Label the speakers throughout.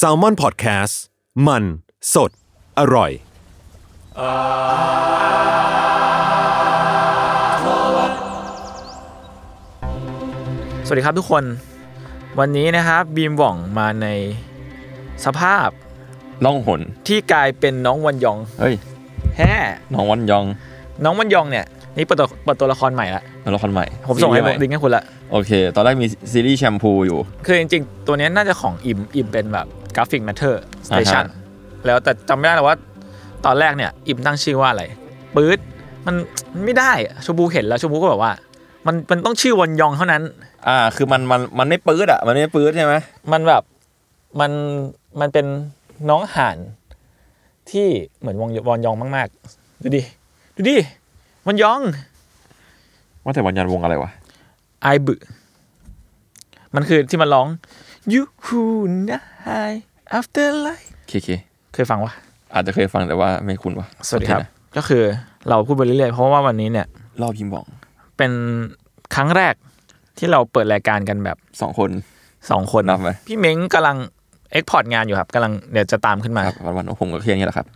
Speaker 1: s a l m o n PODCAST มันสดอร่อย
Speaker 2: สวัสดีครับทุกคนวันนี้นะครับบีมหว่องมาในสภาพ
Speaker 3: ล่องหน
Speaker 2: ที่กลายเป็นน้องวันยอง
Speaker 3: เฮ้ย
Speaker 2: แฮ่
Speaker 3: น้องวันยอง
Speaker 2: น้องวันยองเนี่ยนี่เปิดตัวเปิดตัวละครใหม่ละ
Speaker 3: ตัวละครใหม่
Speaker 2: ผมส่งให้
Speaker 3: ซีรีส์
Speaker 2: ลิงก์ให้คุณละ
Speaker 3: โอเค ตอนแรกมีซีรีส์แชมพูอยู่
Speaker 2: คือจริงๆ ตัวเนี้ยน่าจะของอิมอิมเป็นแบบกราฟิกแมทเทอร์สเตชัน
Speaker 3: อ่าฮ
Speaker 2: แล้วแต่จำไม่ได้แล้วว่า ตอนแรกเนี่ยอิมตั้งชื่อว่าอะไรปื๊ดมันมันไม่ได้อะชูบูเห็นแล้วชูบูก็แบบว่า มันมันต้องชื่อวันยองเท่านั้น
Speaker 3: อ่า คือมันมันมันไม่ปื๊ดอ่ะ มันไม่ปื๊ดใช่ไหม
Speaker 2: มันแบบมันมันเป็นน้องห่านที่เหมือนวงวอนยองมาก ๆ ดูดิ ดูดิวอนยอง
Speaker 3: ว่าแต่วันยันวงอะไรวะ
Speaker 2: ไอายบึมันคือที่มันร้อง you who not high after life
Speaker 3: เคเค
Speaker 2: เคยฟังวะ
Speaker 3: อาจจะเคยฟังแต่ว่าไม่คุ้นวะ
Speaker 2: สวัสดีครับ
Speaker 3: โอเนะ
Speaker 2: ก็คือเราพูดไปเรื่อย ๆ เพราะว่าวันนี้เนี่ย
Speaker 3: รอบยิมบอง
Speaker 2: เป็นครั้งแรกที่เราเปิดรายการกันแบบ
Speaker 3: สองคน
Speaker 2: สองคน
Speaker 3: นับไหม
Speaker 2: พี่เม้งกำลังเอ็กพอร์ตงานอยู่ครับกำลังเดี๋ยวจะตามขึ้นมา
Speaker 3: ครับวันวันผมก็แค่นี้แหละครับ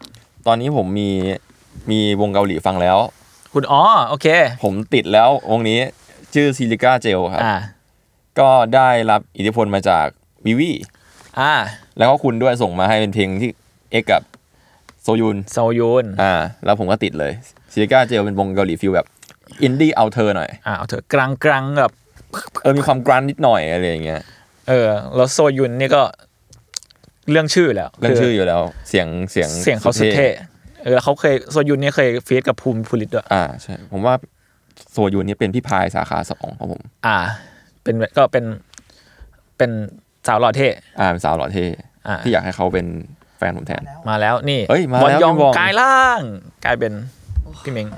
Speaker 3: ตอนนี้ผมมีมีวงเกาหลีฟังแล้ว
Speaker 2: คุณอ๋อโอเค
Speaker 3: ผมติดแล้ววงนี้ชื่อซิลิก้าเจลครับ
Speaker 2: อ่า
Speaker 3: ก็ได้รับอิทธิพลมาจากวิวี
Speaker 2: อ่า
Speaker 3: แล้วก็คุณด้วยส่งมาให้เป็นเพลงที่เอกกับโซยุน
Speaker 2: โซยูน
Speaker 3: อ่าแล้วผมก็ติดเลยซิลิก้าเจลเป็นวงเกาหลีฟิลแบบอินดี้เอาเธอหน่อย
Speaker 2: อ่าเอาเถอะกลางกลางๆแบบ
Speaker 3: เออมีความกรันนิดหน่อยอะไรอย่างเงี้ย
Speaker 2: เออแล้วโซยุนนี่ก็เรื่องชื่อแล้ว
Speaker 3: เรื่องชื่ออยู่แล้วเสียงเสียง
Speaker 2: เสียงเขาสุดเท่เออแล้วเขาเคยโซยุนเนี่ยเคยฟีดกับภูมิภูริตด้วย
Speaker 3: อ่าใช่ผมว่าโซยูนนี่เป็นพี่พายสาขาสองของผม
Speaker 2: อ่า เป็นก็เป็นเป็นสาวหล่อเท่
Speaker 3: อ่าเป็นสาวหล่อเท่
Speaker 2: อ่า
Speaker 3: ที่อยากให้เขาเป็นแฟนผมแทน
Speaker 2: มาแล้วนี่
Speaker 3: เอ้ยมาแล้
Speaker 2: บอ
Speaker 3: ว
Speaker 2: ลยอง
Speaker 3: พี่บอล
Speaker 2: กลายร่างกลายเป็นพี่เม้ง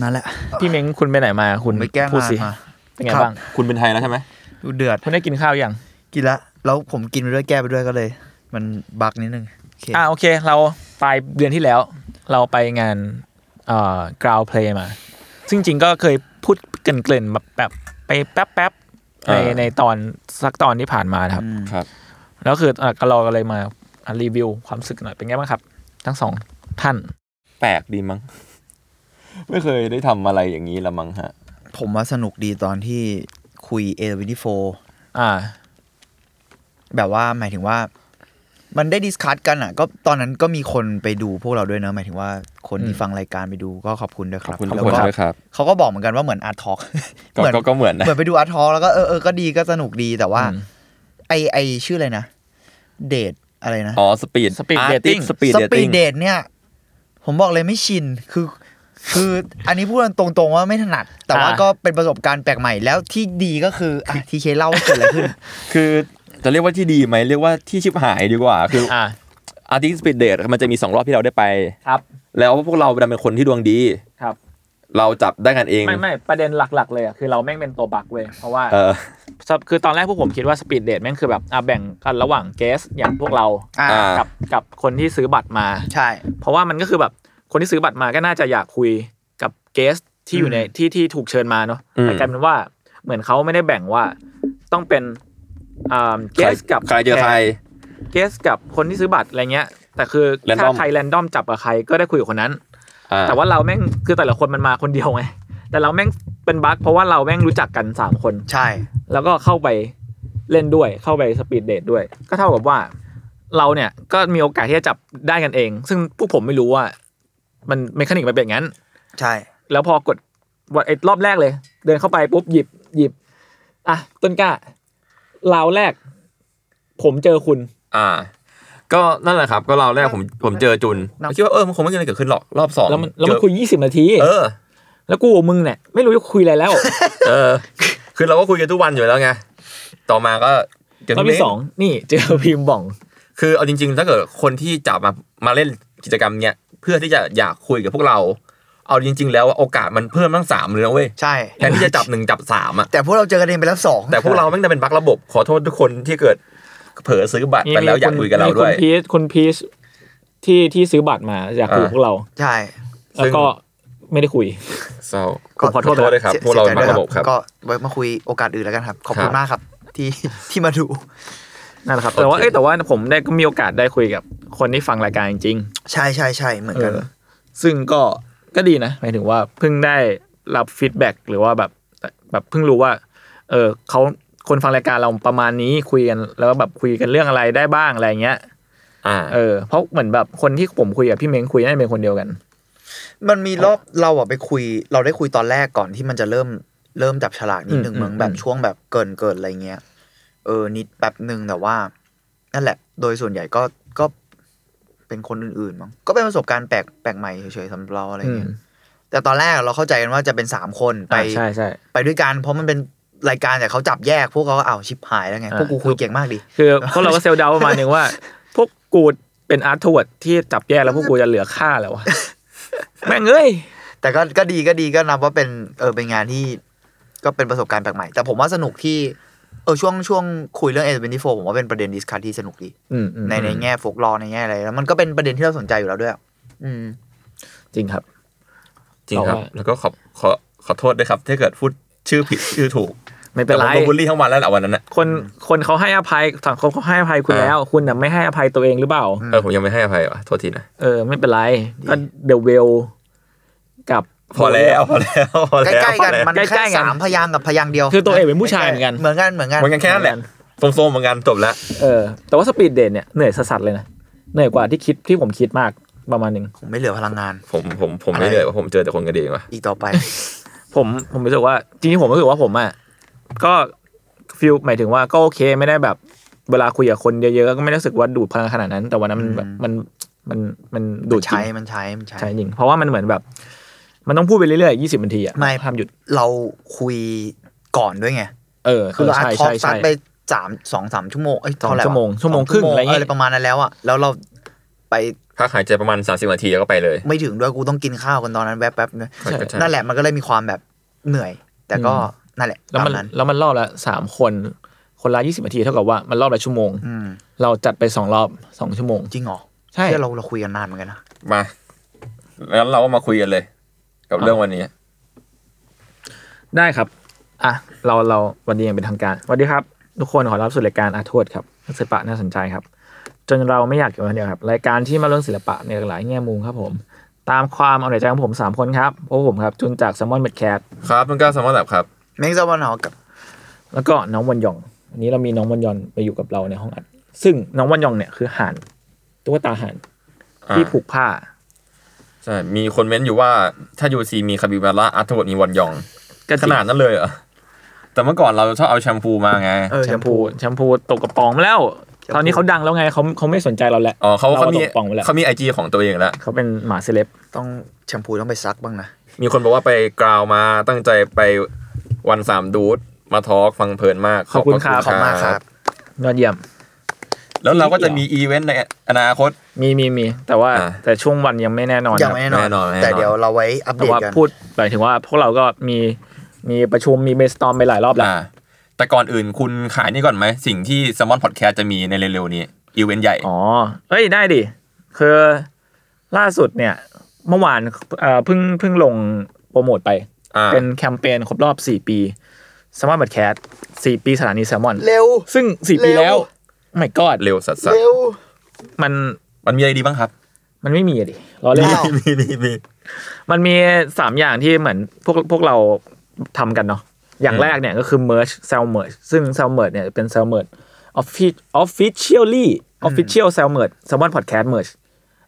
Speaker 4: นั่นแหละ
Speaker 2: พี่เม้งคุณไปไหนมาคุณ
Speaker 4: ผมไปแก้งาน
Speaker 2: พูดสิ
Speaker 4: มา
Speaker 2: เป็นไง
Speaker 4: ครับ
Speaker 2: บ้าง
Speaker 3: คุณเป็นไทยแล้วใช่ไหม
Speaker 4: ดูเดือด
Speaker 2: คุณได้กินข้าวยัง
Speaker 4: กินละแล้วผมกินไปด้วยแก้ไปด้วยก็เลย มันบักนิดนึงโอเค
Speaker 2: อ่าโอเค เราปลายเดือนที่แล้ว เราไปงานเอ่อกราวเพลมา ซึ่งจริงๆก็เคยพูดเกรินๆแบบแบบไปแป๊บๆในในตอนสักตอนที่ผ่านมานะครับ
Speaker 4: อืม
Speaker 3: ครับ
Speaker 2: แล้วคืออ่ะก็เราก็เลยมาอ่ะรีวิวความรู้สึกหน่อยเป็นไงบ้างครับ ทั้งสองท่าน
Speaker 3: แปลกดีมั้ง ไม่เคยได้ทำอะไรอย่างนี้ละมั้งฮะ
Speaker 4: ผมว่าสนุกดีตอนที่คุย A24
Speaker 2: อ่า
Speaker 4: แบบว่าหมายถึงว่า มันได้ดิสคัตกันอ่ะ ก็ตอนนั้นก็มีคนไปดูพวกเราด้วยเนอะหมายถึงว่าคนที่
Speaker 2: อืม
Speaker 4: ฟังรายการไปดูก็ขอบคุณด้วยค
Speaker 3: ขอ
Speaker 4: รั
Speaker 3: บบ คุณทุก
Speaker 4: แล้ว
Speaker 3: คน
Speaker 4: ก็
Speaker 3: ด้วยครับ
Speaker 4: เขาก็บอกเหมือนกันว่าเหมือนอาร์ทอก
Speaker 3: ก็
Speaker 4: เหมือน
Speaker 3: ก็ก็เหมือนนะ
Speaker 4: เหมือนไปดูอาร์ทอกแล้วก็เออเออก็ดีก็สนุกดีแต่ว่า
Speaker 2: อืม
Speaker 4: ไอไอชื่ออะไรนะเดทอะไรนะ
Speaker 3: อ๋อสปีด
Speaker 2: Speed dating
Speaker 3: สปีด
Speaker 4: ส
Speaker 3: เดต
Speaker 4: ปี
Speaker 3: ติ้
Speaker 4: ด
Speaker 3: ง
Speaker 4: เดทเนี่ย ผมบอกเลยไม่ชินคือ คืออันนี้พูดกันตรงๆว่าไม่ถนัด แต่ว่า
Speaker 2: อ่า
Speaker 4: ก็เป็นประสบการณ์แปลกใหม่แล้วที่ดีก็คืออ่ะทีเคเล่าว่าเกิดอะไรขึ้น
Speaker 3: คือจะเรียกว่าที่ดีไหมเรียกว่าที่ชิบหายดีกว่าคือ
Speaker 2: อ่า
Speaker 3: อาร์ติสปีดเดทมันจะมีสองรอบที่เราได้ไป
Speaker 2: ครับ
Speaker 3: แล้วพวกเราดันเป็นคนที่ดวงดี
Speaker 2: ครับ
Speaker 3: เราจับได้กันเอง
Speaker 2: ไม่ไม่ประเด็นหลัก ๆ เลยอ่ะคือเราแม่งเป็นตัวบักเว้ยเพราะว่า
Speaker 3: เออ
Speaker 2: คือตอนแรกพวกผมคิดว่าสปีดเดทแม่งคือแบบอ่ะแบ่งกันระหว่างเกสอย่างพวกเรา
Speaker 4: อ่า
Speaker 3: อ่า
Speaker 2: กับกับคนที่ซื้อบัตรมา
Speaker 4: ใช่
Speaker 2: เพราะว่ามันก็คือแบบคนที่ซื้อบัตรมาก็น่าจะอยากคุยกับเกสที่อยู่ในที่ที่ถูกเชิญมาเนาะแต่กลายเป็นว่าเหมือนเขาไม่ได้แบ่งว่าต้องเป็นอ่าเก
Speaker 3: ใคร
Speaker 2: สกับ
Speaker 3: ใครเจอใคร
Speaker 2: เกสกับคนที่ซื้อบัตรอะไรเงี้ย แต่คือถ้า
Speaker 3: Random
Speaker 2: ใครแรนดอมจับกับใครก็ได้คุยกับคนนั้น
Speaker 3: อ่
Speaker 2: แต่ว่าเราแม่งคือแต่ละคนมันมาคนเดียวไงแต่เราแม่งเป็นบั๊กเพราะว่าเราแม่งรู้จักกันสามคน
Speaker 4: ใช่
Speaker 2: แล้วก็เข้าไปเล่นด้วยเข้าไปสปีดเดทด้วย ก็เท่ากับว่า เราเนี่ยก็มีโอกาสที่จะจับได้กันเอง ซึ่งพวกผมไม่รู้ว่า มันเมคานิกมันเป็นอย่างนั้น
Speaker 4: ใช่
Speaker 2: แล้วพอกดวันไอ้รอบแรกเลย เดินเข้าไปปุ๊บหยิบหยิบอ่ะต้นกล้าราวแรก ผมเจอคุณ
Speaker 3: อ่า ก็นั่นแหละครับ ก็เราแรกผมผมเจอจุนผมคิดว่าเออมันคงไม่เกิดอะไรเกิดขึ้นหรอกรอบสอง
Speaker 2: แล้วมันแล้วมัน
Speaker 3: เจอ
Speaker 2: คุยยี่สิบนาที
Speaker 3: เออ
Speaker 2: แล้วกูกับมึงเนี่ยไม่รู้จะคุยอะไรแล้ว
Speaker 3: เออ คือเราก็คุยกันทุกวันอยู่แล้วไงต่อมาก็ เดี๋ยว
Speaker 2: รอบ
Speaker 3: นี้
Speaker 2: ที่สองนี่เจอพิมพ์บ่อง
Speaker 3: คือเอาจริง ๆ ถ้าเกิดคนที่จะมามาเล่นกิจกรรมเนี้ยเพื่อที่จะอยากคุยกับพวกเรา เอาจริง ๆ แล้วโอกาสมันเพิ่มตั้งสามเลยนะเว้ย
Speaker 4: ใช่
Speaker 3: แทนที่จะจับหนึ่งจับสามอ่ะ
Speaker 4: แต่พวกเราเจอกันเองไปแล้วสอง
Speaker 3: แต่พวกเราแม่งจะเป็นบั๊กระบบ ขอโทษทุกคนที่เกิดเผลอซื้อบัตรไปแล้วอยากคุยกับเราด้วย
Speaker 2: มีคุณพีชคุณพีชที่ที่ซื้อบัตรมาอยากคุยกับ
Speaker 3: อ่า
Speaker 2: พวกเรา
Speaker 4: ใช่
Speaker 2: แล้วก็ไม่ได้คุย
Speaker 3: เศร้า
Speaker 2: ก็ขอโทษ
Speaker 3: ด้วยครับ
Speaker 4: สี
Speaker 3: พวกเราเป็น
Speaker 4: สี
Speaker 3: บั๊ก
Speaker 4: ยใจ
Speaker 3: ระบ
Speaker 4: ด้วย
Speaker 3: บครับ
Speaker 4: ก็ไว้มาคุยโอกาสอื่นแล้วกันครับ ขอบ
Speaker 3: ค
Speaker 4: คุ
Speaker 3: รั
Speaker 4: ณ
Speaker 3: บ
Speaker 4: มากครับ ที่ที่มาดู
Speaker 2: นั่นแหละครับ แต่ว่าเอ้ยแต่ว่าผมได้ก็มีโอกาสได้คุยกับคนที่ฟังรายการจริง
Speaker 4: ใช่ใช่ใช่เหมื
Speaker 2: ๆ
Speaker 4: อนกัน
Speaker 2: เออซึ่งก็ก็ดีนะหมายถึงว่าเพิ่งได้รับฟีดแบ็กหรือว่าแบบแบบเพิ่งรู้ว่า เออเขาคนฟังรายการเราประมาณนี้คุยกันแล้วแบบคุยกันเรื่องอะไรได้บ้างอะไรเงี้ย
Speaker 3: อ่า
Speaker 2: เออเพราะเหมือนแบบคนที่ผมคุยกับพี่เม้งคุยน่าจะเป็นคนเดียวกัน
Speaker 4: มันมีรอบเราอะไปคุย เราได้คุยตอนแรกก่อนที่มันจะเริ่มเริ่มจับฉลากนิดนึง
Speaker 2: อืม
Speaker 4: เหมือนแบบ
Speaker 2: อืม
Speaker 4: ช่วงแบบเกินเกินอะไรเงี้ยเออนิดแป๊บหนึ่งแต่ว่านั่นแหละ โดยส่วนใหญ่ก็ก็เป็นคนอื่นๆมั้งก็เป็นประสบการณ์แปลกแปลกใหม่เฉยๆสำหรับเราอะไรเงี้ยแต่ตอนแรกเราเข้าใจกันว่าจะเป็นสามคนไป
Speaker 2: อ่าใช่ใช่
Speaker 4: ไปด้วยกันเพราะมันเป็นรายการแต่เขาจับแยก พวกเขาก็อ้าวชิบหายแล้วไง
Speaker 2: อ่า
Speaker 4: พวกกูคุยเก่งมากดิ
Speaker 2: คือพวกเราก็เซลล์เดาประมาณหนึ่งว่า พวกกูเป็นอาร์ตทวดที่จับแยกแล้วพวกกูจะเหลือค่าแล้ววะ แม่งเอ้ย
Speaker 4: แต่ก็ก็ดีก็ดีก็นับว่าเป็นเออเป็นงานที่ก็เป็นประสบการณ์แปลกใหม่ แต่ผมว่าสนุกที่เออช่วงช่วงคุยเรื่องเอเวนตี้โฟผมว่าเป็นประเด็นดิสคัทที่สนุกดี
Speaker 2: อืมอืม
Speaker 4: ในในแง่โฟกลอร์ในแง่อะไรแล้วมันก็เป็นประเด็นที่เราสนใจอยู่แล้วด้วย อืม
Speaker 2: จริงครับ
Speaker 3: จริงครับ
Speaker 2: เอาว่า
Speaker 3: แล้วก็ขอขอขอโทษด้วยครับ ถ้าเกิดพูดชื่อผิดชื่อถูก
Speaker 2: ไม่เป็
Speaker 3: แต่
Speaker 2: น
Speaker 3: ผ
Speaker 2: ไร
Speaker 3: มโดนบูลลี่ทั้งวันแล้วแหละวันนั้นนะ
Speaker 2: คนคนเขาให้อภัยสังคมเขาให้อภัยคุณแล้ว คุณน่ะไม่ให้อภัยตัวเองหรือเปล่า
Speaker 3: เออผมยังไม่ให้อภัยวะโทษทีนะ
Speaker 2: เออ ไม่เป็นไรก็เดวเวลกับ
Speaker 3: พอแล้ว พอแล้วพอ
Speaker 4: ใก
Speaker 3: แล้ว
Speaker 4: ล้ๆกัน
Speaker 3: พอแล้ว
Speaker 4: มัน
Speaker 2: ใกล้ๆ
Speaker 4: แค่
Speaker 2: กัน
Speaker 4: สามพยางค์กับพยางค์เดียว
Speaker 2: คือตัวเองเป็นผู้ชายเหมือนกัน
Speaker 4: เหมือนกันเหมือนกัน
Speaker 3: มันกันแค่นั้นแหละโซมๆเหมือนกันจบแล้ว
Speaker 2: เออ แต่ว่าสปีดเดทเนี่ยเหนื่อยสัสๆเลยนะเหนื่อยกว่าที่คิดที่ผมคิดมากประมาณหนึ่ง
Speaker 4: ผมไม่เหลือพลังงาน
Speaker 3: ผมผมผมไม่
Speaker 4: อะไร
Speaker 3: เหนื่อยว่าผมเจอแต่คนกระเดียงว่ะ
Speaker 4: อีกต่อไป
Speaker 2: ผมผมรู้สึกว่าจริงๆผมรู้สึกว่าผมอ่ะก็ฟิลหมายถึงว่าก็โอเคไม่ได้แบบ เวลาคุยกับคนเยอะๆก็ไม่ได้รู้สึกว่าดูดพลังขนาดนั้น แต่วันนั้นมันแบบ
Speaker 4: อืม
Speaker 2: มันมันมันดูดจริ
Speaker 4: ใช้
Speaker 2: ง
Speaker 4: มันใช้มันใช้
Speaker 2: ใช่จริงเพราะว่ามันเหมือนแบบ มันต้องพูดไปเรื่อยๆยี่สิบนาทีอ่ะ
Speaker 4: ไม่
Speaker 2: ห้ามหยุด
Speaker 4: เราคุยก่อนด้วยไง
Speaker 2: เออ
Speaker 4: คือเราอัด
Speaker 2: ใช่
Speaker 4: ทอล์
Speaker 2: ใช่
Speaker 4: กซัด
Speaker 2: ใช่
Speaker 4: ไปสามสองสามชั่วโมงเอ้ย
Speaker 2: สอง
Speaker 4: เท่าไหร่วะ
Speaker 2: ชั่วโมงชั่วโมง
Speaker 4: ส
Speaker 2: ครึ่งอะไรเงี้ย
Speaker 4: อะไรประมาณนั้นแล้วอ่ะแล้วเราไป
Speaker 3: พักหายใจประมาณ 30นาทีแล้วก็ไปเลย
Speaker 4: ไม่ถึงด้วยกูต้องกินข้าวกันตอนนั้นแวบๆนะ
Speaker 2: ใช่
Speaker 3: ก็ใช่
Speaker 4: นั่นแหละมันก็เลยมีความแบบเหนื่อย แต่ก็นั่นแหละ
Speaker 2: แล้ว
Speaker 4: ตาม
Speaker 2: มัน
Speaker 4: นั้น
Speaker 2: แล้วมันรอบละสามคนคนละยี่สิบนาทีเท่ากับว่ามันรอบละชั่วโมง
Speaker 4: อืม
Speaker 2: เราจัดไปสองรอบสองชั่วโมง
Speaker 4: จริงเหรอ
Speaker 2: ใช่
Speaker 4: เชื่อเราเราคุยกันนานเหมือนกันนะ
Speaker 3: มาแล้วเราก็มาคุยกันเลย กับเรื่องวันนี้
Speaker 2: ได้ครับอ่ะเราเราวันนี้ยังเป็นทางการสวัสดีครับ ทุกคนขอรับสู่รายการอาโทษครับศิลปะน่าสนใจครับ จนเราไม่อยากอยู่คนเดียวครับ รายการที่มาเรื่องศิลปะในหลากหลายแง่มุมครับผม ตามความเอาใจของผม 3 คนครับพวกผมครับ จุนจาก s ซมมอนเมดแคท
Speaker 3: ครับมันก็สมมติแบบครับ
Speaker 4: เมกซ์วันเอากับ
Speaker 2: แล้วก็น้องวันหยองวันนี้เรามีน้องวันหยองมาอยู่กับเราในห้องอัด ซึ่งน้องวันหยองเนี่ยคือห่านตุ๊กตาห่าน
Speaker 3: อ่า
Speaker 2: ที่ผูกผ้า
Speaker 3: ใช่มีคนเม้นอยู่ว่าถ้ายูซีมีคาบิบาร่าอาร์ตเวร์ดมีวอนยอง
Speaker 2: ก็จริง
Speaker 3: ขนาดนั้นเลยเหรอแต่เมื่อก่อนเราชอบเอาแชมพูมาไง
Speaker 4: เออ
Speaker 2: แช
Speaker 4: แช
Speaker 2: ม
Speaker 4: ม
Speaker 2: พู
Speaker 4: พู
Speaker 2: แชมพูตกกระป๋องมาแล้ว ตอนนี้เขาดังแล้วไงเขาเขาไม่สนใจเราแล้ว
Speaker 3: อ๋อเขาเขา
Speaker 2: เรา
Speaker 3: มี
Speaker 2: ตกกระป๋องไปแล้ว
Speaker 3: เขามีไอจีของตัวเองแล้ว
Speaker 2: เขาเป็นหมาเซเลบ
Speaker 4: ต้องแชมพูต้องไปซักบ้างนะ
Speaker 3: มีคนบอกว่าไปกราวมาตั้งใจไปวันสามดูดมาทอล์กฟังเพลินมาก
Speaker 2: ขอบคุณครับ
Speaker 3: พะ
Speaker 4: ขอบมากครับ
Speaker 2: ยอดเยี่ยม
Speaker 3: แล้วเราก็จะมีอีเวนต์ในอนาคต
Speaker 2: มีมีมีแต่ว่า
Speaker 3: อ่า
Speaker 2: แต่ช่วงวันยังไม่แน่นอน
Speaker 4: ยั
Speaker 2: ค
Speaker 4: ง
Speaker 2: รับ
Speaker 4: ไม่แน่นอน
Speaker 3: แน่นอนแน่นอน
Speaker 4: แต่เดี๋ยวเราไว้อัป
Speaker 2: แต่
Speaker 4: เดต
Speaker 2: ว่า
Speaker 4: กัน
Speaker 2: พูดหมายถึงว่าพวกเราก็มีมีประชุมมีเบสตอมไปหลายรอบแล้ว
Speaker 3: อ่าแต่ก่อนอื่นคุณขายนี่ก่อนไหม สิ่งที่สมอนพอดแคสต์จะมีในเร็วๆนี้ อีเวนต์ใหญ่
Speaker 2: อ๋อเอ้ยได้ดิคือล่าสุดเนี่ย เมื่อวานเอ่อเพิ่งเพิ่งลงโปรโมทไป
Speaker 3: อ่า
Speaker 2: เป็นแคมเปญครบรอบ 4 ปีสมอนบัตแคสสี่ปีสถานีแซมมอน
Speaker 4: เร็ว
Speaker 2: ซึ่ง 4 ปี
Speaker 4: เร็ว
Speaker 2: แล้วไม่กอด
Speaker 3: เร็วสัส
Speaker 4: เร็ว
Speaker 2: มัน
Speaker 3: ๆมันมีอะไรดีบ้างครับ
Speaker 2: มันไม่มีอะดิรอเล่น
Speaker 4: อ้าว
Speaker 3: มีมีมี
Speaker 2: มันมี 3 อย่างที่เหมือนพวกพวกเราทำกันเนาะอย่าง
Speaker 3: อืม
Speaker 2: แรกเนี่ยก็คือ merge s e l merge ซึ่ง s e l merge เนี่ยเป็น s e l merge offic- officially official s e l merge s e l m o n podcast merge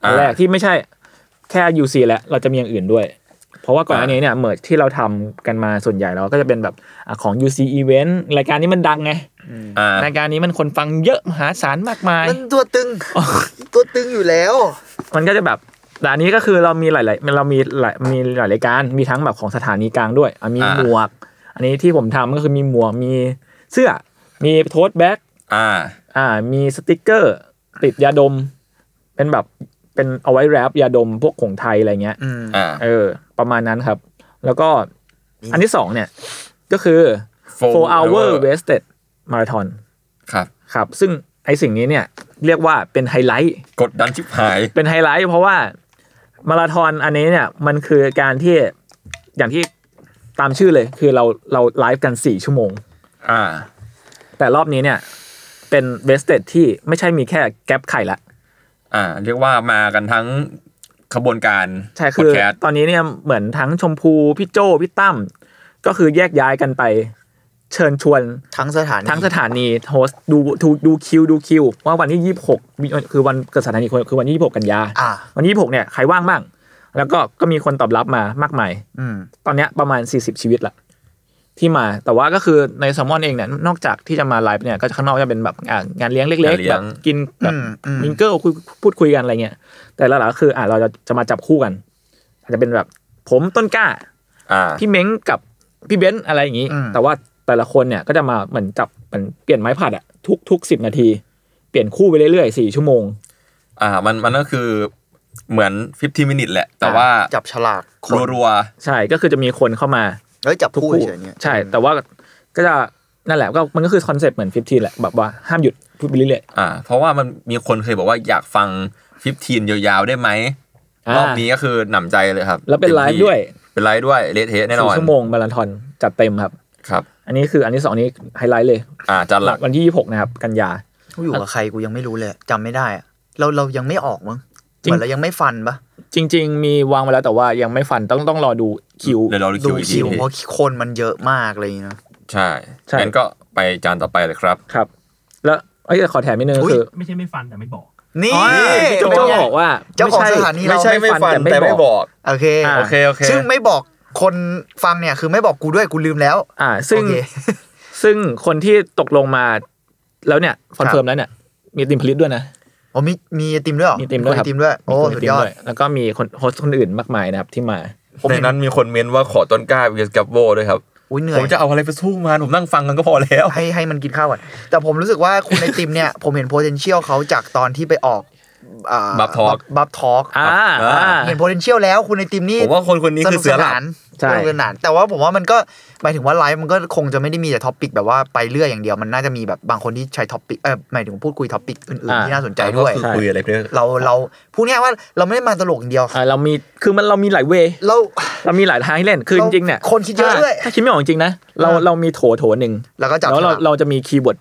Speaker 2: อันแรกที่ไม่ใช่แค่ UC แล้วเราจะมีอย่างอื่นด้วย เพราะว่าก่อนหน้านี้เนี่ย merge ที่เราทำกันมาส่วนใหญ่เราก็จะเป็นแบบอ่ะของ UC event รายการนี้มันดังไง
Speaker 3: อ่าร
Speaker 2: ายการนี้มันคนฟังเยอะมหาศาลมากมาย
Speaker 4: มันตัวตึง ตัวตึงอยู่แล้ว
Speaker 2: มันก็จะแบบแต่อันนี้ก็คือเรามีหลายๆเรามีหลายมีหลายรายการ มีทั้งแบบของสถานีกลางด้วยอ่ะมีหมวก อันนี้ที่ผมทำก็คือมีหมวก มีเสื้อ มีโทสแบ็ก
Speaker 3: อ่า
Speaker 2: อ่า มีสติกเกอร์ ติดยาดม เป็นแบบเป็นเอาไว้แรปยาดมพวกของไทยอะไรเงี้ย
Speaker 4: อืม
Speaker 3: อ่า
Speaker 2: เออ ประมาณนั้นครับ แล้วก็
Speaker 4: นี่
Speaker 2: อันที่สองเนี่ย ก็คือ four hour wasted marathon
Speaker 3: ครับ
Speaker 2: ครับ ซึ่งไอสิ่งนี้เนี่ย เรียกว่าเป็นไฮไลท์
Speaker 3: กดดันชิบหาย
Speaker 2: เป็นไฮไลท์เพราะว่ามาราธอนอันนี้เนี่ย มันคือการที่อย่างที่ตามชื่อเลย คือเราเราไลฟ์กัน 4 ชั่วโมง
Speaker 3: อ่า
Speaker 2: แต่รอบนี้เนี่ย เป็นเวสเทดที่ไม่ใช่มีแค่แก๊ปไข่ละ
Speaker 3: อ่า เรียกว่ามากันทั้งขบวนการ
Speaker 2: ใช่คือ
Speaker 3: พดแสต์
Speaker 2: ตอนนี้เนี่ยเหมือนทั้งชมพูพี่โจ้พี่ตั้มก็คือแยกย้ายกันไป เชิญชวน
Speaker 4: ทั้งสถานี
Speaker 2: ทั้งสถานีโฮสต์ดูดูดูคิวดูคิวว่าวันที่ยี่สิบหกคือวันเกิดสถานีคือวันที่ยี่สิบหกกันยา
Speaker 4: อ่า
Speaker 2: วันที่ยี่สิบหกเนี่ยใครว่างบ้าง แล้วก็ก็มีคนตอบรับมามากมาย
Speaker 4: อืม
Speaker 2: ตอนเนี้ยประมาณ 40 ชีวิตละที่มาแต่ว่าก็คือในแซลมอนเองเนี่ยนอกจากที่จะมาไลฟ์เนี่ยก็ข้างนอกจะเป็นแบบอ่ะงานเลี้ยงเล็กๆแบบกินแบบ
Speaker 4: อืมอืม
Speaker 2: มิงเกิลคุยพูดคุยกันอะไรเงี้ยแต่ละหลังก็คืออ่ะเราจะจะมาจับคู่กัน อาจจะเป็นแบบผมต้นกล้า
Speaker 3: อ่า
Speaker 2: พี่เม้งกับพี่เบนซ์อะไรอย่างงี้
Speaker 4: อืม
Speaker 2: แต่ว่าแต่ละคนเนี่ยก็จะมาเหมือนจับเหมือนเปลี่ยนไม้ผัดอะทุกทุกสิบนาที เปลี่ยนคู่ไปเรื่อยๆสี่ชั่วโมง
Speaker 3: อ่า มัน มันก็คือเหมือน 15 minute แหละ แต่ว่า
Speaker 4: จับฉลากคน
Speaker 3: รัวรัว
Speaker 2: ใช่ก็คือจะมีคนเข้ามา
Speaker 4: เอ้ยจับ
Speaker 2: ทุก
Speaker 4: คู่
Speaker 2: คู่
Speaker 4: เฉยๆเนี่ย
Speaker 2: ใช่ แต่ว่าก็จะนั่นแหละก็มันก็คือคอนเซ็ปต์เหมือนฟิฟทีแหละแบบว่าห้ามหยุดพูดไปเรื่อย
Speaker 3: ๆอ่า เพราะว่ามันมีคนเคยบอกว่าอยากฟัง 15 ยาวๆ ได้ไหม
Speaker 2: ๆาร
Speaker 3: อบนี้ก็คือหนำใจเลยครับ
Speaker 2: แล้วเป็นไลฟ์ด้วย
Speaker 3: เป็นไลฟ์ด้วยเลเทสแน่น
Speaker 2: สี่
Speaker 3: อน
Speaker 2: ชั่วโมงมาราธอนจัดเต็มครับ
Speaker 3: ครับ
Speaker 2: อันนี้คืออันที่สองนี้ไฮไลท์เลย
Speaker 3: อ่าจันหลัก
Speaker 2: วันที่ยี่หกนะครับ กันยา
Speaker 4: กูอยู่กับใครกูยังไม่รู้เลยจำไม่ได้อะเราเรายังไม่ออกมั้ง
Speaker 2: จ
Speaker 4: เห
Speaker 2: ริง
Speaker 4: มือนเรายังไม่ฟันปะ
Speaker 2: จริง ๆ มีวางไว้แล้วแต่ว่ายังไม่ฟันต้องต้องรอดูคิว
Speaker 3: เดี๋ยวเราดู
Speaker 4: ดู
Speaker 3: อีกที
Speaker 4: คิวเพราะคนมันเยอะมากเลยนะ
Speaker 3: ใช่
Speaker 2: ใช่
Speaker 3: งั้นก็ไปจานต่อไปเลยครับ
Speaker 2: ครับ แล้วเอ้ยขอแถมนิดนึง
Speaker 4: อุ๊ย
Speaker 2: คือ
Speaker 5: ไม่ใช่ไม่ฟันแต่ไม่บอก
Speaker 4: นี่
Speaker 3: อ๋อ
Speaker 2: พี่โจ
Speaker 4: เป็นไง
Speaker 2: บอกว่า
Speaker 4: เจ้าของ
Speaker 2: ไม่
Speaker 4: ส
Speaker 2: ใช่
Speaker 4: ถานีเรา
Speaker 2: แต่ไม่บอก
Speaker 4: โอเค
Speaker 2: อ่า
Speaker 3: โอเคโอเค
Speaker 4: ซึ่งไม่บอกคนฟังเนี่ยคือไม่บอกกูด้วยกูลืมแล้ว
Speaker 2: อ่า ซึ่ง
Speaker 4: โอเค
Speaker 2: ซึ่งคนที่ตกลงมาแล้วเนี่ยคอนเฟิร์มแล้วเนี่ยมีติมผลิตด้วยนะ
Speaker 4: อ๋อมีมีไอติมด้วยเหรอ
Speaker 2: มีไอติมด้วย
Speaker 4: คน
Speaker 2: ครั
Speaker 4: ไอบ ติมด้วย โอ้
Speaker 2: มีคน
Speaker 4: สุด
Speaker 2: ติ
Speaker 4: ย
Speaker 2: ม
Speaker 4: อด
Speaker 2: ด้วยแล้วก็มีคนโฮสต์คนอื่นมากมายนะครับที่มา
Speaker 3: ผมในนั้นมีคนเม้นว่าขอต้นกล้าเวสกับโบด้วยครับ
Speaker 4: อุ้ยเหนื่อ
Speaker 3: ผม
Speaker 4: ย
Speaker 3: จะเอาอะไรไปสู้มันผมนั่งฟังกันก็พอแล้ว
Speaker 4: ให้ให้มันกินข้าวก่อน แต่ผมรู้สึกว่าคุณไอติมเนี่ย ผมเห็น potential เขาจากตอนที่ไปออกอ่า
Speaker 3: Bub Talk
Speaker 4: บับทอก
Speaker 2: อ่า
Speaker 3: อ่า
Speaker 2: อ่า
Speaker 4: เห็น potential แล้วคุณไอติมนี่
Speaker 3: ผมว่าคนคนนี้คือเสือหลั
Speaker 4: ก
Speaker 3: บ
Speaker 4: สน
Speaker 2: ใช่
Speaker 4: สนุกสนานแต่ว่าผมว่ามันก็หมายถึงว่าไลฟ์มันก็คงจะไม่ได้มีแต่ท็อปิกแบบว่าไปเรื่อยอย่างเดียวมันน่าจะมีแบบบางคนที่ใช้ท็อปิกเออหมายถึงพูดคุยท็อปิกอื่นๆที่น่าสนใจด้วย
Speaker 3: ก็คือคุยอะไรไปเรื่อย
Speaker 4: เราเราพูดง่ายๆว่าเราไม่ได้มาตลกอย่างเดียว
Speaker 2: อ่าเรามีคือมันเรามีหลายเวย์
Speaker 4: เรา
Speaker 2: เรามีหลายทางให้เล่นคือจ
Speaker 4: เรา
Speaker 2: ริงๆเนี่ย
Speaker 4: คนคิดเยอะ
Speaker 2: ถ้า
Speaker 4: ด้วย
Speaker 2: ถ้าคิดไม่ออกจริงๆนะเรา
Speaker 4: อ่า
Speaker 2: เรามีโถโถหนึ่ง
Speaker 4: แล้วก็จับ
Speaker 2: แล้วเรา
Speaker 4: ฉลก
Speaker 2: เราจะมีคีย์เวิร์ด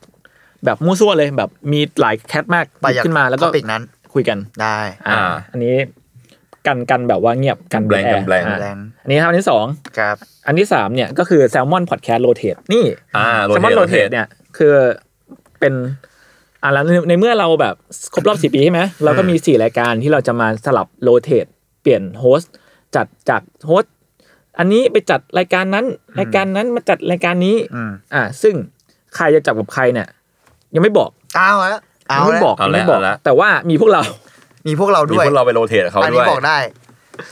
Speaker 2: แบบมั่วซั่วเลยแบบมีหลายแคทมาก
Speaker 4: ไปอยาก
Speaker 2: ขึ้นมาแล้วก็
Speaker 4: topic นั้น
Speaker 2: คุยกัน
Speaker 4: ได้
Speaker 2: อ่า
Speaker 3: อ่า
Speaker 2: อันนี้กันกันแบบว่าเงียบกัน
Speaker 3: blank กัน
Speaker 2: air
Speaker 3: blank
Speaker 2: อ่า
Speaker 4: แรง
Speaker 2: อันนี้ครับอันที่สอง
Speaker 4: ครับ
Speaker 2: อันที่สามเนี่ยก็คือแซลมอนพอดแคสต์โรเตทนี่
Speaker 3: ๆอ่า
Speaker 2: แซลมอนโรเทต
Speaker 3: เนี่ย
Speaker 2: เนี่ยคือเป็นอ่ะแล้วในในเมื่อเราแบบครบรอบสี่ปีใช่ไหมเราก็มีสี่รายการที่เราจะมาสลับโรเทตเปลี่ยนโฮสต์จัดจากโฮสต์อันนี้ไปจัดรายการนั้น รายการนั้นมาจัดรายการนี้
Speaker 4: อืม
Speaker 2: อ่าซึ่งใครจะจับกับใครเนี่ย ยังไม่บอก
Speaker 4: เอาละเอา
Speaker 2: ยังไม่
Speaker 4: ละ
Speaker 2: บอก
Speaker 3: เอา
Speaker 2: ยัง
Speaker 3: ละ
Speaker 2: ไม่บอก
Speaker 3: เอาละ
Speaker 2: แต่ว่ามีพวกเรา
Speaker 4: มีพวกเรา
Speaker 3: มี
Speaker 4: ด้วย
Speaker 3: คนเราไปโรเทตกับเขา
Speaker 4: อัน
Speaker 3: ด้
Speaker 4: นี้
Speaker 3: วย
Speaker 4: บอกได้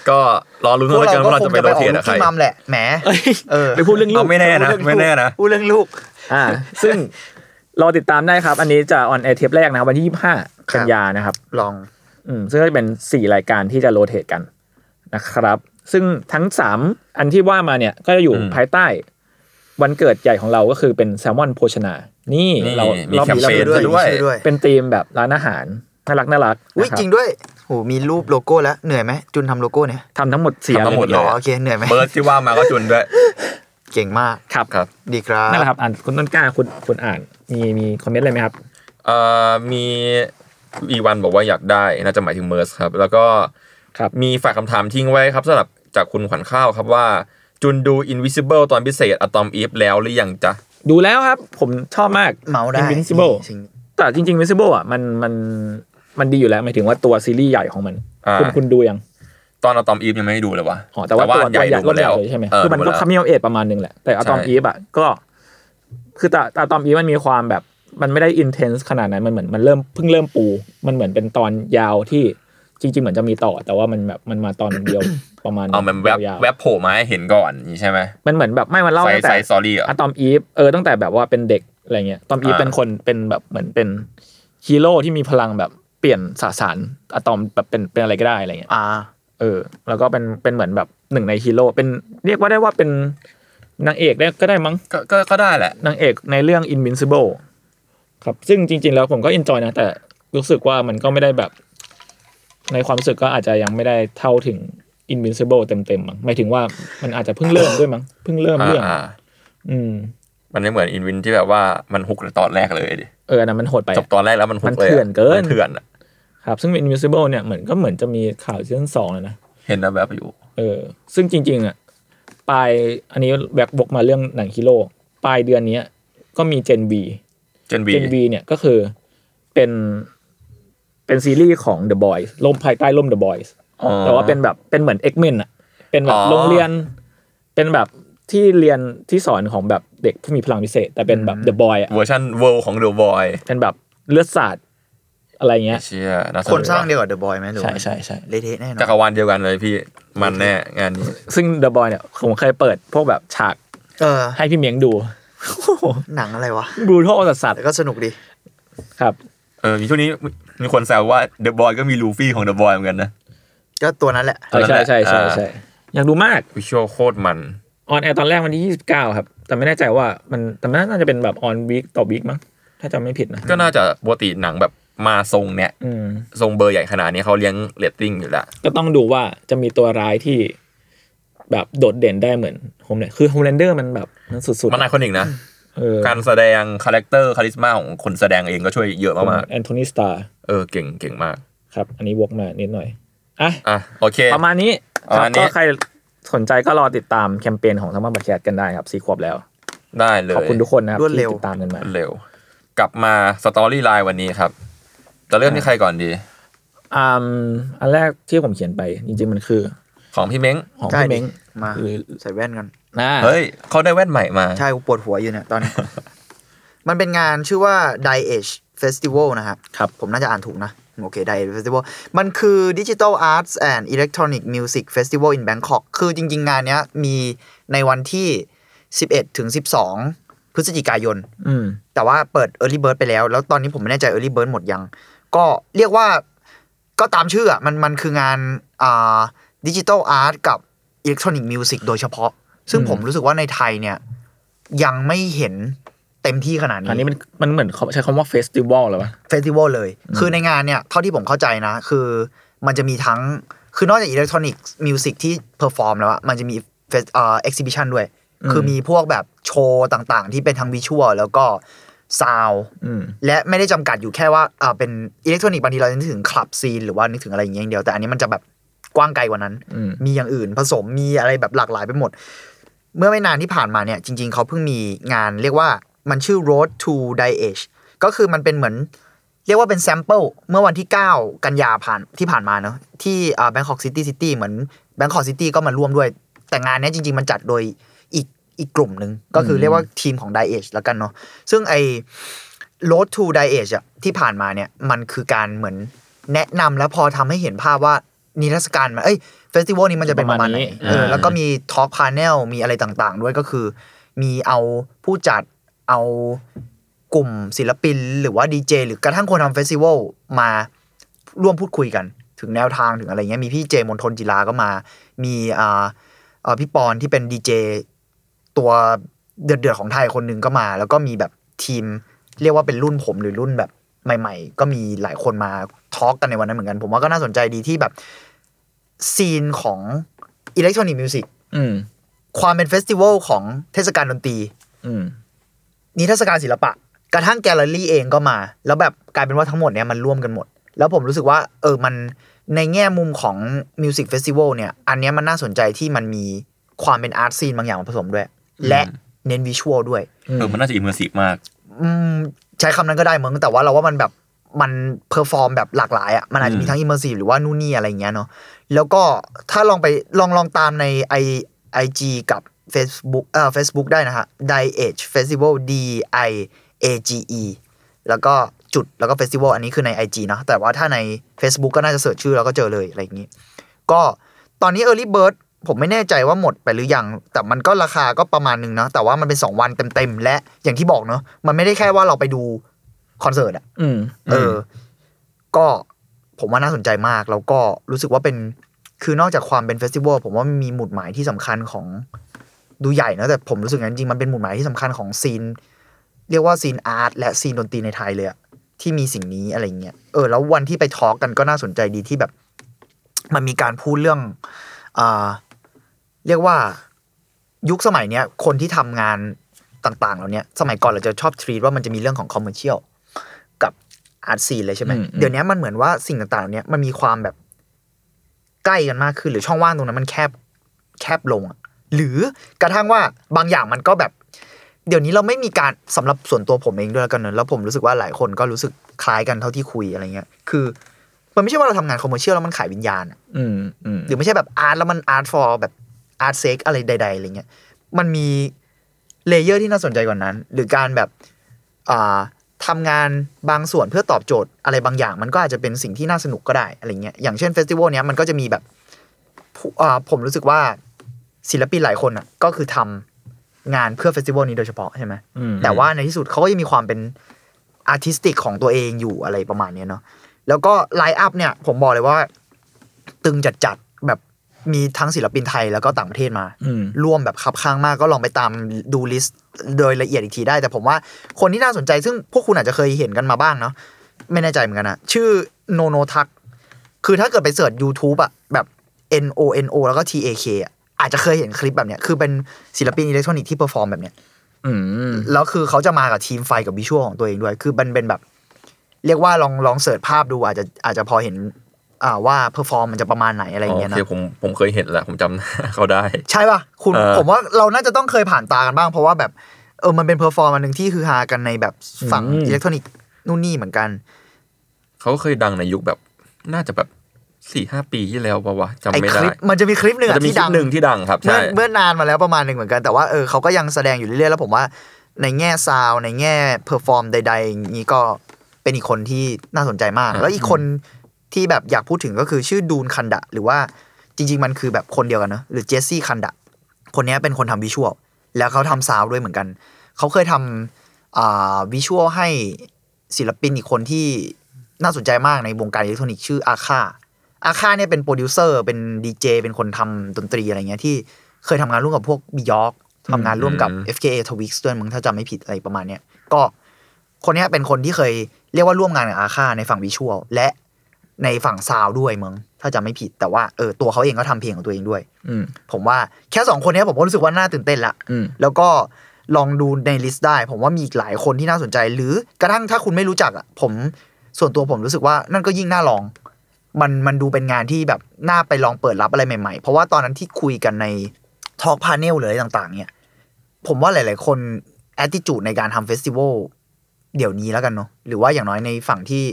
Speaker 3: ก็รอรุ้น
Speaker 4: พวก
Speaker 3: กันแล้ว
Speaker 4: เรา
Speaker 3: กันว่าเรา
Speaker 4: ก็คง
Speaker 3: จะไป
Speaker 4: จะ
Speaker 3: โร
Speaker 4: ไปออ
Speaker 3: เท
Speaker 4: ก
Speaker 3: ต
Speaker 4: ลู
Speaker 3: กับ
Speaker 4: ก
Speaker 3: ใคร
Speaker 4: ที่มัมแหละ แหม
Speaker 2: เอ้ย
Speaker 4: เออ
Speaker 2: ไปพูดเรื่องลู
Speaker 3: เอา
Speaker 2: ก
Speaker 3: ไม่แน่นะไม่แน่นะ
Speaker 4: พูดเรื่องลูก
Speaker 2: อ่า ซึ่งรอติดตามได้ครับ อันนี้จะออนแอร์เทปแรกนะครับวันที่ยี่สิบห้า
Speaker 4: ครับ
Speaker 2: กันยานะครับ
Speaker 4: ลอง
Speaker 2: อืมซึ่งก็จะเป็นสี่รายการที่จะโรเตทกันนะครับ ซึ่งทั้งสามอันที่ว่ามาเนี่ยก็จะอยู่
Speaker 3: อืม
Speaker 2: ภายใต้ วันเกิดใหญ่ของเราก็คือเป็นแซลมอนโภชนา นี่
Speaker 3: นี่
Speaker 2: เรา
Speaker 3: มี
Speaker 2: เรา
Speaker 3: แคมเปญ
Speaker 2: เรา
Speaker 3: ด้วย
Speaker 4: มีชื่อด้วย
Speaker 2: เป็นธีมแบบร้านอาหารน่ารักน่ารัก
Speaker 4: อุ้ย
Speaker 2: นะครับ
Speaker 4: จริงด้วยโหมีรูปโลโก้แล้ว เหนื่อยไหม จุนทำโลโก้เนี่ย
Speaker 2: ทำทั้งหมดสี่
Speaker 3: ทำทั้งหมด
Speaker 2: อัน
Speaker 3: นื่
Speaker 4: อ๋
Speaker 3: อ
Speaker 4: อย โอเคเหนื่อยไหม
Speaker 3: เบิร์ดที่ว่ามาก็จุนด้วย
Speaker 4: เก่งมาก
Speaker 2: ครับ
Speaker 3: ครับ
Speaker 4: ดีครับ
Speaker 2: นั่นแหละครับอ่านคุณต้นกล้าคุณคุณอ่าน มีมีคอมเมนต์อะไรไหมครับ
Speaker 3: เอ่อมีอีวันบอกว่าอยากได้น่าจะหมายถึงเมอร์สครับ แล้วก็
Speaker 2: ครับ
Speaker 3: มีฝากคำถามทิ้งไว้ครับสำหรับจากคุณขวัญข้าวครับว่า จุนดู Invisible ตอนพิเศษ Atom Eve แล้วหรือยังจ๊ะ
Speaker 2: ดูแล้วครับ ผมชอบมาก
Speaker 4: เมาส์ได้
Speaker 2: Invincible
Speaker 4: จริง
Speaker 2: แต่จริงๆ Visible อ่ะมันมันมันดีอยู่แล้วหมายถึงว่าตัวซีรีส์ใหญ่ของมัน
Speaker 3: อ่า
Speaker 2: คุณคุณดูยัง
Speaker 3: ตอน Atom Eve ยังไม่ได้ดูเลยวะ
Speaker 2: อ๋อแต่ว่าตัว
Speaker 3: อันใหญ่
Speaker 2: ตัวใหญ่
Speaker 3: ดูหมดแล้ว
Speaker 2: รอบใหญ่เลยใช่ไหม
Speaker 3: เออ
Speaker 2: คือมัน
Speaker 3: ดูห
Speaker 2: ก็
Speaker 3: ดแล้ว
Speaker 2: คัมมิ่งเอทประมาณหนึงแหละ แต่อะตอม
Speaker 3: ใช่
Speaker 2: อีฟอ่ะก็ คือแต่อะตอมอีฟมันมีความแบบ มันไม่ได้อินเทนส์ขนาดนั้นมันเหมือนมันเริ่มเพิ่งเริ่มปู มันเหมือนเป็นตอนยาวที่จริง ๆ เหมือนจะมีต่อ แต่ว่ามันแบบมันมาตอนเดียว ประมาณ
Speaker 3: เอามันแวบ
Speaker 2: ยาวๆ
Speaker 3: แวบโผล่มาให้เห็นก่อนอย่างนี้ใช่ไหม
Speaker 2: มันเหมือนแบบไม่มันเล่า
Speaker 3: ไซ
Speaker 2: ตั้ง
Speaker 3: ไซ
Speaker 2: แต่
Speaker 3: สอรี่อ่ะ
Speaker 2: อะตอมอีฟเออตั้งแต่แบบว่าเป็นเด็ก อะไรเงี้ยตอมอีฟ
Speaker 3: อ่า
Speaker 2: เป็นคนเป็นแบบเหมือนเป็นฮีโร่ที่มีพลังแบบเปลี่ยนสสารอะตอมแบบเป็นเป็นอะไรก็ได้อะไรเงี้ย
Speaker 4: อ่า
Speaker 2: เออแล้วก็เป็นเป็นเหมือนแบบหนึ่งในฮีโร่เป็นเรียกว่าได้ว่าเป็นนางเอกได้ก็ได้มั้ง
Speaker 3: ก็ก็ก็ได้แหละ
Speaker 2: นางเอกในเรื่อง Invincible ครับซึ่งจริง ๆ แล้วผมก็อินจอยนะ แต่รู้สึกว่ามันก็ไม่ได้แบบ ในความรู้สึกก็อาจจะยังไม่ได้เท่าถึง Invincible เต็มๆมั้งหมายถึงว่ามันอาจจะเพิ่งเริ่มด้วยมั้งเพิ่งเริ่มเรื่อง
Speaker 3: อ่า
Speaker 2: อืม
Speaker 3: ๆมันไม่เหมือนอินวินที่แบบว่ามันฮุกตอนแรกเลยดิ
Speaker 2: เอออันนั้นมันโหดไป
Speaker 3: จบตอนแรกแล้วมันฮุกเล
Speaker 2: มั
Speaker 3: ย
Speaker 2: นเถื่อนเกิน
Speaker 3: มัเถื่อนอะ
Speaker 2: ครับซึ่ง Invincible เนี่ยเหมือนก็เหมือนจะมีข่าวซีซั่นสองแล้วนะ
Speaker 3: เห็นแล้วแบบอยู่
Speaker 2: เออซึ่งจริง ๆ อ่ะ ปลายอันนี้แบกบกมาเรื่องหนังฮีโร่ปลายเดือนเนี้ย ก็มีเจน B
Speaker 3: เจนบี
Speaker 2: เจน B เนี่ยก็คือเป็นเป็นซีรีส์ของ The Boys ลมภายใต้ร่ม The Boys
Speaker 3: อ๋อ
Speaker 2: แต่ว่าเป็นแบบเป็นเหมือน X-Men อ่ะ เป็นแบ
Speaker 3: อ๋
Speaker 2: บ
Speaker 3: อ
Speaker 2: โรงเรียน เป็นแบบที่เรียนที่สอนของแบบเด็กผู้มีพลังพิเศษ แต่เป็นแบบ The Boy อ่ะ
Speaker 3: เวอร์ชันเวิลด์ของเดอะบอย
Speaker 2: เป็นแบบเลือดสาดอะไรเงี้ย
Speaker 3: เชียะ
Speaker 4: คนสร้างเดียวกับเดอะบอยไหมหรือ
Speaker 2: ใช่
Speaker 4: ว่า
Speaker 2: ใช่ใช่
Speaker 4: เละเทะแน่นอ
Speaker 3: จั
Speaker 4: น
Speaker 3: กรวาลเดียวกันเลยพี่มันแน่งานนี้
Speaker 2: ซึ่ง The Boy เนี่ยผมเคยเปิดพวกแบบฉาก
Speaker 4: เออ
Speaker 2: ให้พี่เมียงดู
Speaker 4: หนังอะไรวะ
Speaker 2: บรูทอลสัส
Speaker 4: แต่ก็สนุกดี
Speaker 2: ๆครับ
Speaker 3: เออมีช่วงนี้มีคนแซวว่าเดอะบอยก็มีลูฟี่ของเดอะบอยเหมือนกันนะ
Speaker 4: ก็ตัวนั้นแหละ
Speaker 2: เออใช่ใช่ใช่ใช่อยากดูมาก
Speaker 3: วิชวลโคตรมัน
Speaker 2: ออนแอร์ตอนแรกวันที่ 29 ครับ แต่ไม่แน่ใจว่ามันแต่มันน่าจะเป็นแบบออนวีคต่อวีคมั้งถ้าจำไม่ผิดนะ
Speaker 3: ก็น่าจะปกติหนังแบบมาทรงเนี้ย
Speaker 2: อืม
Speaker 3: ทรงเบอร์ใหญ่ขนาดนี้เขาเลี้ยงเรตติ้งอยู่ละ
Speaker 2: ก็ต้องดูว่าจะมีตัวร้ายที่แบบโดดเด่นได้เหมือนโฮมเนี่ยคือโฮมแลนเดอร์มันแบบมันสุดๆ
Speaker 3: มันไอคอนิกนะ
Speaker 2: เออ
Speaker 3: การแสดงคาแรคเตอร์คาริสมาของคนแสดงเองก็ช่วยเยอะมาก
Speaker 2: แอนโทนีสตาร์
Speaker 3: ๆเออเก่งเก่งมาก
Speaker 2: ครับ อันนี้วกมานิดหน่อยอ่ะ
Speaker 3: อ่ะ โอเค
Speaker 2: ประมาณนี้
Speaker 3: ประ
Speaker 2: ครับ
Speaker 3: มาณนี้
Speaker 2: ก็ใครสนใจก็รอติดตามแคมเปญของทั้งบ้านบัตแคสกันได้ครับสี่ขวบแล้ว
Speaker 3: ได้เลย
Speaker 2: ขอบคุณทุกคนนะครับ
Speaker 4: รวดเร็
Speaker 2: ที่
Speaker 4: ว
Speaker 2: ติดตามกันมา
Speaker 3: เร็ว กลับมาสตอรี่ไลน์วันนี้ครับ จะเริ่มที่ใครก่อนดี
Speaker 2: อืมอันแรกที่ผมเขียนไปจริง ๆ มันคือ
Speaker 3: ของพี่เม้ง
Speaker 2: ของ
Speaker 4: ใกล้
Speaker 2: พี่
Speaker 4: ดิ
Speaker 2: เม้ง
Speaker 4: มา
Speaker 2: หรือ
Speaker 4: ใส่แว่นกัน
Speaker 2: นะ
Speaker 3: เฮ้ยเขาได้แว่นใหม่มา
Speaker 4: ใช่กูปวดหัวอยู่เนี่ยตอนนี้ มันเป็นงานชื่อว่า Die Age Festival นะฮะครับผมน่าจะอ่านถูกนะ โอเค Die Age Festival มันคือ Digital Arts and Electronic Music Festival in Bangkok คือจริง ๆ งานเนี้ยมีในวันที่ 11 ถึง 12 พฤศจิกายน
Speaker 2: อืม
Speaker 4: แต่ว่าเปิด Early Bird ไปแล้ว แล้วตอนนี้ผมไม่แน่ใจ Early Bird หมดยัง ก็เรียกว่าก็ตามชื่ออะมันมันคืองานอ่าดิจิทัลอาร์ตกับอิเล็กทรอนิกส์มิวสิกโดยเฉพาะ ซึ่ง
Speaker 2: อืม
Speaker 4: ผมรู้สึกว่าในไทยเนี่ย ยังไม่เห็นเต็มที่ขนาดนี้
Speaker 2: อันนี้มันมันเหมือนเขาใช้คำว่าเฟสติวัลหรอวะ
Speaker 4: เฟสติวัลเลย คือในงานเนี่ยเท่าที่ผมเข้าใจนะ คือมันจะมีทั้ง คือนอกจากอิเล็กทรอนิกส์มิวสิกที่เพอร์ฟอร์มแล้วอะมันจะมีเฟสเอ่อเอ็กซิบิชันด้วย
Speaker 2: อืม
Speaker 4: คือมีพวกแบบโชว์ต่างๆ ที่เป็นทั้งวิชวลแล้วก็ซาว
Speaker 2: อืม
Speaker 4: และไม่ได้จำกัดอยู่แค่ว่าอ่าเป็นอิเล็กทรอนิกส์บางทีเราจะนึกถึงคลับซีนหรือว่านึกถึงอะไรอย่างเงี้ยอย่างเดียวแต่อันนี้มันจะแบบกว้างไกลกว่านั้น
Speaker 2: อืม
Speaker 4: มีอย่างอื่นผสมมีอะไรแบบหลากหลายไปหมด เมื่อไม่นานที่ผ่านมาเนี่ย จริง ๆเขาเพิ่งมีงานเรียกว่ามันชื่อ Road to Die Age ก็คือมันเป็นเหมือน เรียกว่าเป็นแซมเปิลเมื่อวันที่ 9 กันยาผ่านที่ผ่านมาเนอะที่อ่าแบงคอกซิตี้ซิตี้เหมือนแบงคอกซิตี้ก็มาร่วมด้วย แต่งานเนี้ยจริง ๆ มันจัดโดยอีกอีกกลุ่มหนึ่งก็คือเรียกว่าทีมของ Die Age แล้วกันเนาะซึ่งไอ้ Road to Die Age อะที่ผ่านมาเนี่ยมันคือการเหมือนแนะนำแล้วพอทำให้เห็นภาพว่านิทรรศการมันเอ้ยเฟสติวัลนี้มันจะเป็นประมาณ
Speaker 2: ป
Speaker 4: ไหน
Speaker 2: ระมาณนี้
Speaker 4: เออแล้วก็มีทอล์กพาเนลมีอะไรต่างๆ ด้วยก็คือ มีเอาผู้จัดเอากลุ่มศิลปิน หรือว่าดีเจหรือกระทั่งคนทำเฟสติวัลมาร่วมพูดคุยกัน ถึงแนวทางถึงอะไรเงี้ยมีพี่เจมนทนจิลาก็มา มีอ่า เออพี่ปอนที่เป็นดีเจตัวเดือดๆของไทยคนหนึ่งก็มา แล้วก็มีแบบทีม เรียกว่าเป็นรุ่นผมหรือรุ่นแบบใหม่ ๆ ก็มีหลายคนมาทอล์กกันในวันนั้นเหมือนกัน ผมว่าก็น่าสนใจดีที่แบบซีนของอิเล็กทรอนิกส์มิวสิก
Speaker 2: อืม
Speaker 4: ความเป็นเฟสติวัลของเทศกาลดนตรี
Speaker 2: อืม
Speaker 4: นิทรรศการศิลปะ กระทั่งแกลเลอรี่เองก็มา แล้วแบบกลายเป็นว่าทั้งหมดเนี่ยมันร่วมกันหมด แล้วผมรู้สึกว่าเออมันในแง่มุมของมิวสิกเฟสติวัลเนี่ย อันเนี้ยมันน่าสนใจที่มันมีความเป็นอาร์ตซีนบางอย่างมาผสมด้วย และเน้นวิชวลด้วย
Speaker 2: อืม
Speaker 3: เออมันน่าจะอิมเมอร์ซีฟมาก
Speaker 4: อืมใช้คำนั้นก็ได้มึงแต่ว่าเราว่ามันแบบมันเพอร์ฟอร์มแบบหลากหลายอ่ะมันอาจจะมี
Speaker 3: อืม
Speaker 4: ทั้งอิมเมอร์ซีฟหรือว่านู่นนี่อะไรอย่างเงี้ยเนาะแล้วก็ถ้าลองไปลองลองตามในไอไอจีกับ Facebook เอ่อ Facebook ได้นะฮะ Die Age Festival D I A G E แล้วก็จุดแล้วก็เฟสติวัลอันนี้คือใน IG เนอะแต่ว่าถ้าใน Facebook ก็น่าจะเสิร์ชชื่อแล้วก็เจอเลยอะไรอย่างนี้ ก็ตอนนี้ Early Bird ผมไม่แน่ใจว่าหมดไปหรือยัง แต่มันก็ราคาก็ประมาณหนึงเนาะแต่ว่ามันเป็น 2 วันเต็มๆ และอย่างที่บอกเนาะมันไม่ได้แค่ว่าเราไปดูคอนเสิร์ตอะ
Speaker 2: อืม
Speaker 4: เออ ก็ผมว่าน่าสนใจมาก แล้วก็รู้สึกว่าเป็น คือนอกจากความเป็นเฟสติวัลผมว่ามันมีหมุดหมายที่สำคัญของดูใหญ่นะแต่ผมรู้สึกงั้นจริงมันเป็นหมุดหมายที่สำคัญของซีน เรียกว่าซีนอาร์ตและซีนดนตรีในไทยเลยอะที่มีสิ่งนี้อะไรเงี้ย เออ แล้ววันที่ไปทอล์กกันก็น่าสนใจดีที่แบบ มันมีการพูดเรื่องอ่าเรียกว่ายุคสมัยเนี้ย คนที่ทำงานต่าง ๆ เหล่าเนี้ยสมัยก่อนเราจะชอบทรีตว่ามันจะมีเรื่องของคอมเมอร์เชียลกับอาร์ตซีนเลยใช่ไหม
Speaker 2: อืมอืม
Speaker 4: เดี๋ยวนี้มันเหมือนว่าสิ่งต่างๆเหล่าเนี้ยมันมีความแบบใกล้กันมากขึ้น หรือช่องว่างตรงนั้นมันแคบแคบลงอะหรือกระทั่งว่าบางอย่างมันก็แบบ เดี๋ยวนี้เราไม่มีการสำหรับส่วนตัวผมเองด้วยแล้วกันเนอะแล้วผมรู้สึกว่าหลายคนก็รู้สึกคล้ายกันเท่าที่คุยอะไรเงี้ย คือ มันไม่ใช่ว่าเราทำงานคอมเมอร์เชียลแล้วมันขายวิญญาณอะ
Speaker 2: อืมอืม
Speaker 4: หรือไม่ใช่แบบอาร์ตแล้วมันอาร์ตฟอร์แบบอาร์ตเซกอะไรใด ๆอะไรเงี้ย มันมีเลเยอร์ที่น่าสนใจกว่านั้น หรือการแบบอ่าทำงานบางส่วนเพื่อตอบโจทย์อะไรบางอย่าง มันก็อาจจะเป็นสิ่งที่น่าสนุกก็ได้อะไรเงี้ยอย่างเช่นเฟสติวัลเนี้ยมันก็จะมีแบบผู้อ่าผมรู้สึกว่าศิลปินหลายคนอ่ะก็คือทำงานเพื่อเฟสติวัลนี้โดยเฉพาะใช่ไหม
Speaker 2: อืม
Speaker 4: แต่ว่าในที่สุดเขาก็ยังมีความเป็นอาร์ติสติกของตัวเองอยู่อะไรประมาณเนี้ยเนาะแล้วก็ไลน์อัพเนี่ย ผมบอกเลยว่า ตึงจัดๆแบบมีทั้งศิลปินไทยแล้วก็ต่างประเทศมา
Speaker 2: อืม
Speaker 4: ร่วมแบบคับข้างมากก็ลองไปตามดูลิสต์โดยละเอียดอีกทีได้ แต่ผมว่าคนที่น่าสนใจซึ่งพวกคุณอาจจะเคยเห็นกันมาบ้างเนาะไม่แน่ใจเหมือนกันนะชื่อโนโนทักคือถ้าเกิดไปเสิร์ช YouTube อะแบบ N O N O แล้วก็ T A K อะอาจจะเคยเห็นคลิปแบบเนี้ยคือเป็นศิลปินอิเล็กทรอนิกส์ที่เปอร์ฟอร์มแบบเนี้ย
Speaker 2: อืม
Speaker 4: แล้วคือเขาจะมากับทีมไฟกับวิชวลของตัวเองด้วย คือมันเป็นแบบ เรียกว่าลองลองเสิร์ชภาพดูอาจจะอาจจะพอเห็น อ่าว่าเพอร์ฟอร์มมันจะประมาณไหนอะไรอย่างเงี้ย
Speaker 3: โอ
Speaker 4: นะ
Speaker 3: เคผมผมเคยเห็นแหละผมจำหน้า เขาได้
Speaker 4: ใช่ป่ะคุณ
Speaker 3: เออ
Speaker 4: ผมว่าเราน่าจะต้องเคยผ่านตากันบ้าง เพราะว่าแบบเออมันเป็นเพอร์ฟอร์มอันหนึ่งที่คือฮากันในแบบฝั่ง
Speaker 2: อืม
Speaker 4: อิเล็กทรอนิกส์นู่นนี่เหมือนกัน
Speaker 3: เขาเคยดังในยุคแบบน่าจะแบบสี่ห้าปีที่แล้วปะวะจำ
Speaker 4: ไอ้
Speaker 3: ไม่
Speaker 4: ค
Speaker 3: ได้
Speaker 4: ลิปมันจะมีคลิปหนึ่ง
Speaker 3: มัน
Speaker 4: อะ
Speaker 3: จะมีค
Speaker 4: ที่
Speaker 3: ลิป
Speaker 4: ดัง
Speaker 3: หนึ่งที่ดังครับ
Speaker 4: เมื่อ
Speaker 3: ใช่
Speaker 4: เมื่อนานมาแล้วประมาณหนึ่งเหมือนกัน แต่ว่าเออเขาก็ยังแสดงอยู่เรื่อยๆแล้วผมว่าในแง่ซาวด์ในแง่เพอร์ฟอร์มใด ๆ อย่างนี้ก็เป็นอีกคนที่น่าสนใจมาก
Speaker 3: อืม
Speaker 4: แล้วอีกคนที่แบบอยากพูดถึงก็คือชื่อดูนคันดะหรือว่าจริง ๆ มันคือแบบคนเดียวกันเนอะหรือเจสซี่คันดะคนเนี้ยเป็นคนทำวิชวลแล้วเขาทำซาวด์ด้วยเหมือนกัน เขาเคยทำอ่าวิชวลให้ศิลปินอีกคนที่น่าสนใจมากในวงการอิเล็กทรอนิกส์ชื่ออาค่า อาค่าเนี่ยเป็นโปรดิวเซอร์ เป็นดีเจ เป็นคนทำดนตรีอะไรเงี้ยที่เคยทำงานร่วมกับพวกบิยอกทำงานร่วมกับ
Speaker 3: อืม
Speaker 4: FKA Twix ด้วยมึงถ้าจำไม่ผิดอะไรประมาณเนี้ยก็คนเนี้ยเป็นคนที่เคยเรียกว่าร่วมงานกับอาค่าในฝั่งวิชวลและในฝั่งซาวด์ด้วยมึงถ้าจำไม่ผิด แต่ว่าเออตัวเขาเองก็ทำเพลงของตัวเองด้วย
Speaker 2: อืม
Speaker 4: ผมว่าแค่สองคนเนี้ยผมก็รู้สึกว่าน่าตื่นเต้นละ
Speaker 2: อืม
Speaker 4: แล้วก็ลองดูในลิสต์ได้ ผมว่ามีอีกหลายคนที่น่าสนใจ หรือกระทั่งถ้าคุณไม่รู้จักอ่ะ ผมส่วนตัวผมรู้สึกว่านั่นก็ยิ่งน่าลอง มันมันดูเป็นงานที่แบบน่าไปลองเปิดรับอะไรใหม่ๆ เพราะว่าตอนนั้นที่คุยกันในทอล์กพาเนลหรืออะไรต่างๆ เนี่ย ผมว่าหลาย ๆ คนแอ t ติจูดในการทำเฟสติวัลเดี๋ยวนี้แล้วกันเนาะหรือว่าอย่างน้อยในฝั่งที่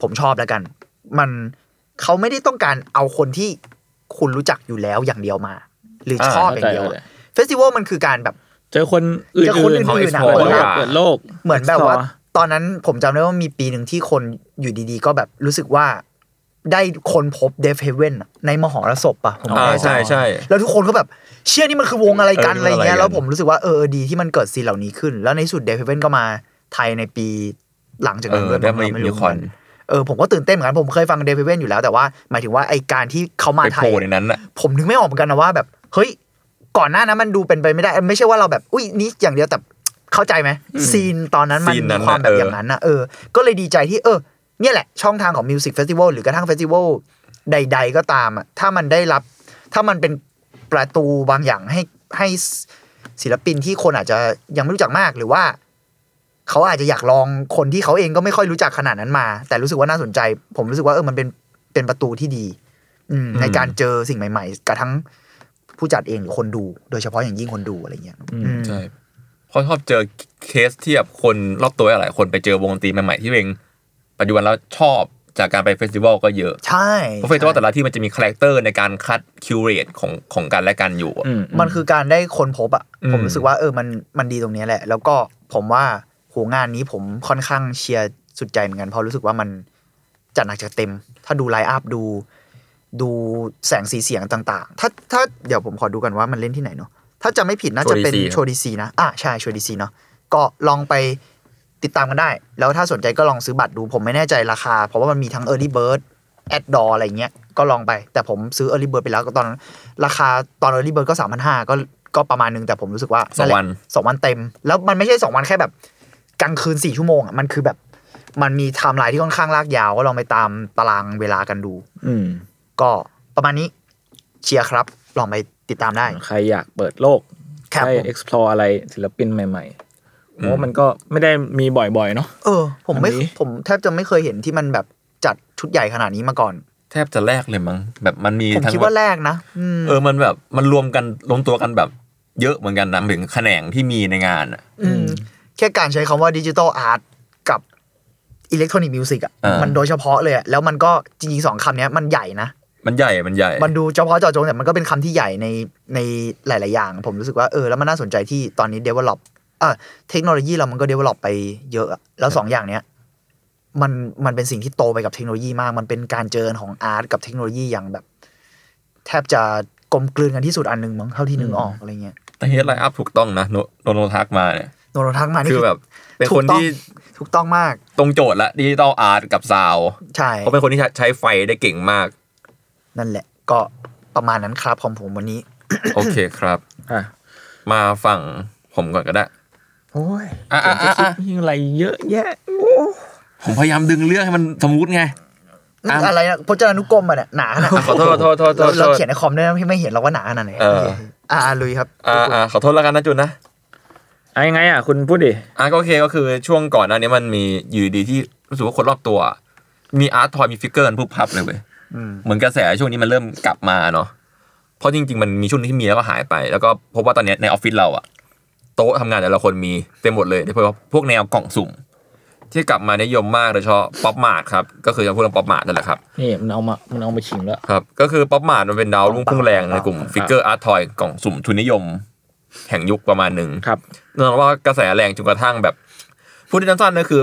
Speaker 4: ผมชอบแล้วกัน มันเขาไม่ได้ต้องการเอาคนที่คุณรู้จักอยู่แล้วอย่างเดียวมา หรืออ
Speaker 3: อ่า
Speaker 4: ชอบอย่างเดียว
Speaker 2: เข้าใจ
Speaker 4: อะเฟสติวัลมันคือการแบบ
Speaker 2: เจอคนอื่น
Speaker 4: เจอคนอื่น
Speaker 2: เปิด
Speaker 4: ๆ
Speaker 2: โล
Speaker 4: อะ
Speaker 2: ก
Speaker 3: เปิดโลก
Speaker 2: เปิดโลก
Speaker 4: เหมือนแบบว่า
Speaker 2: Explore
Speaker 4: ตอนนั้นผมจำได้ว่ามีปีหนึ่งที่คนอยู่ดีๆ ก็แบบรู้สึกว่าได้คนพบเดฟเฮเว่นในมหรสพปะผมไม่
Speaker 3: อ่า
Speaker 4: แน่ใจ
Speaker 3: ใช่ใช่
Speaker 4: แล้วทุกคนก็แบบเชื่อนี่มันคือวงอะไรกัน
Speaker 3: เออ
Speaker 4: อะไรอย่างเงี้ย
Speaker 3: มันอะไรกัน
Speaker 4: แล้วผมรู้สึกว่าเออดีที่มันเกิดซีนเหล่านี้ขึ้น แล้วในที่สุดเดฟเฮเว่นก็มาไทยในปีหลังจาก
Speaker 3: เอ
Speaker 4: นั้น
Speaker 3: อ
Speaker 4: ด้วย
Speaker 3: ได้
Speaker 4: ผม
Speaker 3: มา
Speaker 4: ก็ไม่
Speaker 3: มี
Speaker 4: รู้
Speaker 3: ค
Speaker 4: เหมื
Speaker 3: อ
Speaker 4: อน นกันเออผมก็ตื่นเต้นเหมือนกันผมเคยฟังเดฟเฮเว่นอยู่แล้วแต่ว่าหมายถึงว่าไอการที่เขามา
Speaker 3: ไป
Speaker 4: ไท
Speaker 3: โผ
Speaker 4: ย
Speaker 3: ล่ในนั้นน่ะ
Speaker 4: ผมนึกไม่ออกเหมือนกันนะว่าแบบ เฮ้ย ก่อนหน้านั้นมันดูเป็นไปไม่ได้ ไม่ใช่ว่าเราแบบ อุ้ยนี่อย่างเดียวแต่เข้าใจไหมซีนตอนนั้นมัน
Speaker 3: ซีนนั้
Speaker 4: มี
Speaker 3: น
Speaker 4: ความ
Speaker 3: น่ะเออ
Speaker 4: แบบอ
Speaker 3: อ
Speaker 4: ย่างนั้นนะเออ ก็เลยดีใจที่เออ เนี่ยแหละ ช่องทางของมิวสิกเฟสติวัลหรือกระทั่งเฟสติวัลใด ๆ ก็ตามอ่ะถ้ามันได้รับ ถ้ามันเป็นประตูบางอย่างให้ให้ศิลปินที่คนอาจจะยังไม่รู้จักมากหรือว่า เขาอาจจะอยากลองคนที่เขาเองก็ไม่ค่อยรู้จักขนาดนั้นมา แต่รู้สึกว่าน่าสนใจ ผมรู้สึกว่าเออมันเป็นเป็นประตูที่ดี อืมในการเจอสิ่งใหม่ ๆกระทั่งผู้จัดเองหรือคนดู โดยเฉพาะอย่างยิ่งคนดูอะไรเงี้ยอืม
Speaker 3: ใช่เพราะชอบเจอเคสที่แบบคนรอบตัวหลายคนไปเจอวงดนตรีใหม่ๆที่เองปัจจุบันแล้วชอบจากการไปเฟสติวัลก็เยอะ
Speaker 4: ใช่
Speaker 3: เพราะเฟสติวัลแต่ละที่มันจะมีคาแรคเตอร์ในการคัดคิวเรตของของกันและกันอยู่อะ
Speaker 2: อืม
Speaker 4: มันคือการได้คนพบอ่ะ
Speaker 3: อืม
Speaker 4: ผมรู้สึกว่าเออมันมันดีตรงเนี้ยแหละ แล้วก็ผมว่าโหงานนี้ผมค่อนข้างเชียร์สุดใจเหมือนกันเพราะรู้สึกว่ามันจัดหนักจัดเต็ม ถ้าดูไลน์อัพดู ดูแสงสีเสียงต่างๆ ถ้าถ้าเดี๋ยวผมขอดูกันว่ามันเล่นที่ไหนเนาะถ้าจะไม่ผิดน่าจะเป็น
Speaker 3: Show DC
Speaker 4: โชว์ดีซีนะอ่ะใช่โชว์ดีซีเนาะก็ลองไปติดตามกันได้ แล้วถ้าสนใจก็ลองซื้อบัตรดูผมไม่แน่ใจราคา เพราะว่ามันมีทั้ง Early Bird แอดดออะไรเงี้ยก็ลองไป แต่ผมซื้อ Early Bird ไปแล้วก็ตอนนั้นราคาตอน Early Bird ก็ 3,500ก็ก็ประมาณนึงแต่ผมรู้สึกว่า
Speaker 3: สองวัน
Speaker 4: แหละสองวันเต็ม แล้วมันไม่ใช่สองวันแค่แบบกลางคืนสี่ชั่วโมงอ่ะมันคือแบบ มันมีไทม์ไลน์ที่ค่อนข้างลากยาวก็ลองไปตามตารางเวลากันดู
Speaker 2: อืม
Speaker 4: ก็ประมาณนี้เชียร์ครับ ลองไปติดตามได้
Speaker 2: ใครอยากเปิดโลก
Speaker 4: ครับ
Speaker 2: ได้
Speaker 4: ผม
Speaker 2: explore อะไรศิลปินใหม่ๆเพราะว่ามันก็ไม่ได้มีบ่อยๆเนาะ
Speaker 4: เออ ผมไม่
Speaker 2: อันนี้
Speaker 4: ผมแทบจะไม่เคยเห็นที่มันแบบจัดชุดใหญ่ขนาดนี้มาก่อน
Speaker 3: แทบจะแรกเลยมั้งแบบมันมี
Speaker 4: ผม
Speaker 3: ทั้ง
Speaker 4: คิด
Speaker 3: แบ
Speaker 4: ว่า
Speaker 3: บ
Speaker 4: แรกนะอืม
Speaker 3: เออมันแบบมันรวมกันรวมตัวกันแบบเยอะเหมือนกันนะถึงแขนงที่มีในงานอะ
Speaker 4: มแค่การใช้คำว่าดิจิ t a ลอาร์ตกับอิเล็กทรอนิกส์มิวสิกอ่ะ
Speaker 3: เออ
Speaker 4: มันโดยเฉพาะเลยอะแล้วมันก็จริงๆสองคำเนี้ยมันใหญ่นะ
Speaker 3: มันใหญ่มันใหญ่
Speaker 4: มันดูเฉพาะเจาะจงแต่มันก็เป็นคำที่ใหญ่ในในหลาย ๆ อย่าง ผมรู้สึกว่าเออแล้วมันน่าสนใจที่ตอนนี้ develop อ่ะเทคโนโลยีเรามันก็ develop ไปเยอะอะแล้วสองอย่างเนี้ยมันมันเป็นสิ่งที่โตไปกับเทคโนโลยีมาก มันเป็นการเจริญของอาร์ตกับเทคโนโลยีอย่างแบบ แทบจะกลมกลืนกันที่สุดอันหนึ่งมั้งเท่าที่นึกออกอะไรเงี้ย
Speaker 3: แต่เฮดไลน์อัพถูกต้องนะโนโนโนทักมาเนี่ย
Speaker 4: โนโรทักมานี่
Speaker 3: คือแบบเป็นคนที่
Speaker 4: ถูกต้องมาก
Speaker 3: ตรงโจทย์ละดิจิตอลอาร์ตกับซาวด์
Speaker 4: ใช่
Speaker 3: เขาเป็นคนที่ใช้ไฟได้เก่งมาก
Speaker 4: นั่นแหละ ก็ประมาณนั้นครับของผมวันนี้
Speaker 3: โอเคครับ
Speaker 2: อ่ะ
Speaker 3: มาฝั่งผมก่อนก็ได้
Speaker 2: โอ้ย
Speaker 3: อ่ะ
Speaker 2: ผมจะคิด
Speaker 3: อ่ะอ่ะ
Speaker 2: มีอะไรเยอะแยะ
Speaker 3: ผมพยายามดึงเรื่องให้มันสมูทไง อ่ะ
Speaker 4: อะไรนะพจนานุกรมอะเนี่ยหนาขนาดไหน
Speaker 3: ขอโทษขอโทษขอโท
Speaker 4: เรา
Speaker 3: ษขอ
Speaker 4: เรา
Speaker 3: โทษ
Speaker 4: เขียนในคอมด้วยนะพี่ไม่เห็นเราว่าหนาขนาดไหน
Speaker 3: เออ
Speaker 4: โอเคอ่าลุยครับ
Speaker 3: อ่าอ่าขอโทษแล้วกันนะจุนนะ
Speaker 2: อะยังไงอ่ะ คุณพูดดิ
Speaker 3: อ่ะก็โอเคก็คือช่วงก่อนหน้านี้มันมีอยู่ดีที่รู้สึกว่าคนรอบตัว มีอาร์ตทอยมีฟิกเกอร์กันพรุ่บพรับเลยเว้ย
Speaker 4: อืม
Speaker 3: เหมือนกระแสช่วงนี้มันเริ่มกลับมาเนาะเพราะจริง ๆ มันมีช่วงที่มีแล้วก็หายไป แล้วก็พบว่าตอนเนี้ยในออฟฟิศเราอะโต๊ะทำงานแต่ละคนมีเต็มหมดเลยโดยเฉพาะพวกแนวกล่องสุ่ม ที่กลับมานิยมมากโดยเฉพาะป๊อปมาดครับก็คือจะพูดเรื่องป๊อปมาดนั่นแหละครับ
Speaker 2: นี่มันเอามา มันเอามาชิมแล้ว
Speaker 3: ครับก็คือป๊อปมาดมันเป็นดาวรุ่งพุ่งแรงในกลุ่มฟิกเกอร์อาร์ตทอยกล่องสุ่มทุนนิยม แห่งยุคประมาณหนึ่ง
Speaker 2: ครับ
Speaker 3: นอกจากว่ากระแสแรงจนกระทั่งแบบพูดสั้นๆก็คือ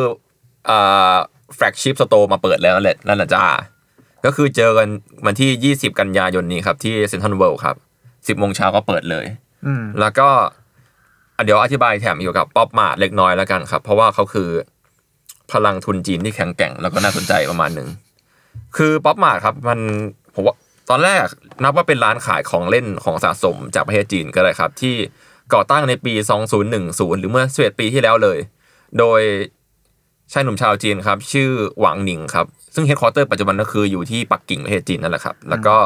Speaker 3: อ่าแฟลกชิพสโตร์มาเปิดแล้วนั่นแหละนั่นแหละจ้า ก็คือเจอกันวันที่ 20 กันยายนนี้ครับ ที่เซ็นทรัลเวิลด์ครับ 10โมงเช้าก็เปิดเลย
Speaker 4: อืม
Speaker 3: แล้วก็อ่ะเดี๋ยวอธิบายแถมเกี่ยวกับป๊อปมาเล็กน้อยแล้วกันครับ เพราะว่าเขาคือพลังทุนจีนที่แข็งแกร่งแล้วก็น่าสนใจประมาณหนึ่ง คือป๊อปมาครับมันผมว่าตอนแรกนับว่าเป็นร้านขายของเล่นของสะสมจากประเทศจีนก็เลยครับ ที่ก่อตั้งในปี 2010 หรือเมื่อ11ปีที่แล้วเลย โดยชายหนุ่มชาวจีนครับ ชื่อหวังหนิงครับ ซึ่งเฮดคอร์เตอร์ปัจจุบันก็คืออยู่ที่ปักกิ่งประเทศจีนนั่นแหละครับ แล้วก็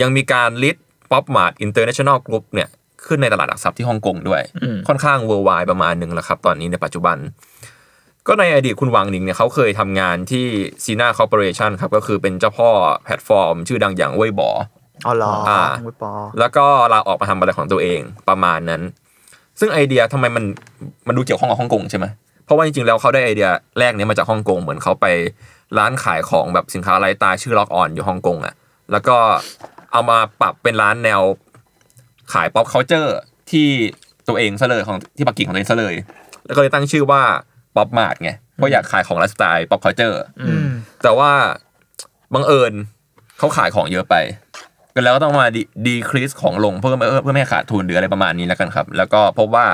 Speaker 3: ยังมีการลิสต์ป๊อปมาร์ทอินเตอร์เนชั่นแนลกรุ๊ปเนี่ย ขึ้นในตลาดหลักทรัพย์ที่ฮ่องกงด้วย
Speaker 2: อืม
Speaker 3: ค่อนข้างเวอร์ไวประมาณหนึ่งแล้วครับ ตอนนี้ในปัจจุบัน ก็ในอดีตคุณหวังหนิงเนี่ยเขาเคยทำงานที่ซีนาคอร์ปอเรชันครับ ก็คือเป็นเจ้าพ่อแพลตฟอร์ม ชื่อดังอย่างเว่ยบอ
Speaker 4: อ๋อเหรอ
Speaker 3: อ่า
Speaker 4: ไม่ปอ
Speaker 3: แล้วก็ลาออกมาทำอะไรของตัวเองประมาณนั้น ซึ่งไอเดียทำไมมันมันดูเกี่ยวข้องกับฮ่องกงใช่ไหมเพราะว่าจริงๆ แล้วเขาได้ไอเดียแรกเนี้ยมาจากฮ่องกงเหมือนเขาไปร้านขายของแบบสินค้าไร้ตายชื่อล็อกออนอยู่ฮ่องกงอ่ะ แล้วก็เอามาปรับเป็นร้านแนวขายป๊อปเคาน์เตอร์ที่ตัวเองซะเลยของที่ปักกิ่งของตัวเองซะเลย แล้วก็เลยตั้งชื่อว่าป๊อปมาร์ทไงเพราะอยากขายของไลฟ์สไตล์ป๊อปเคาน์เตอร์
Speaker 4: อืม
Speaker 3: แต่ว่าบังเอิญเขาขายของเยอะไปก็แล้วก็ต้องมาดีครีสของลงเพื่อเพื่อไม่ให้ขาดทุนหรืออะไรประมาณนี้แล้วกันครับ แล้วก็พบว่า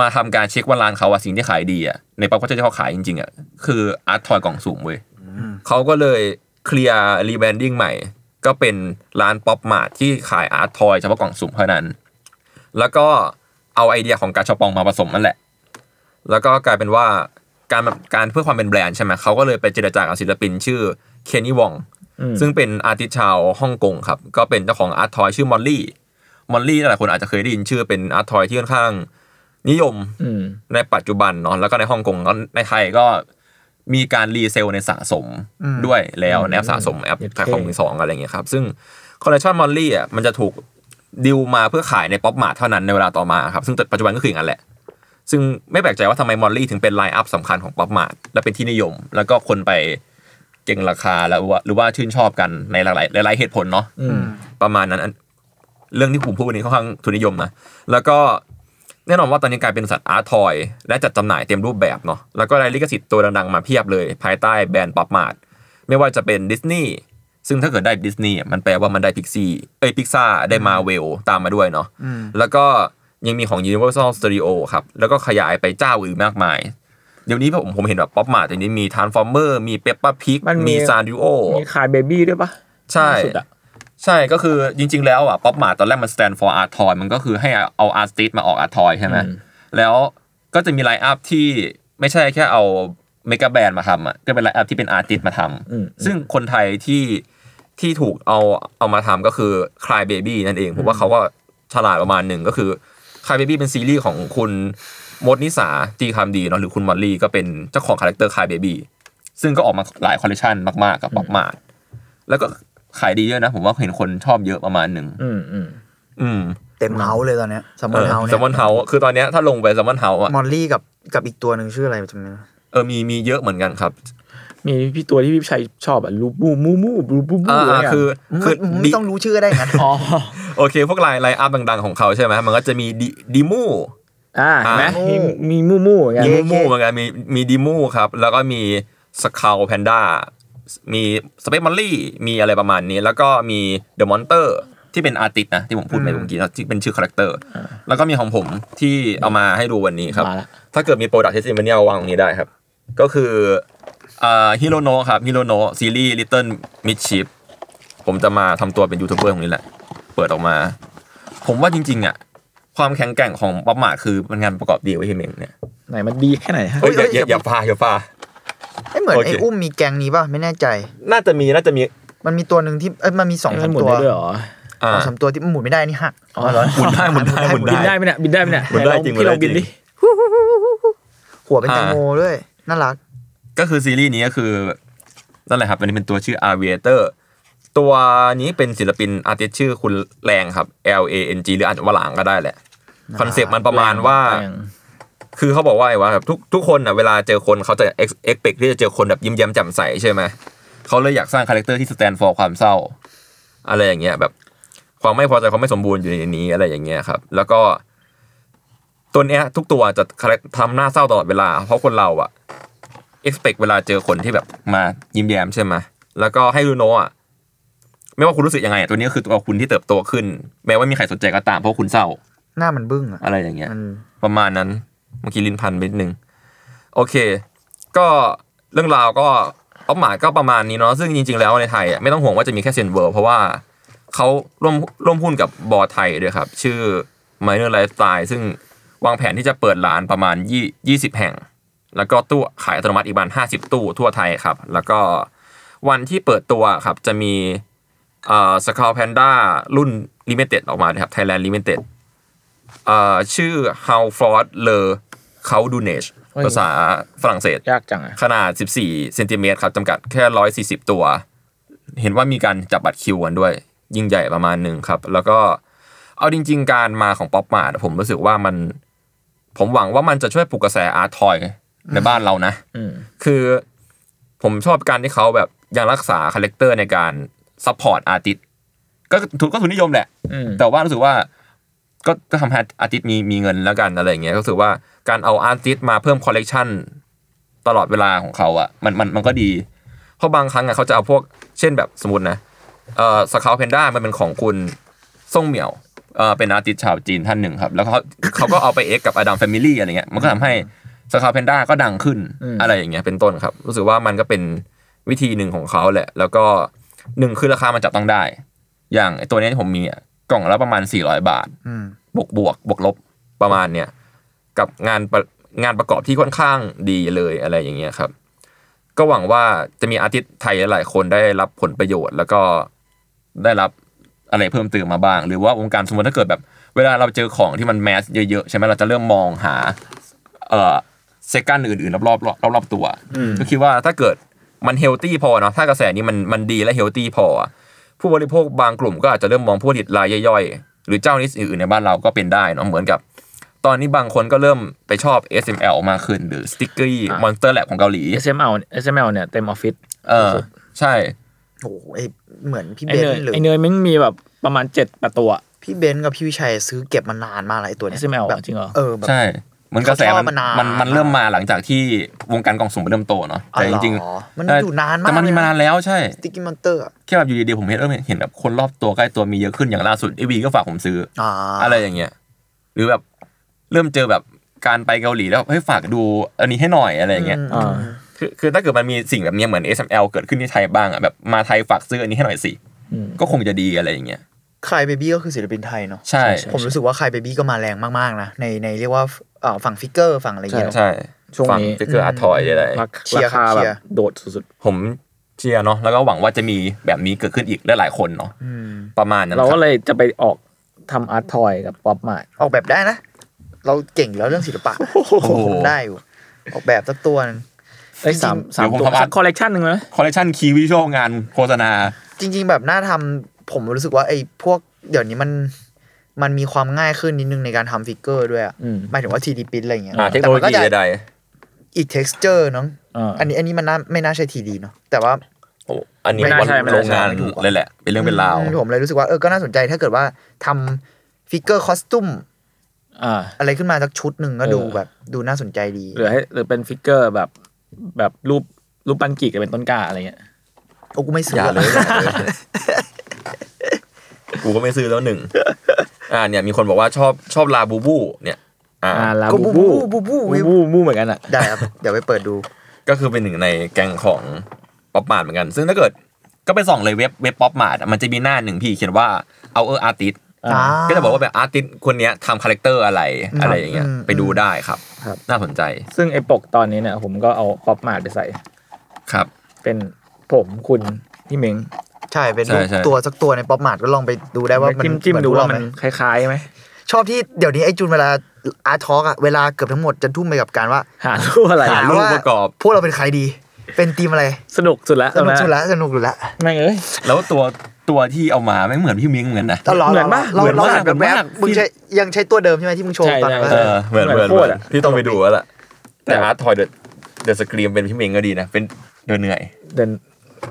Speaker 3: มาทำการเช็คว่าร้านเขาอะสิ่งที่ขายดีอะในป๊อปก็จะที่เขาขายจริงๆอะคืออาร์ตทอยกล่องสุ่มเว้ยเขาก็เลยเคลียร์รีแบรนดิ้งใหม่ ก็เป็นร้านป๊อปมาร์ทที่ขายอาร์ตทอยเฉพาะกล่องสุ่มเท่านั้น แล้วก็เอาไอเดียของการชอปองมาผสมนั่นแหละ แล้วก็กลายเป็นว่าการการเพื่อความเป็นแบรนด์ใช่ไหมเขาก็เลยไปเจรจากับศิลปินชื่อเคนนี่วองซึ่งเป็นอาร์ติชาวฮ่องกงครับ ก็เป็นเจ้าของอาร์ตทอยชื่อมอลลี่มอลลี่หลายคนอาจจะเคยได้ยินชื่อเป็นอาร์ตทอยที่ค่อนข้างนิยม
Speaker 2: อืม
Speaker 3: ในปัจจุบันเนาะแล้วก็ในฮ่องกงแล้วในไทยก็มีการรีเซลในสะสมด้วยแล้วในแอปสะสมแอป
Speaker 2: โอเค
Speaker 3: ขายของมือสองอะไรอย่างเงี้ยครับซึ่งคอลเลคชันมอลลี่อ่ะมันจะถูกดิวมาเพื่อขายในป๊อปมาร์ทเท่านั้นในเวลาต่อมาครับซึ่งปัจจุบันก็คืออย่างนั้นแหละ ซึ่งไม่แปลกใจว่าทำไมมอลลี่ถึงเป็นไลน์อัพสำคัญของป๊อปมาร์ทและเป็นที่นิยม แล้วก็คนไปเก่งราคาแล้วว่าหรือว่าชื่นชอบกันในหลายๆหลายๆเหตุผลเนาะ
Speaker 2: อืม
Speaker 3: ประมาณนั้นอันเรื่องที่ผมพูดวันนี้ค่อนข้างทุนนิยมนะแล้วก็แน่นอนว่าตอนนี้กลายเป็นสัตว์อาร์ทอย และจัดจำหน่ายเต็มรูปแบบเนาะแล้วก็ได้ลิขสิทธิ์ตัวดังๆมาเพียบเลย ภายใต้แบรนด์ป๊อปมาร์ทไม่ว่าจะเป็นดิสนีย์ ซึ่งถ้าเกิดได้ดิสนีย์อะมันแปลว่ามันได้พิกซี่เอ้ยพิกซ่าได้มาเวลตามมาด้วยเนาะ
Speaker 4: อืม
Speaker 3: แล้วก็ยังมีของ Universal Studio ครับ แล้วก็ขยายไปเจ้าอื่นมากมาย เดี๋ยวนี้ผมผมเห็นแบบป๊อปมาร์ตอย่างนี้มี Transformer มี Peppa Pig
Speaker 2: มันมี
Speaker 3: มี Sanrio
Speaker 2: มีขายเบบี้ด้วยปะ
Speaker 3: ใช่
Speaker 2: ล่าสุดอะ
Speaker 3: ใช่ก็คือจริง ๆ แล้วอ่ะป๊อปมาตอนแรกมัน stand for art toy มันก็คือให้เอา art street มาออก art toy ใช่ไหม
Speaker 2: อืม
Speaker 3: แล้วก็จะมีไลน์อัพที่ไม่ใช่แค่เอาเมกะแบรนด์มาทำอ่ะก็เป็นไลน์อัพที่เป็น art street มาท
Speaker 2: อืม
Speaker 3: ำซึ่งคนไทยที่ที่ถูกเอาเอามาทำก็คือ cry baby นั่นเองผมว่าเขาก็ฉลาดประมาณหนึ่งก็คือ cry baby เป็นซีรีส์ของคุณมดนิสาตีคำดีเนาะหรือคุณมอลลี่ก็เป็นเจ้าของคาแรคเตอร์ cry baby ซึ่งก็ออกมาหลายคอลเลคชันมากๆกับป๊อปมาแล้วก็ขายดีเยอะนะ ผมว่าเห็นคนชอบเยอะประมาณหนึ่ง
Speaker 2: อืมอืม
Speaker 3: อืม
Speaker 4: เต็มเฮาเลยตอนเนี้ยสม
Speaker 3: เอ
Speaker 4: อน
Speaker 3: อ
Speaker 4: เฮาเนี่
Speaker 3: แซ
Speaker 4: ย
Speaker 3: มมอนเฮาคือตอนเนี้ยถ้าลงไปแซมมอนเฮาอ่ะ
Speaker 4: มอลลี่กับกับอีกตัวหนึ่งชื่ออะไรจำไม่ได้
Speaker 3: เออมีมีเยอะเหมือนกันครับ
Speaker 2: มีพี่ตัวที่พี่ชัยชอบอะลูบูมูมูบูบูบู
Speaker 3: อ่า
Speaker 2: อะไรอ
Speaker 3: อ่า
Speaker 2: ย่าง
Speaker 3: คือคือ
Speaker 4: มึง
Speaker 3: ดิ
Speaker 4: ไม่ต้องรู้ชื่อก็ได้งั้น
Speaker 2: อ๋อ
Speaker 3: โอเค พวกไลน์ไลน์อัพดังๆของเขาใช่ไหมมันก็จะมีดิดิมู
Speaker 2: อ่า
Speaker 3: อ่า
Speaker 2: เห็นไหมมีมีมูมูอย่างเงี้
Speaker 3: มี
Speaker 2: ย
Speaker 3: มูมูเหมือนกันมีมีดิมูครับ แล้วก็มีสคา l แพนด้ามีสเปซมอลลี่มีอะไรประมาณนี้ แล้วก็มีเดอะมอนเตอร์ที่เป็นอาร์ติสนะ ที่ผมพูดไปเมื่อกี้นะที่เป็นชื่อคาแรคเตอร์ แล้วก็มีของผมที่เอามาให้ดูวันนี้ครับ
Speaker 2: มาละ
Speaker 3: ถ้าเกิดมีโปรดักต์เทสติมเนียวางตรงนี้ได้ครับ ก็คือฮิโรโนะครับฮิโรโนซีรีส์ลิตเติ้ลมิดชิพผมจะมาทำตัวเป็นยูทูบเบอร์ตรงนี้แหละ เปิดออกมา ผมว่าจริงๆอ่ะความแข็งแกร่งของป๊อปมาคือมันงานประกอบดีไว้ยเฮเมงเนี่ย
Speaker 2: ไหนมันดีแค่ไหนฮะ
Speaker 3: เอ้ยอย่าอย่าอย่าพาอย่าพา
Speaker 4: ไอ้ยเหมือน
Speaker 3: โอเค
Speaker 4: ไอ้อุ้มมีแกงนี้ป่ะไม่แน่ใจ
Speaker 3: น่าจะมีน่าจะมี
Speaker 4: มันมีตัวหนึ่งที่เอ้ยมันมีสอง
Speaker 2: ให้มั
Speaker 4: สา
Speaker 2: น
Speaker 4: ม
Speaker 2: หมุน
Speaker 4: ตัว
Speaker 2: ได้ด้วยเหรอ
Speaker 3: อ่า
Speaker 4: สองสามตัวที่หมุนไม่ได้นี่หัก
Speaker 2: อ๋อ
Speaker 4: เหรอ
Speaker 3: หมุนได้หมุนได้หมุน
Speaker 2: บินได้ไหมเนี่ยบินได้ไหมเนี่ย
Speaker 3: มันได้จริง
Speaker 2: พี่ลอง
Speaker 3: มันได้จริ
Speaker 2: บิ
Speaker 3: ง
Speaker 2: นดิ
Speaker 4: หัวเป็นแตงโมด้วยน่ารัก
Speaker 3: ก็คือซีรีส์นี้ก็คือนั่นแหละครับอันนี้เป็นตัวชื่อ Aviator ตัวนี้เป็นศิลปินอาร์ติสชื่อคุณแรงครับ L A N G หรืออาจจะว่าหลางก็ได้แหละคอนเซปต์มันประมาณว่า
Speaker 2: แรง
Speaker 3: คือเขาบอกว่าไงวะครับทุกทุกคนอ่ะเวลาเจอคนเขาจะเอ็กเ c t ที่จะเจอคนแบบยิ้มแย้มแจ่มใสใช่ไหมเขาเลยอยากสร้างคาแรคเตอร์ที่สแตนฟอร์ความเศร้า อะไรอย่างเงี้ยแบบ ความไม่พอใจความไม่สมบูรณ์อยู่ในนี้อะไรอย่างเงี้ยครับ แล้วก็ตัวเนี้ยทุกตัวจะ character ทำหน้าเศร้าตลอดเวลา เพราะคนเราอ่ะเอ็กเ c t เวลาเจอคนที่แบบมายิ้มแย้มใช่ไหมแล้วก็ให้รูโนะอ่ะไม่ว่าคุณรู้สึกยังไงอะตัวนี้คือตัวคุณที่เติบโตขึ้น แม้ว่ามีใครสนใจก็ตามเพราะคุณเศร้า
Speaker 4: หน้ามันบึ้งอ่ะ
Speaker 3: อะไรอย่างเงี้ย
Speaker 4: มัน
Speaker 3: ประมาณนั้นเมื่อกี้ลิ้นพันไปนิดนึง โอเค ก็เรื่องราวก็เป้าหมายก็ประมาณนี้เนาะซึ่งจริง ๆ แล้วในไทยอ่ะไม่ต้องห่วงว่าจะมีแค่เซนเวิร์เพราะว่าเขาร่วมร่วมหุ้นกับบอไทยด้วยครับ ชื่อ Minor Lifestyle ซึ่งวางแผนที่จะเปิดร้านประมาณยี่20 แห่ง แล้วก็ตู้ขายอัตโนมัติอีกประมาณ50 ตู้ทั่วไทยครับ แล้วก็วันที่เปิดตัวครับจะมีสคาลแพนด้ารุ่นลิมิเต็ดออกมานะครับ Thailand Limited เอ่อชื่อ How Ford Le c a u d u n a g e ภาษาฝรั่งเศส
Speaker 2: ยากจังอะ
Speaker 3: ขนาด 14เซนติเมตรครับจำกัดแค่ 140 ตัว เห็นว่ามีการจับบัตรคิวกันด้วย ยิ่งใหญ่ประมาณหนึ่งครับ แล้วก็เอาจริง ๆ การมาของป๊อปมาผมรู้สึกว่ามัน ผมหวังว่ามันจะช่วยปลุกกระแสอาร์ตทอยในบ้านเรานะ
Speaker 2: อืม
Speaker 3: คือผมชอบการที่เขาแบบยังรักษาคาแรคเตอร์ในการซัพพอร์ตอาร์ติสก็ถูกก็ถูกนิยมแหละ
Speaker 2: อืม
Speaker 3: แต่ว่ารู้สึกว่าก็ก็ทำให้อาร์ติสต์มีมีเงินแล้วกันอะไรอย่างเงี้ยก็รู้สึกว่าการเอาอาร์ติสต์มาเพิ่มคอลเลกชันตลอดเวลาของเขาอะมันมันมันก็ดี เพราะบางครั้งอะเขาจะเอาพวกเช่นแบบสมมตินะเอ่อสคาวเพนด้ามันเป็นของคุณส่งเหมียวเอ่อเป็นอาร์ติสต์ชาวจีนท่านหนึ่งครับ แล้วเขา เขาก็เอาไปเอ็กกับอดัมแฟมิลี่อะไรเงี้ยมันก็ทำให้สคาวเพนด้าก็ดังขึ้นอะไรอย่างเงี้ยเป็นต้นครับ รู้สึกว่ามันก็เป็นวิธีหนึ่งของเขาแหละ แล้วก็หนึ่งคือราคามันจับต้องได้ อย่างไอ้ตัวเนี้ยที่ผมมีอะกล่องละประมาณ 400 บาท
Speaker 4: อืม
Speaker 3: บวกบวกบวกลบประมาณเนี่ยกับงานประงานประกอบที่ค่อนข้างดีเลยอะไรอย่างเงี้ยครับ ก็หวังว่าจะมีอาร์ติสต์ไทยหลายๆคนได้รับผลประโยชน์ แล้วก็ได้รับอะไรเพิ่มเติมมาบ้าง หรือว่าวงการสมมติถ้าเกิดแบบ เวลาเราเจอของที่มันแมสเยอะๆ ใช่ไหมเราจะเริ่มมองหา เอ่อเซกันอื่นๆ รอบๆรอบๆตัวก็คิดว่าถ้าเกิดมันเฮลตี้พอเนาะถ้ากระแสนี้มันมันดีและเฮลตี้พออะ ผู้บริโภคบางกลุ่มก็อาจจะเริ่มมองผู้ผลิตรายย่อยๆ หรือเจ้านิสอื่นๆในบ้านเราก็เป็นได้เนาะเหมือนกับ ตอนนี้บางคนก็เริ่มไปชอบ SML มากขึ้น หรือ Sticky Monster Lab ของเกาหลี
Speaker 2: เอสเอ็มเอลเอสเอ็มเอลเนี่ยเต็มออฟฟิศ
Speaker 3: เออ ใช่
Speaker 4: โอ้โหไอเหมือนพี่
Speaker 2: ไอ
Speaker 4: เบน
Speaker 2: เนย
Speaker 4: ซ์หรือ
Speaker 2: ไอเนยมันมีแบบประมาณเจ็ดแปดตัว
Speaker 4: พี่เบนซ์กับพี่วิชัยซื้อเก็บมานานมากแล้วไอตัวเนี้ย
Speaker 2: SML
Speaker 4: แบบ
Speaker 2: จริงเหรอ
Speaker 4: เออแบบ
Speaker 3: ใช่ เหมันกระแส
Speaker 4: เขาชอบ
Speaker 3: มัน
Speaker 4: มานาน
Speaker 3: มันมันเริ่มมาหลังจากที่วงการกล่องสุ่มมันเริ่มโตเนาะแต่จริง
Speaker 4: อ๋อ
Speaker 3: ๆ
Speaker 4: มัน
Speaker 3: เ
Speaker 4: อยู่นานมาก
Speaker 3: แต่มันมีมานานแล้วใช่
Speaker 4: ติกิมอนเตอร์
Speaker 3: แค่แบบอยู่ดีๆผมเห็นเออเห็นแบบคนรอบตัวใกล้ตัวมีเยอะขึ้นอย่างล่าสุดไอวีก็ฝากผมซื้อ
Speaker 4: อ่า
Speaker 3: ออะไรอย่างเงี้ย หรือแบบเริ่มเจอแบบการไปเกาหลีแล้วเฮ้ยฝากดูอันนี้ให้หน่อยอะไรอย่างเงี้ย
Speaker 2: อ่า
Speaker 3: คือคือถ้าเกิดมันมีสิ่งแบบเนี้ยเหมือน SML เกิดขึ้นที่ไทยบ้างอ่ะแบบมาไทยฝากซื้ออันนี้ให้หน่อยสิ
Speaker 2: อืม
Speaker 3: ก็คงจะดีอะไรอย่างเงี้ย
Speaker 4: ใครเบบี้ก็คือศิลปินไทยเนาะ
Speaker 3: ใช่
Speaker 4: ผมรู้สึกว่าใครเบบี้ก็มาแรงมากๆนะในในเรียกว่าเอ่อฝั่งฟิกเกอร์ฝั่งอะไรอย่างเงี้ยเนอะ
Speaker 3: ใช่
Speaker 2: ช่วงนี้
Speaker 3: ฝั่ติ๊กเกอร์อาร์ทอยอะไร
Speaker 2: ราคา
Speaker 4: เชียร์
Speaker 2: ราคา
Speaker 4: ครับ
Speaker 2: แบ
Speaker 4: เชียร์
Speaker 2: บโดดสุด
Speaker 3: ผมเชียร์เนาะแล้วก็หวังว่าจะมีแบบนี้เกิดขึ้นอีกหลายๆคนเนาะ
Speaker 4: อืม
Speaker 3: ประมาณนั้
Speaker 2: ๆ
Speaker 3: น
Speaker 2: เรา
Speaker 3: ค
Speaker 2: ก็
Speaker 3: รับ
Speaker 2: เลยจะไปออกทำอาร์ตทอยกับป๊อปมาด
Speaker 4: ออกแบบได้นะ เราเก่งอยู่แล้วเรื่องศิลปะผมได้อยู่ ออกแบบสักตัวหนึ่ง
Speaker 2: ไอ้ยสามสามตัวสักคอลเลกชันหนึ่งไหม
Speaker 3: คอลเลคชันคีวิชวลงานโฆษณา
Speaker 4: จริง ๆ แบบน่าทำผมรู้สึกว่าไอ้พวกเดี๋ยวนี้มันมันมีความง่ายขึ้นนิดนึงในการทำฟิกเกอร์ด้วยอะ
Speaker 2: อืม
Speaker 4: หมายถึงว่า 3D พิมพ์อะไรอย่างเงี้ย
Speaker 3: อ่าเทค
Speaker 4: แต่
Speaker 3: โนโล
Speaker 4: มันก็
Speaker 3: ยี
Speaker 4: จะ
Speaker 3: ใด
Speaker 4: อีก texture เนาะ
Speaker 2: อ่า
Speaker 4: อันนี้อันนี้มันน่าไม่น่าใช่ 3D เนาะแต่ว่า
Speaker 3: ๆโอ้อันนี้
Speaker 2: ไม่น่า
Speaker 3: วัน
Speaker 2: ใช่ไม่น่าใช่
Speaker 3: โรงงานเลยแหละ เป็นเรื่องเป็นราว
Speaker 4: อืมผมเลยรู้สึกว่าเออก็น่าสนใจถ้าเกิดว่าทำฟิกเกอร์คอสตูม
Speaker 2: อ่า
Speaker 4: อะไรขึ้นมาสักชุดหนึ่งก็
Speaker 2: เออ
Speaker 4: ดูแบบดูน่าสนใจดี
Speaker 2: หรือให้หรือเป็นฟิกเกอร์แบบแบบรูปรูปปันกิกับเป็นต้นกล้าอะไรเงี้ย
Speaker 4: โอ้กูไม่ซื้อย่
Speaker 3: อา
Speaker 4: อ
Speaker 3: เลยอย่าเลยกูก็ไม่ซื้อแล้วหนึ่ง อ่าเนี่ยมีคนบอกว่าชอบชอบลาบูบู เนี่ย อ่า
Speaker 2: อ่าลา
Speaker 4: ก็
Speaker 2: บู
Speaker 4: บู
Speaker 2: บู
Speaker 4: บูบูบู
Speaker 2: บูบูบูเหมือนกันอ่ะ
Speaker 4: ได้ครับเดี๋ยวไปเปิดดู
Speaker 3: ก็คือเป็นหนึ่งในแก๊งของป๊อปมาดเหมือนกัน ซึ่งถ้าเกิดก็ไปส่องเลยเว็บเว็บป๊อปมาดมันจะมีหน้าหนึ่งพี่เขียนว่าเอาเอออาร์ติส
Speaker 2: อ่า
Speaker 3: ก็จะบอกว่าแบบอาร์ติสคนเนี้ยทำคาแรคเตอร์อะไรอะไรอย่างเงี้ย
Speaker 4: อืม
Speaker 3: ไปดูได้ครับ
Speaker 2: ครับ
Speaker 3: น่าสนใจ
Speaker 2: ซึ่งไอ้ปกตอนนี้เนี่ยผมก็เอาป๊อปมาดไปใส่
Speaker 3: ครับ
Speaker 2: เป็นผมคุณพี่เม้ง
Speaker 4: ใช่เป็น
Speaker 3: ใช่ใช่
Speaker 4: ตัวสักตัวในป๊อปมาร์ทก็ลองไปดูได้ว่ามัน
Speaker 2: จิ้มจิ้ม
Speaker 4: เหอน
Speaker 2: ดู
Speaker 4: พก
Speaker 2: ว่า
Speaker 4: เร
Speaker 2: มัน
Speaker 4: ไห
Speaker 2: คล้ายๆไหม
Speaker 4: ชอบที่เดี๋ยวนี้ไอ้จูนเวลาอาร์ทอกอะเวลาเกือบทั้งหมดจะทุ่มไปกับการว่า
Speaker 2: หารูปอะไร
Speaker 3: หารูป
Speaker 4: ว่า
Speaker 3: ประกอบ
Speaker 4: พวกเราเป็นใครดี เป็นทีมอะไร
Speaker 2: สนุกสุดแล้ว
Speaker 4: สนุกสุด
Speaker 2: แล้ว
Speaker 4: ละสนุกสุดละ
Speaker 2: ไม่งเอ้ย
Speaker 3: แล้วตัวตัวที่เอามาไม่เหมือนพี่มิ้งเหมือนกันนะ
Speaker 4: เรา
Speaker 2: เหมือนปะ
Speaker 4: เรา
Speaker 2: เหมือน
Speaker 4: เรา
Speaker 2: มาก
Speaker 4: อ่านแบบ
Speaker 2: เหมื
Speaker 4: แบ
Speaker 2: อน
Speaker 4: บ
Speaker 2: มาก
Speaker 4: มึงใช้ยังใช้ตัวเดิมใช่ไหมที่มึงโชว์
Speaker 2: ใช่
Speaker 4: ตอนนั้น
Speaker 2: ใช่
Speaker 4: ปะ
Speaker 3: เออเหมือนเหมือน
Speaker 2: โค
Speaker 3: เห
Speaker 2: ต
Speaker 3: มือ
Speaker 2: ร
Speaker 3: น
Speaker 2: อะ
Speaker 3: พี่ต้องไปดูแล้วล่ะ แต่
Speaker 2: แต่
Speaker 3: อาร์ตทอยเดอะเดอะสกรีมเป็นพี่เมงก็ดีนะ เป็นเดินเหนื่อย
Speaker 2: เดิน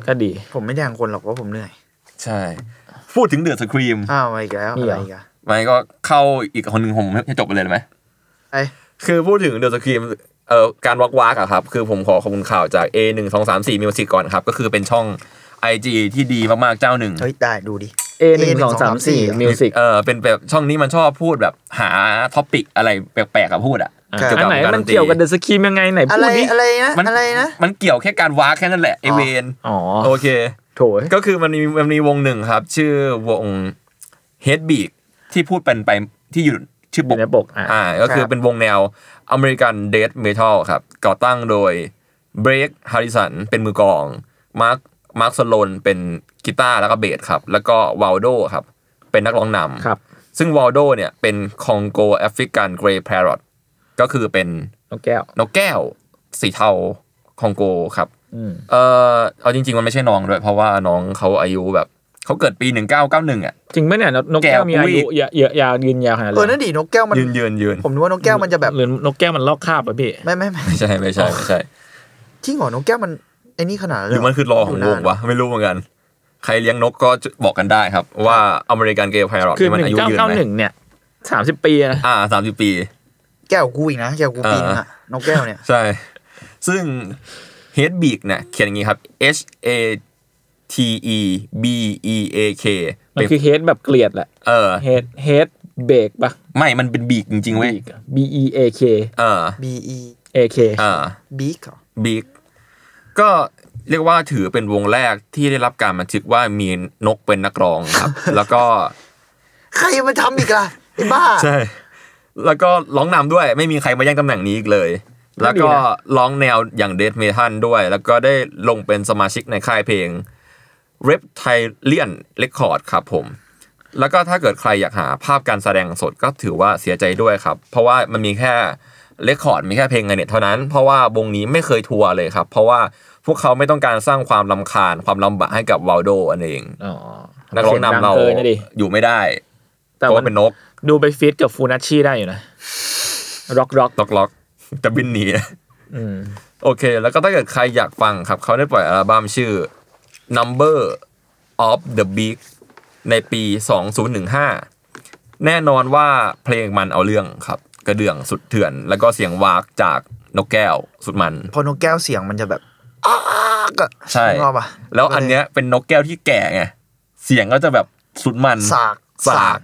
Speaker 2: ก็ดี
Speaker 4: ผมไม่แดงคนหรอกว่าผมเหนื่อย
Speaker 3: ใช่ พูดถึงเดอะสกรีม
Speaker 4: อ้าวมาอีกแล้ว
Speaker 2: นี่
Speaker 4: อะ
Speaker 2: เหรอ
Speaker 4: ไร
Speaker 2: อ
Speaker 4: อีกอะ
Speaker 3: ไม่ก็เข้าอีกคนหนึ่งผมจะจบไปเลยไหม
Speaker 4: ไอ้
Speaker 3: คือพูดถึงเดอะสกรีมเอ่อการวักวักอะครับ คือผมขอขอบคุณข่าวจาก A 1 2 3 4 Music ก่อนครับ ก็คือเป็นช่อง IG ที่ดีมากๆเจ้าหนึ่ง
Speaker 4: เฮ้ยได้ดูดิ
Speaker 2: เอหนึ่งสองสามสี่มิวสิก
Speaker 3: เออเป็นแบบช่องนี้มันชอบพูดแบบหาท็อปิกอะไรแปลกๆกับพูดอะ
Speaker 4: ครับ
Speaker 3: เกี่ยว
Speaker 2: อัน
Speaker 3: กับ
Speaker 2: ไหนมั
Speaker 3: การด
Speaker 2: น
Speaker 3: นตรี
Speaker 2: เกี่ยวกับเดอะสกีมยังไงไหน
Speaker 4: อะ
Speaker 2: พู
Speaker 4: ไร
Speaker 2: ดดิ
Speaker 4: อะไรนะ
Speaker 3: มัน
Speaker 4: อะไรนะ
Speaker 3: มันเกี่ยวแค่การวักแค่นั้นแหละไอเวน
Speaker 2: อ๋อ
Speaker 3: โอเค
Speaker 2: โถย
Speaker 3: ก็คือมันมีมันมีวงหนึ่งครับ ชื่อวง Headbeat ที่พูดเป็นไปที่อยู่ชื่อ
Speaker 2: อ
Speaker 3: ป
Speaker 2: ยู่
Speaker 3: ก
Speaker 2: ในปกอ่ะ
Speaker 3: อ่าก็คือ
Speaker 4: ครับ
Speaker 3: เป็นวงแนวอเมริกันเดทเมทัลครับ ก่อตั้งโดย Break Harrison เป็นมือกลอง Mark Mark s o l o n เป็นกีตาร์แล้วก็เบสครับ แล้วก็ Waldo ครับ เป็นนักร้องนำ
Speaker 2: ครับ
Speaker 3: ซึ่ง Waldo เนี่ยเป็น Congo African Grey Parrot ก็คือเป็น
Speaker 2: นกแก้วน
Speaker 3: กแก้วสีเทาคองโกครับ
Speaker 2: อืม
Speaker 3: เออเอาจริง ๆ มันไม่ใช่น้องด้วย เพราะว่าน้องเขาอายุแบบเขาเกิดปี 1991 อ่ะ
Speaker 2: จริงไหมเนี่ยนกนกแก้ว
Speaker 3: แก้ว
Speaker 2: มีอา
Speaker 3: อุ้
Speaker 2: ยุ
Speaker 3: ย
Speaker 2: เยอะเยอะยาวยืนยาวขนาด
Speaker 4: เออนั่
Speaker 2: นั้น
Speaker 4: นดินกแก้วมัน
Speaker 3: ยืนยืนยืน
Speaker 4: ผมนึกว่านกแก้วมันจะแบบ
Speaker 2: หรือนกแก้วมันลอกคราบอ่ะพี่
Speaker 4: ไม่ไม่ไม่
Speaker 3: ไม่ใช่ไม่ใช่ไม่ใช่
Speaker 4: จริงเหรอนกแก้วมันไอ้นี่ขนาดนั้น
Speaker 3: หรือมันคือรอของวงวะ ไม่รู้เหมือนกัน ใครเลี้ยงนกก็บอกกันได้ครับ ว่าอเมริกันเกย์ไพร์
Speaker 2: คือ
Speaker 3: นี่มัน
Speaker 2: หนึ่
Speaker 3: อาง ยุ
Speaker 2: เก้า
Speaker 3: ยืน
Speaker 2: เก้า
Speaker 3: ไหม
Speaker 2: หนึ่งเนี่ยสามสิบปีนะ
Speaker 3: อ่าสามสิบปี
Speaker 4: แก้วกูอีกนะแก้วกูปีนึงอะนกแก้วเนี่ย
Speaker 3: ใช่ ซึ่งเฮดบีกเนี่ยเขียนอย่างนี้ครับ H A T E B E A K
Speaker 2: มัน
Speaker 3: เป็น
Speaker 2: คือเฮดแบบเกลียดแหละ
Speaker 3: เออ
Speaker 2: เฮดเฮดเบรกปะ
Speaker 3: ไม่มันเป็นบีกจริงๆเว้ย
Speaker 2: B E A K
Speaker 3: เออ
Speaker 4: B E
Speaker 2: A K
Speaker 3: เออ
Speaker 4: B เหรอ
Speaker 3: บิ๊กก็เรียกว่าถือเป็นวงแรกที่ได้รับการบันทึกว่ามีนกเป็นนักร้องครับ แล้วก็
Speaker 4: ใครมาทำอีกล่ะไอ้บ้า
Speaker 3: ใช่ แล้วก็ร้องนำด้วย ไม่มีใครมาแย่งตำแหน่งนี้อีกเลย แล้ว
Speaker 2: ก็
Speaker 3: ก็
Speaker 2: ดีนะ
Speaker 3: ร้องแนวอย่างเดทเมทัลด้วย แล้วก็ได้ลงเป็นสมาชิกในค่ายเพลง r e p t i l i a n Record ครับผม แล้วก็ถ้าเกิดใครอยากหาภาพการแสดงสดก็ถือว่าเสียใจด้วยครับ เพราะว่ามันมีแค่เรคคอร์ดมีแค่เพลงในเน็ตเท่านั้น เพราะว่าวงนี้ไม่เคยทัวร์เลยครับ เพราะว่าพวกเขาไม่ต้องการสร้างความลำคาญความลำบากให้กับวาลโดอันเอง
Speaker 2: อ๋อ
Speaker 3: นักร้องนำเรา
Speaker 2: สียงดักินนะดิ
Speaker 3: อยู่ไม่ได้เพ
Speaker 2: แต่
Speaker 3: ราะ
Speaker 2: ว่า
Speaker 3: ว่าเป็นนก
Speaker 2: ดูไปฟีดกับฟูนัชชีได้อยู่นะร็อกร็อก
Speaker 3: ล็อกล็ อกๆจะบินหนี
Speaker 2: อืม
Speaker 3: โอเค แล้วก็ถ้าเกิดใครอยากฟังครับ เขาได้ปล่อยอัลบั้มชื่อ Number of the Big ในปี 2015 แน่นอนว่าเพลงมันเอาเรื่องครับ กระเดื่องสุดเถื่อน แล้วก็เสียงวากจากนกแก้วสุดมัน
Speaker 4: พอนกแก้วเสียงมันจะแบบอ้ากอะ
Speaker 3: ใช่
Speaker 4: รอบอะ
Speaker 3: แล้วอันเนี้ยเป็นนกแก้วที่แก่ไงเสียงก็จะแบบสุดมัน
Speaker 4: สาก
Speaker 3: สาก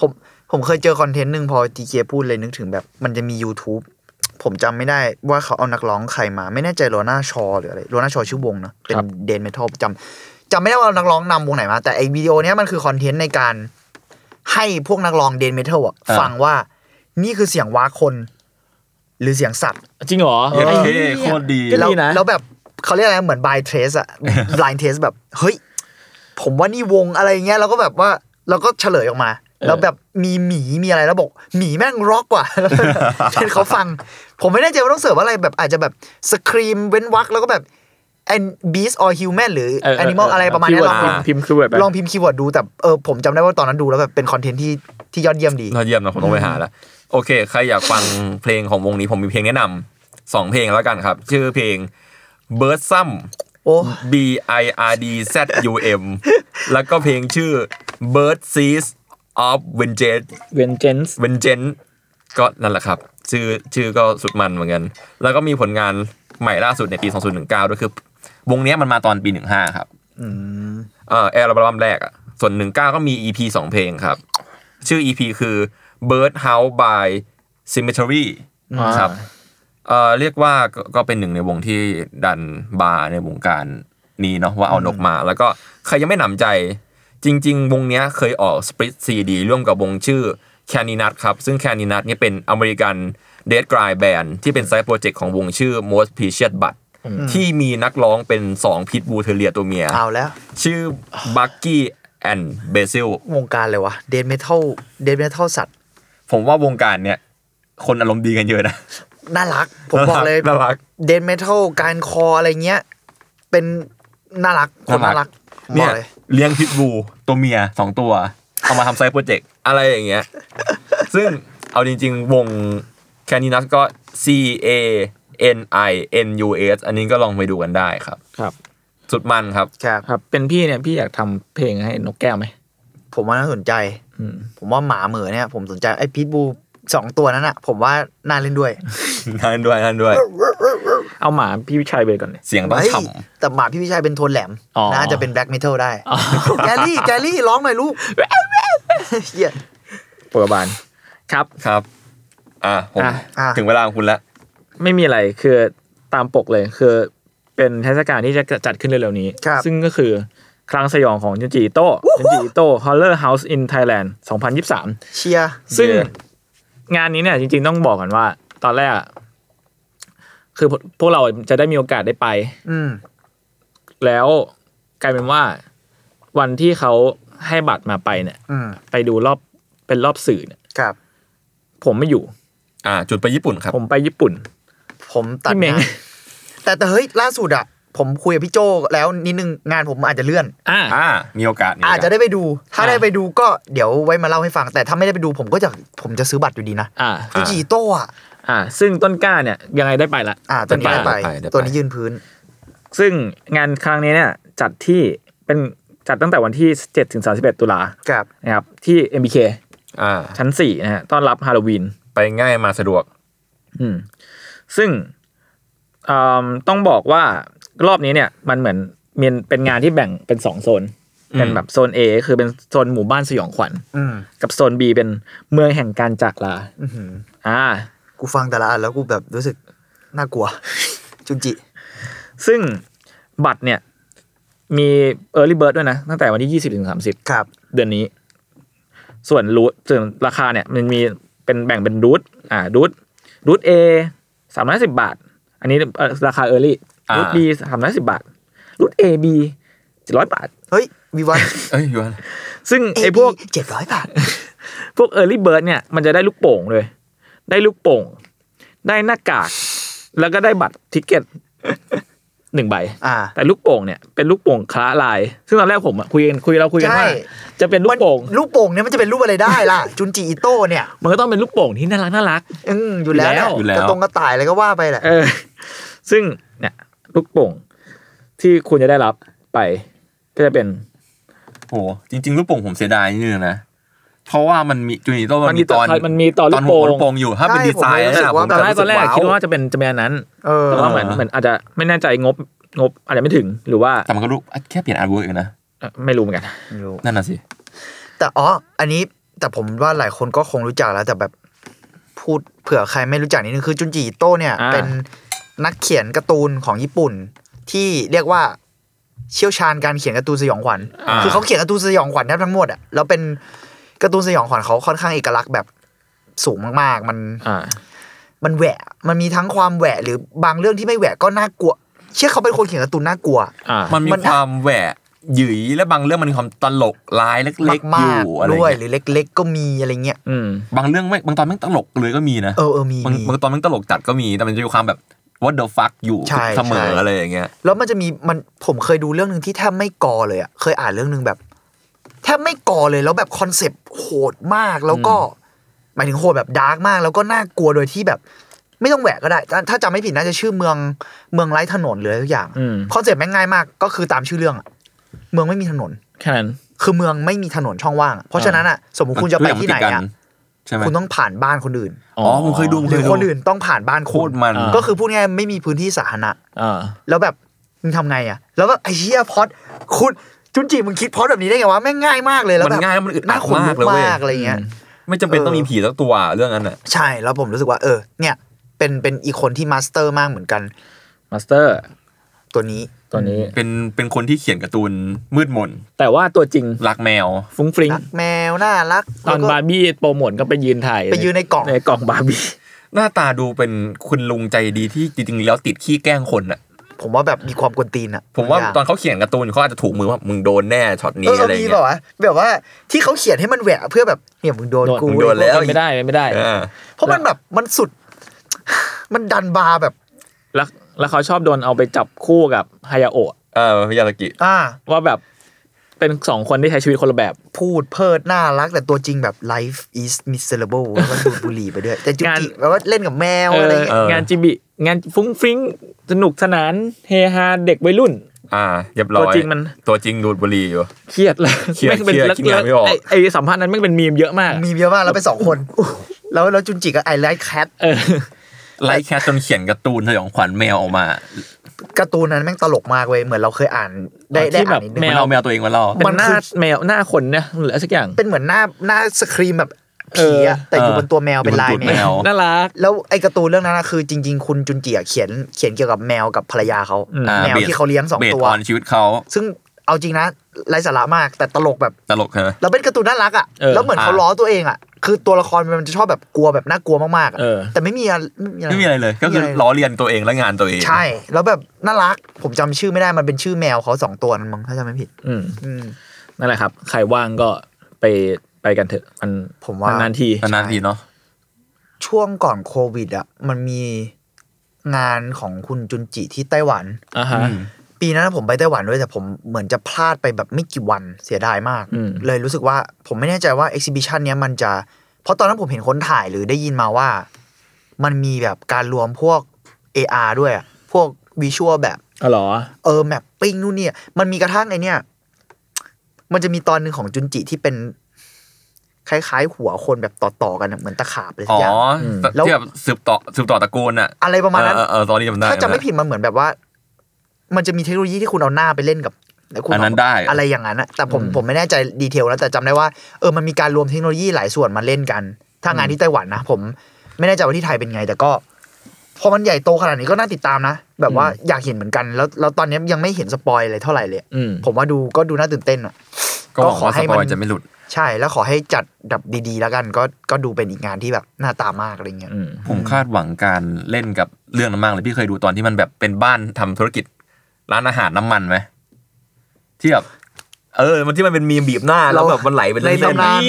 Speaker 4: ผมผมเคยเจอคอนเทนต์หนึ่งพอจีเคพูดเลยนึกถึงแบบ มันจะมี YouTube ผมจำไม่ได้ว่าเขาเอานักร้องใครมา ไม่แน่ใจโรน่าชอหรืออะไรโรน่าชอชื่อวงเนอะเป็น
Speaker 2: ครับ
Speaker 4: เดนเมทัลจำจำไม่ได้ว่าเอานักร้องนำวงไหนมา แต่ไอวิดีโอเนี้ยมันคือคอนเทนต์ในการให้พวกนักร้องเดนเมทัลอะฟังว่านี่คือเสียงว้าคน หรือเสียงสัตว์
Speaker 2: จริงเหรอ
Speaker 3: เย็ด
Speaker 2: ไอ้
Speaker 3: เท่
Speaker 2: หี้ย
Speaker 3: โคตรดี
Speaker 2: ก็
Speaker 4: แล้ว
Speaker 2: ดีนะ
Speaker 4: แล้วแบบเขาเรียกอะไรเหมือน by trace อะ blind trace แบบ เฮ้ย ผมว่านี่วงอะไรเงี้ยเราก็แบบว่าเราก็เฉลยออกมา แล้วแบบมีหมีมีอะไรแล้วบอกหมีแม่งร็อกกว่า เช่นเขาฟัง ผมไม่แน่ใจว่าต้องเสิร์ฟอะไรแบบอาจจะแบบสครีมเว้นวักแล้วก็แบบ and beast or human หรือ
Speaker 2: เออเออ
Speaker 4: animal อะไรประมาณเนี้ย
Speaker 2: คีย์
Speaker 4: ลอง
Speaker 2: เวิร์ด
Speaker 3: อ่า
Speaker 2: พิมพ์คือแบบ
Speaker 4: ลองพิมพ์คีย์เวิร์ดดูแต่เออผมจำได้ว่าตอนนั้นดูแล้วแบบเป็นคอนเทนต์ที่ที่ยอดเยี่ยมดี
Speaker 3: ยอดเยี่ยมนะผมต้องไปหาละโอเค ใครอยากฟังเพลงของวงนี้ผมมีเพลงแนะนำสองเพลงแล้วกันครับ ชื่อเพลง b i r d s u m
Speaker 4: โอ้
Speaker 3: B I R D Z U M แล้วก็เพลงชื่อ Bird Seas of Vengeance
Speaker 2: เวนเจนส์
Speaker 3: Vengeance ก็นั่นแหละครับ ชื่อชื่อก็สุดมันเหมือนกัน แล้วก็มีผลงานใหม่ล่าสุดในปี 2019 ด้วยคือ วงเนี้ยมันมาตอนปี 15 ครับเอ่อแอลบั้มแรกอ่ะ ส่วน 19 ก็มี EP สองเพลงครับ ชื่อ EP คือ Bird House by Cemetery ครับเอ่อเรียกว่าก็ก็เป็นหนึ่งในวงที่ดันบาร์ในวงการนี้เนาะว่าเอานกมา แล้วก็ใครยังไม่หนำใจ จริง ๆ วงเนี้ยเคยออกสปริตซีดีร่วมกับวงชื่อแคนนีนัทครับ ซึ่งแคนนีนัทเนี่ยเป็นอเมริกันเดดกรายแบนที่เป็นไซต์โปรเจกต์ของวงชื่อ Most p r e c i o u s b u t ที่มีนักร้องเป็น 2 พิทบูเทเลียตัวเมีย
Speaker 4: เอาแล้ว
Speaker 3: ชื่อบักกี้แอนเบซิล
Speaker 4: วงการเลยวะเดนเมทัลเดนเมทัลสัตว์
Speaker 3: ผมว่าวงการเนี่ย คนอารมณ์ดีกันเยอะนะ
Speaker 4: น่ารัก ผมบอกเลย
Speaker 3: น่ารัก
Speaker 4: เดนเมทัลการคออะไรเงี้ย เป็นน่ารักคนน่ารักผมบ
Speaker 3: เนี่
Speaker 4: อย กเลย
Speaker 3: เลี้ยงพิทบูตัวเมียสองตัว เอามาทำไซต์โปรเจกต์ อะไรอย่างเงี้ย ซึ่งเอาจริง ๆ วงแคน i นัสก็ C A N I N U S อันนี้ก็ลองไปดูกันได้ครับ
Speaker 2: ครับ
Speaker 3: สุดมันครับ
Speaker 4: ครับ
Speaker 2: ครับ เป็นพี่เนี่ยพี่อยากทำเพลงให้นกแก้วไหม
Speaker 4: ผมว่าน่าสนใจ
Speaker 2: อืม
Speaker 4: ผมว่าหมาเหมือเนี่ย ผมสนใจไอ้พิทบูสองตัวนั้นอ่ะ ผมว่าน่าเล่นด้วย
Speaker 3: นั่นด้วยนั่นด้วย
Speaker 2: เอาหมาพี่วิชัยไปก่อนเลย
Speaker 3: เสียงต้อง
Speaker 4: เฮ้ย
Speaker 3: ฉ่
Speaker 4: แต่หมาพี่พิชัยเป็นโทนแหลม
Speaker 2: อ๋อ
Speaker 4: น่าจะเป็นแบล็กเมทัลได้แกลลี่แกลลี่ร้องหน่อยลูกเหี้ย
Speaker 2: ปรบานครับ
Speaker 3: ำครับ อ่ะผม
Speaker 2: อ่ะ
Speaker 4: อ่ะ
Speaker 3: ถึงเวลาของคุณละ
Speaker 2: ไม่มีอะไรคือตามปกเลยคือเป็นเทศกาลที่จะจัดขึ้นเร็วๆนี้
Speaker 4: ครับ
Speaker 2: ซึ่งก็คือครั้งสยองของจุนจิอิโต้จุนจิอิโต้ Horror House in Thailand 2023
Speaker 4: เชียร์
Speaker 2: ซึ่ง
Speaker 3: เย่
Speaker 2: งานนี้เนี่ยจริงๆต้องบอกก่อนว่า ตอนแรกอะคือพวกเราจะได้มีโอกาสได้ไป
Speaker 4: อืม
Speaker 2: แล้วกลายเป็นว่าวันที่เขาให้บัตรมาไปเนี่ย
Speaker 4: อืม
Speaker 2: ไปดูรอบเป็นรอบสื่อเนี่ย
Speaker 4: ครับ
Speaker 2: ผมไม่อยู่
Speaker 3: อ่ะจุดไปญี่ปุ่นครับ
Speaker 2: ผมไปญี่ปุ่น
Speaker 4: ผมตัด
Speaker 2: พี่เม้ง
Speaker 4: งานแต่แต่เฮ้ยล่าสุดอะผมคุยกับพี่โจแล้วนิดนึงงานผมอาจจะเลื่อน
Speaker 2: อ่า
Speaker 3: อ่ะมีโอกาสมีโกส
Speaker 4: อาจจะได้ไปดู ถ้า
Speaker 2: อ่า
Speaker 4: ได้ไปดูก็เดี๋ยวไว้มาเล่าให้ฟัง แต่ถ้าไม่ได้ไปดูผมก็จะผมจะซื้อบัตรอยู่ดีนะ
Speaker 2: อ่า
Speaker 4: จูจิโต้อะ
Speaker 2: อ่า ซึ่งต้นกล้าเนี่ยยังไงได้ไปละ
Speaker 4: อ่าตัวนี้ได้ไป
Speaker 3: ได้ไปได้ไป
Speaker 4: ตัวนี้ยืนพื้น
Speaker 2: ซึ่งงานครั้งนี้เนี่ยจัดที่เป็นจัดตั้งแต่วันที่ 7 ถึง 31 ตุลา
Speaker 4: ครับ
Speaker 2: นะครับ ที่ MBK
Speaker 3: อ่ะ
Speaker 2: ชั้น 4 นะฮะต้อนรับฮาโลวีน
Speaker 3: ไปง่ายมาสะดวก
Speaker 2: อืมซึ่งอืมต้องบอกว่ารอบนี้เนี่ยมันเหมือนมีเป็นงานที่แบ่งเป็น 2 โซน เป็นแบบโซน A คือเป็นโซนหมู่บ้านสยองขวัญ
Speaker 4: อืม
Speaker 2: กับโซน B เป็นเมืองแห่งการจากลา
Speaker 4: อื้อหือ
Speaker 2: อ่า
Speaker 4: กูฟังแต่ละอันแล้วกูแบบรู้สึกน่ ากลัว จุนจิ
Speaker 2: ซึ่งบัตรเนี่ยมี Early Bird ด้วยนะ ตั้งแต่วันที่ 20 ถึง 30
Speaker 4: ครับ
Speaker 2: เดือนนี้ ส่วนรูทส่วนราคาเนี่ย มันมีเป็นแบ่งเป็นรูทอ่ารูทรูทเอสามร้อยสิบบาท อันนี้เอ่อราคาเออร์ลี่รูท
Speaker 3: อ่า
Speaker 2: บีสามร้อยสิบบาทรูทเอบีเจ็ดร้อยบาท
Speaker 4: เฮ้ยวิวัฒน์
Speaker 3: เอ้ยอยู่นะ
Speaker 2: ซึ่งไอ้พวก
Speaker 4: เจ็ดร้อยบาท
Speaker 2: พวกเออร์ลี่เบิร์ดเนี่ย มันจะได้ลูกโป่งเลย ได้ลูกโป่ง ได้หน้ากาก แล้วก็ได้บัตรทิกเก็ตหนึ่งใบ
Speaker 4: อ่า
Speaker 2: แต่ลูกโป่งเนี่ยเป็นลูกโป่งคละลาย ซึ่งตอนแรกผมอะคุยกันคุยเราคุยกันว่า
Speaker 4: ใช่
Speaker 2: จะเป็นลูกโป่ง
Speaker 4: ลูกโป่งเนี่ยมันจะเป็นรูปอะไรได้ล่ะ จุนจิอิโต้เนี่ย
Speaker 2: มันก็ต้องเป็นลูกโป่งที่น่ารักน่ารัก
Speaker 4: อืมอยู่แล้ว
Speaker 2: แล้ว
Speaker 4: กระตรงกระต่ายอะไรก็ว่าไปแหละ
Speaker 2: เออ ซึ่งเนี่ยลูกโป่งที่คุณจะได้รับไป ก็จะเป็น
Speaker 3: โหจริง ๆ ลูกโป่งผมเสียดายนิดนึงนะ เพราะว่ามันมีจูนิโต้
Speaker 2: มันมีตอนมันมีตอน
Speaker 3: ต
Speaker 2: ลูก
Speaker 3: อนหั
Speaker 2: โป่
Speaker 3: วลูกโป่
Speaker 2: ง
Speaker 3: งอยู่ถ้าเป็น
Speaker 4: ใช่
Speaker 3: ดีไซน์
Speaker 4: ผมรู้
Speaker 2: ตอ
Speaker 3: นะผม
Speaker 4: สึกว่า
Speaker 2: นแรกตอนแรก
Speaker 3: จำ
Speaker 4: ว้าว
Speaker 2: คิดว่าจะเป็นจะเป็นอันนั้น
Speaker 4: เออ
Speaker 2: แต่ว่าเหมือน
Speaker 3: เออ
Speaker 2: เหมือนอาจจะไม่แน่ใจงบงบอาจจะไม่ถึงหรือว่า
Speaker 3: แต่มันก็รู้แค่เปลี่ยนอาร์ตเวิร์กนะ
Speaker 2: เอ่อไม่รู้เหมือนกัน
Speaker 4: ไม่รู้
Speaker 3: นั่นน่ะสิ
Speaker 4: แต่อ๋อ อันนี้แต่ผมว่าหลายคนก็คงรู้จักแล้ว แต่แบบพูดเผื่อใครไม่รู้จักนิดนึงคือจุนจิอิโต้เนี่ย
Speaker 2: อ่า
Speaker 4: เป็นนักเขียนการ์ตูนของญี่ปุ่น ที่เรียกว่าเชี่ยวชาญการเขียนการ์ตูนสยองขวัญ
Speaker 3: อ่า
Speaker 4: คือเขาเขียนการ์ตูนสยองขวัญแทบทั้งหมดอ่ะแล้วเป็นการ์ตูนสยองขวัญเขาค่อนข้างเอกลักษณ์แบบสูงมากๆ มัน
Speaker 2: อ่า
Speaker 4: มันแหวะ มันมีทั้งความแหวะ หรือบางเรื่องที่ไม่แหวะก็น่ากลัว เชื่อเขาเป็นคนเขียนการ์ตูนน่ากลัว
Speaker 2: อ่า
Speaker 3: มันมี
Speaker 4: มัน
Speaker 3: ความแหวะหยุยและบางเรื่องมันมีความตลกร้ายเล็กๆ
Speaker 4: มา
Speaker 3: อก ยู่อะไรเงี้
Speaker 4: ๆด้วย
Speaker 3: ย
Speaker 4: หรือเล็ก ๆ ก็มีอะไรเงี้ย
Speaker 2: อืม
Speaker 3: บางเรื่องไม่บางตอนแมันตลกเลยก็มีนะ
Speaker 4: เออเออมี
Speaker 3: บาง
Speaker 4: มี
Speaker 3: บางตอนแมันตลกจัดก็มีแต่มันจะมีความแบบ what the fuck อยู่
Speaker 4: ใช่
Speaker 3: เสมอ
Speaker 4: ใช่
Speaker 3: อะไรอย่างเงี้ย
Speaker 4: แล้วมันจะมีมันผมเคยดูเรื่องหนึ่งที่แทบไม่กอเลยอะเคยอ่านเรื่องหนึ่งแบบแทบไม่กอเลยแล้วแบบคอนเซปต์โหดมากแล้วก็หมายถึงโหดแบบดาร์กมาก แล้วก็น่ากลัวโดยที่แบบ ไม่ต้องแหวกก็ได้ ถ้าถ้าจำไม่ผิดน่าจะชื่อเมืองเมืองไร้ถนนหรืออะไรทุกอย่าง
Speaker 2: อืม
Speaker 4: คอนเซปต์แม่งง่ายมากก็คือตามชื่อเรื่องอะเมืองไม่มีถนน
Speaker 2: แค่นั้น
Speaker 4: คือเมืองไม่มีถนนช่องว่างอะเพราะฉะนั้นอะสมมติคุณจะไปที่ไหนอะ
Speaker 3: ใช่ไหม
Speaker 4: คุณต้องผ่านบ้านคนอื่น
Speaker 3: อ๋อผมเคยดูผม
Speaker 4: ห
Speaker 3: เค
Speaker 4: รื
Speaker 3: ย
Speaker 4: อ
Speaker 3: ดู
Speaker 4: คนอื่นต้องผ่านบ้าน
Speaker 3: โค
Speaker 4: คุณ
Speaker 3: ตรมัน
Speaker 2: อ่า
Speaker 4: ก็คือพูดง่ายๆไม่มีพื้นที่สาธารณะ
Speaker 2: อ่า
Speaker 4: แล้วแบบมึงทำไงอ่ะ แล้วก็ไอ้เหี้ยพล็อดคุณจุนจีมึงคิดพล็อดแบบนี้ได้ไงวะแม่งง่ายมากเลยแล้ว
Speaker 3: มัน
Speaker 4: แบบ
Speaker 3: ง่ายมันอึดอัด
Speaker 4: น่าขนลุก
Speaker 3: มากเลยเว้ย
Speaker 4: มากอะไรเงี้ย
Speaker 3: ไม่จำเป็น
Speaker 4: เออ
Speaker 3: ต้องมีผีสักตัวเรื่องนั้นอ่ะ
Speaker 4: ใช่แล้วผมรู้สึกว่าเออ เนี่ยเป็นเป็นอีกคนที่มาสเตอร์มากเหมือนกัน
Speaker 2: มาสเตอร์
Speaker 4: ตัวนี้
Speaker 2: ตัวนี้
Speaker 3: เป็นเป็นคนที่เขียนการ์ตูนมืดมน
Speaker 2: แต่ว่าตัวจริง
Speaker 3: รักแมว
Speaker 2: ฟุ้งฟริ้ง
Speaker 4: รักแมวน่ารัก
Speaker 2: ตอน
Speaker 4: แล้วก็
Speaker 2: บาร์บี้โปรโมทก็ไปยืนถ่าย
Speaker 4: ไปยืนในกล่อง
Speaker 2: ในกล่องบาร์บี้
Speaker 3: หน้าตาดูเป็นคุณลุงใจดีที่จริงๆแล้วติดขี้แกล้งคนอ่ะ
Speaker 4: ผมว่าแบบมีความกวนตีนอ่ะ
Speaker 3: ผมว่า
Speaker 4: บงย่ง
Speaker 3: ตอนเขาเขียนการ์ตูนเขาอาจจะถูกมือว่ามึงโดนแน่ช็อต
Speaker 4: เอ
Speaker 3: นี้
Speaker 4: อ
Speaker 3: อะไร
Speaker 4: มี
Speaker 3: เงี้
Speaker 4: แบ
Speaker 3: ย
Speaker 4: บว่าแบบว่าที่เขาเขียนให้มันแหวะเพื่อแบบเนี่ยมึงโดน
Speaker 2: โดน
Speaker 4: กู
Speaker 3: มึงโดนแล้ว
Speaker 2: ไม่ได้ไม่ได้
Speaker 3: เออ
Speaker 4: เพราะมันแบบมันสุด มันดันบาร์แบบ
Speaker 2: แล้วแล้วเขาชอบโดนเอาไปจับคู่กับไฮายาโอะ
Speaker 3: เออพิยาสกิ
Speaker 4: อ่า
Speaker 2: ว่าแบบเป็นสองคนที่ใช้ชีวิตคนละแบบ
Speaker 4: พูดเพิดน่ารักแต่ตัวจริงแบบ life is miserable แล้วก็ดูดบุหรี่ไปด้วย แต่จุ
Speaker 2: งาน
Speaker 4: จิแบบว่าเล่นกับแมว
Speaker 2: เอ
Speaker 4: อะไร
Speaker 2: อ
Speaker 4: เงี้ย
Speaker 3: เออ
Speaker 2: งานจิบิ งานฟุ้งฟริ้งสนุกสนานเฮฮาเด็กวัยรุ่น
Speaker 3: อ่าเรียบร้อย
Speaker 2: ตัวจริงมัน
Speaker 3: ตัวจริงดูดบุหรี่อยู่
Speaker 2: เครียดเลย
Speaker 3: เครียด
Speaker 2: แม่งเป็น
Speaker 3: เครียด
Speaker 2: แล้ว
Speaker 3: คิดงานไม่ออก
Speaker 2: ไอ้ไอสัมภาษณ์นั้นแม่งเป็นมีมเยอะมาก
Speaker 4: มีเยอะมากแล้วไปสองคน แล้วแล้วจุนจิก็ไอไลท์แคท
Speaker 2: เออ
Speaker 3: ไลค์แคทจนเขียนการ์ตูนสยองขวัญแมวออกมา
Speaker 4: การ์ตูนนั้นแม่งตลกมากเว้ย เหมือนเราเคยอ่านได้
Speaker 2: อ๋อ
Speaker 4: ได้
Speaker 2: ที่
Speaker 4: อ่านนิดนึ
Speaker 2: แบ
Speaker 3: มั
Speaker 2: บ
Speaker 3: น
Speaker 4: ง
Speaker 3: เอาแมวตัวเองมาล่อ
Speaker 2: เป็
Speaker 4: มัน น
Speaker 2: หน้า
Speaker 4: คือ
Speaker 2: แมวหน้าคนเนี่ยหรืออะไรสักอย่าง
Speaker 4: เป็นเหมือนหน้าหน้าสครีมแบบผีอะ
Speaker 2: เออ
Speaker 4: แต่อยู่บนตัวแมวเป็นลาย
Speaker 3: อยู่บนตัว
Speaker 4: แม
Speaker 3: แม
Speaker 4: ว
Speaker 3: ว
Speaker 2: น่ารัก
Speaker 4: แล้วไอการ์ตูนเรื่องนั้นนะคือจริง ๆ คุณจุนจิอะเขียนเขียนเกี่ยวกับแมวกับภรรยาเขา
Speaker 2: อืม
Speaker 3: อ่า
Speaker 4: แมว
Speaker 3: บส
Speaker 4: ที่เขาเลี้ยงสอง
Speaker 3: บส
Speaker 4: ตัว
Speaker 3: ออนชีวิตเขา
Speaker 4: ซึ่งเอาจริงนะไร้สาระมากแต่ตลกแบบ
Speaker 3: ตลกใช่ไหม
Speaker 4: เราเป็นการ์ตูนน่ารักอ่ะ
Speaker 2: เออ
Speaker 4: แล้วเหมือนเขา
Speaker 3: อ่ะ
Speaker 4: ล้อตัวเองอ่ะ คือตัวละครมันจะชอบแบบกลัวแบบน่ากลัวมากๆอะ
Speaker 2: เออ
Speaker 4: แต่ไม่มีอะ
Speaker 3: ไม่มีอะไรเลย ก็คือ
Speaker 4: ไม่มีะไร
Speaker 3: ล้อเลียนตัวเองและงานตัวเอง
Speaker 4: ใช่ แล้วแบบน่ารัก ผมจำชื่อไม่ได้ มันเป็นชื่อแมวเขาสองตัวนั่นมั้งถ้าจำไม่ผิด
Speaker 2: อืม
Speaker 4: อืม
Speaker 2: นั่นแหละครับ ใครว่างก็ไปไปกันเถอะ มัน
Speaker 4: ผมว่าน
Speaker 2: นานๆที
Speaker 3: นานๆทีเนาะ
Speaker 4: ช่วงก่อนโควิดอ่ะ มันมีงานของคุณจุนจิที่ไต้หวัน
Speaker 2: อ่าฮะ
Speaker 4: ปีนั้นผมไปไต้หวันด้วยแต่ผมเหมือนจะพลาดไปแบบไม่กี่วันเสียดายมาก
Speaker 2: อืม
Speaker 4: เลยรู้สึกว่าผมไม่แน่ใจว่าเอ็กซิบิชันเนี้ยมันจะ เพราะตอนนั้นผมเห็นคนถ่ายหรือได้ยินมาว่า มันมีแบบการรวมพวก AR ด้วยอะพวกวิชวลแบบ
Speaker 2: อ๋อเหรอ
Speaker 4: เออแมปปิ้งนู่นเนี่ยมันมีกระทั่งไอเนี่ย มันจะมีตอนหนึ่งของจุนจิที่เป็น คล้ายๆ หัวคนแบบต่อๆกันอะเหมือนตะขาบเลย
Speaker 3: อ๋
Speaker 4: สั
Speaker 3: อก
Speaker 4: อย่าง
Speaker 3: อ
Speaker 2: ม
Speaker 4: แล้ว
Speaker 3: ที่แบบสืบต่อสืบต่อตระกูลอ่ะ
Speaker 4: อะไรประมาณนั้น
Speaker 3: เออเออตอนนี้จำได้
Speaker 4: ถ้าจำไม่ผิดมันเหมือนแบบว่า มันจะมีเทคโนโลยีที่คุณเอาหน้าไปเล่นกับแล้วคุณ
Speaker 3: อันนั้นได้
Speaker 4: อะไรอย่างนั้นอะแต่ผมผมไม่แน่ใจดีเทลแล้วแต่จำได้ว่าเออมันมีการรวมเทคโนโลยีหลายส่วนมาเล่นกัน ถ้างานที่ไต้หวันนะผมไม่แน่ใจว่าที่ไทยเป็นไง แต่ก็พอมันใหญ่โตขนาดนี้ก็น่าติดตามนะ แบบว่าอยากเห็นเหมือนกันแล้วแล้วตอนนี้ยังไม่เห็นสปอยอะไรเท่าไหร่เลย
Speaker 2: อืม
Speaker 4: ผมว่าดูก็ดูน่าตื่นเต้นอะ
Speaker 3: ก็หวังว่า
Speaker 4: ก็ขอ
Speaker 3: ส
Speaker 4: ให้
Speaker 3: ป
Speaker 4: มัน
Speaker 3: อยจะไม่หลุด
Speaker 4: ใช่แล้วขอให้จัดแบบดีๆ แล้วกันก็ก็ดูเป็นอีกงานที่แบบน่าตามากอะไรเงี้ย
Speaker 2: อืม
Speaker 3: ผมคาดหวังการเล่นกับเรื่องนั้นมากเลยพี่เคยดูตอนที่มันแบบเป็นบ้านทำธุรกิจร้านอาหารน้ำมันไหมที่แบบเออ มันที่มันเป็นมีมบีบหน้าแล้วแบบมันไหลเป็น
Speaker 4: ใน
Speaker 3: เส้น
Speaker 4: ตำนาน
Speaker 3: ๆ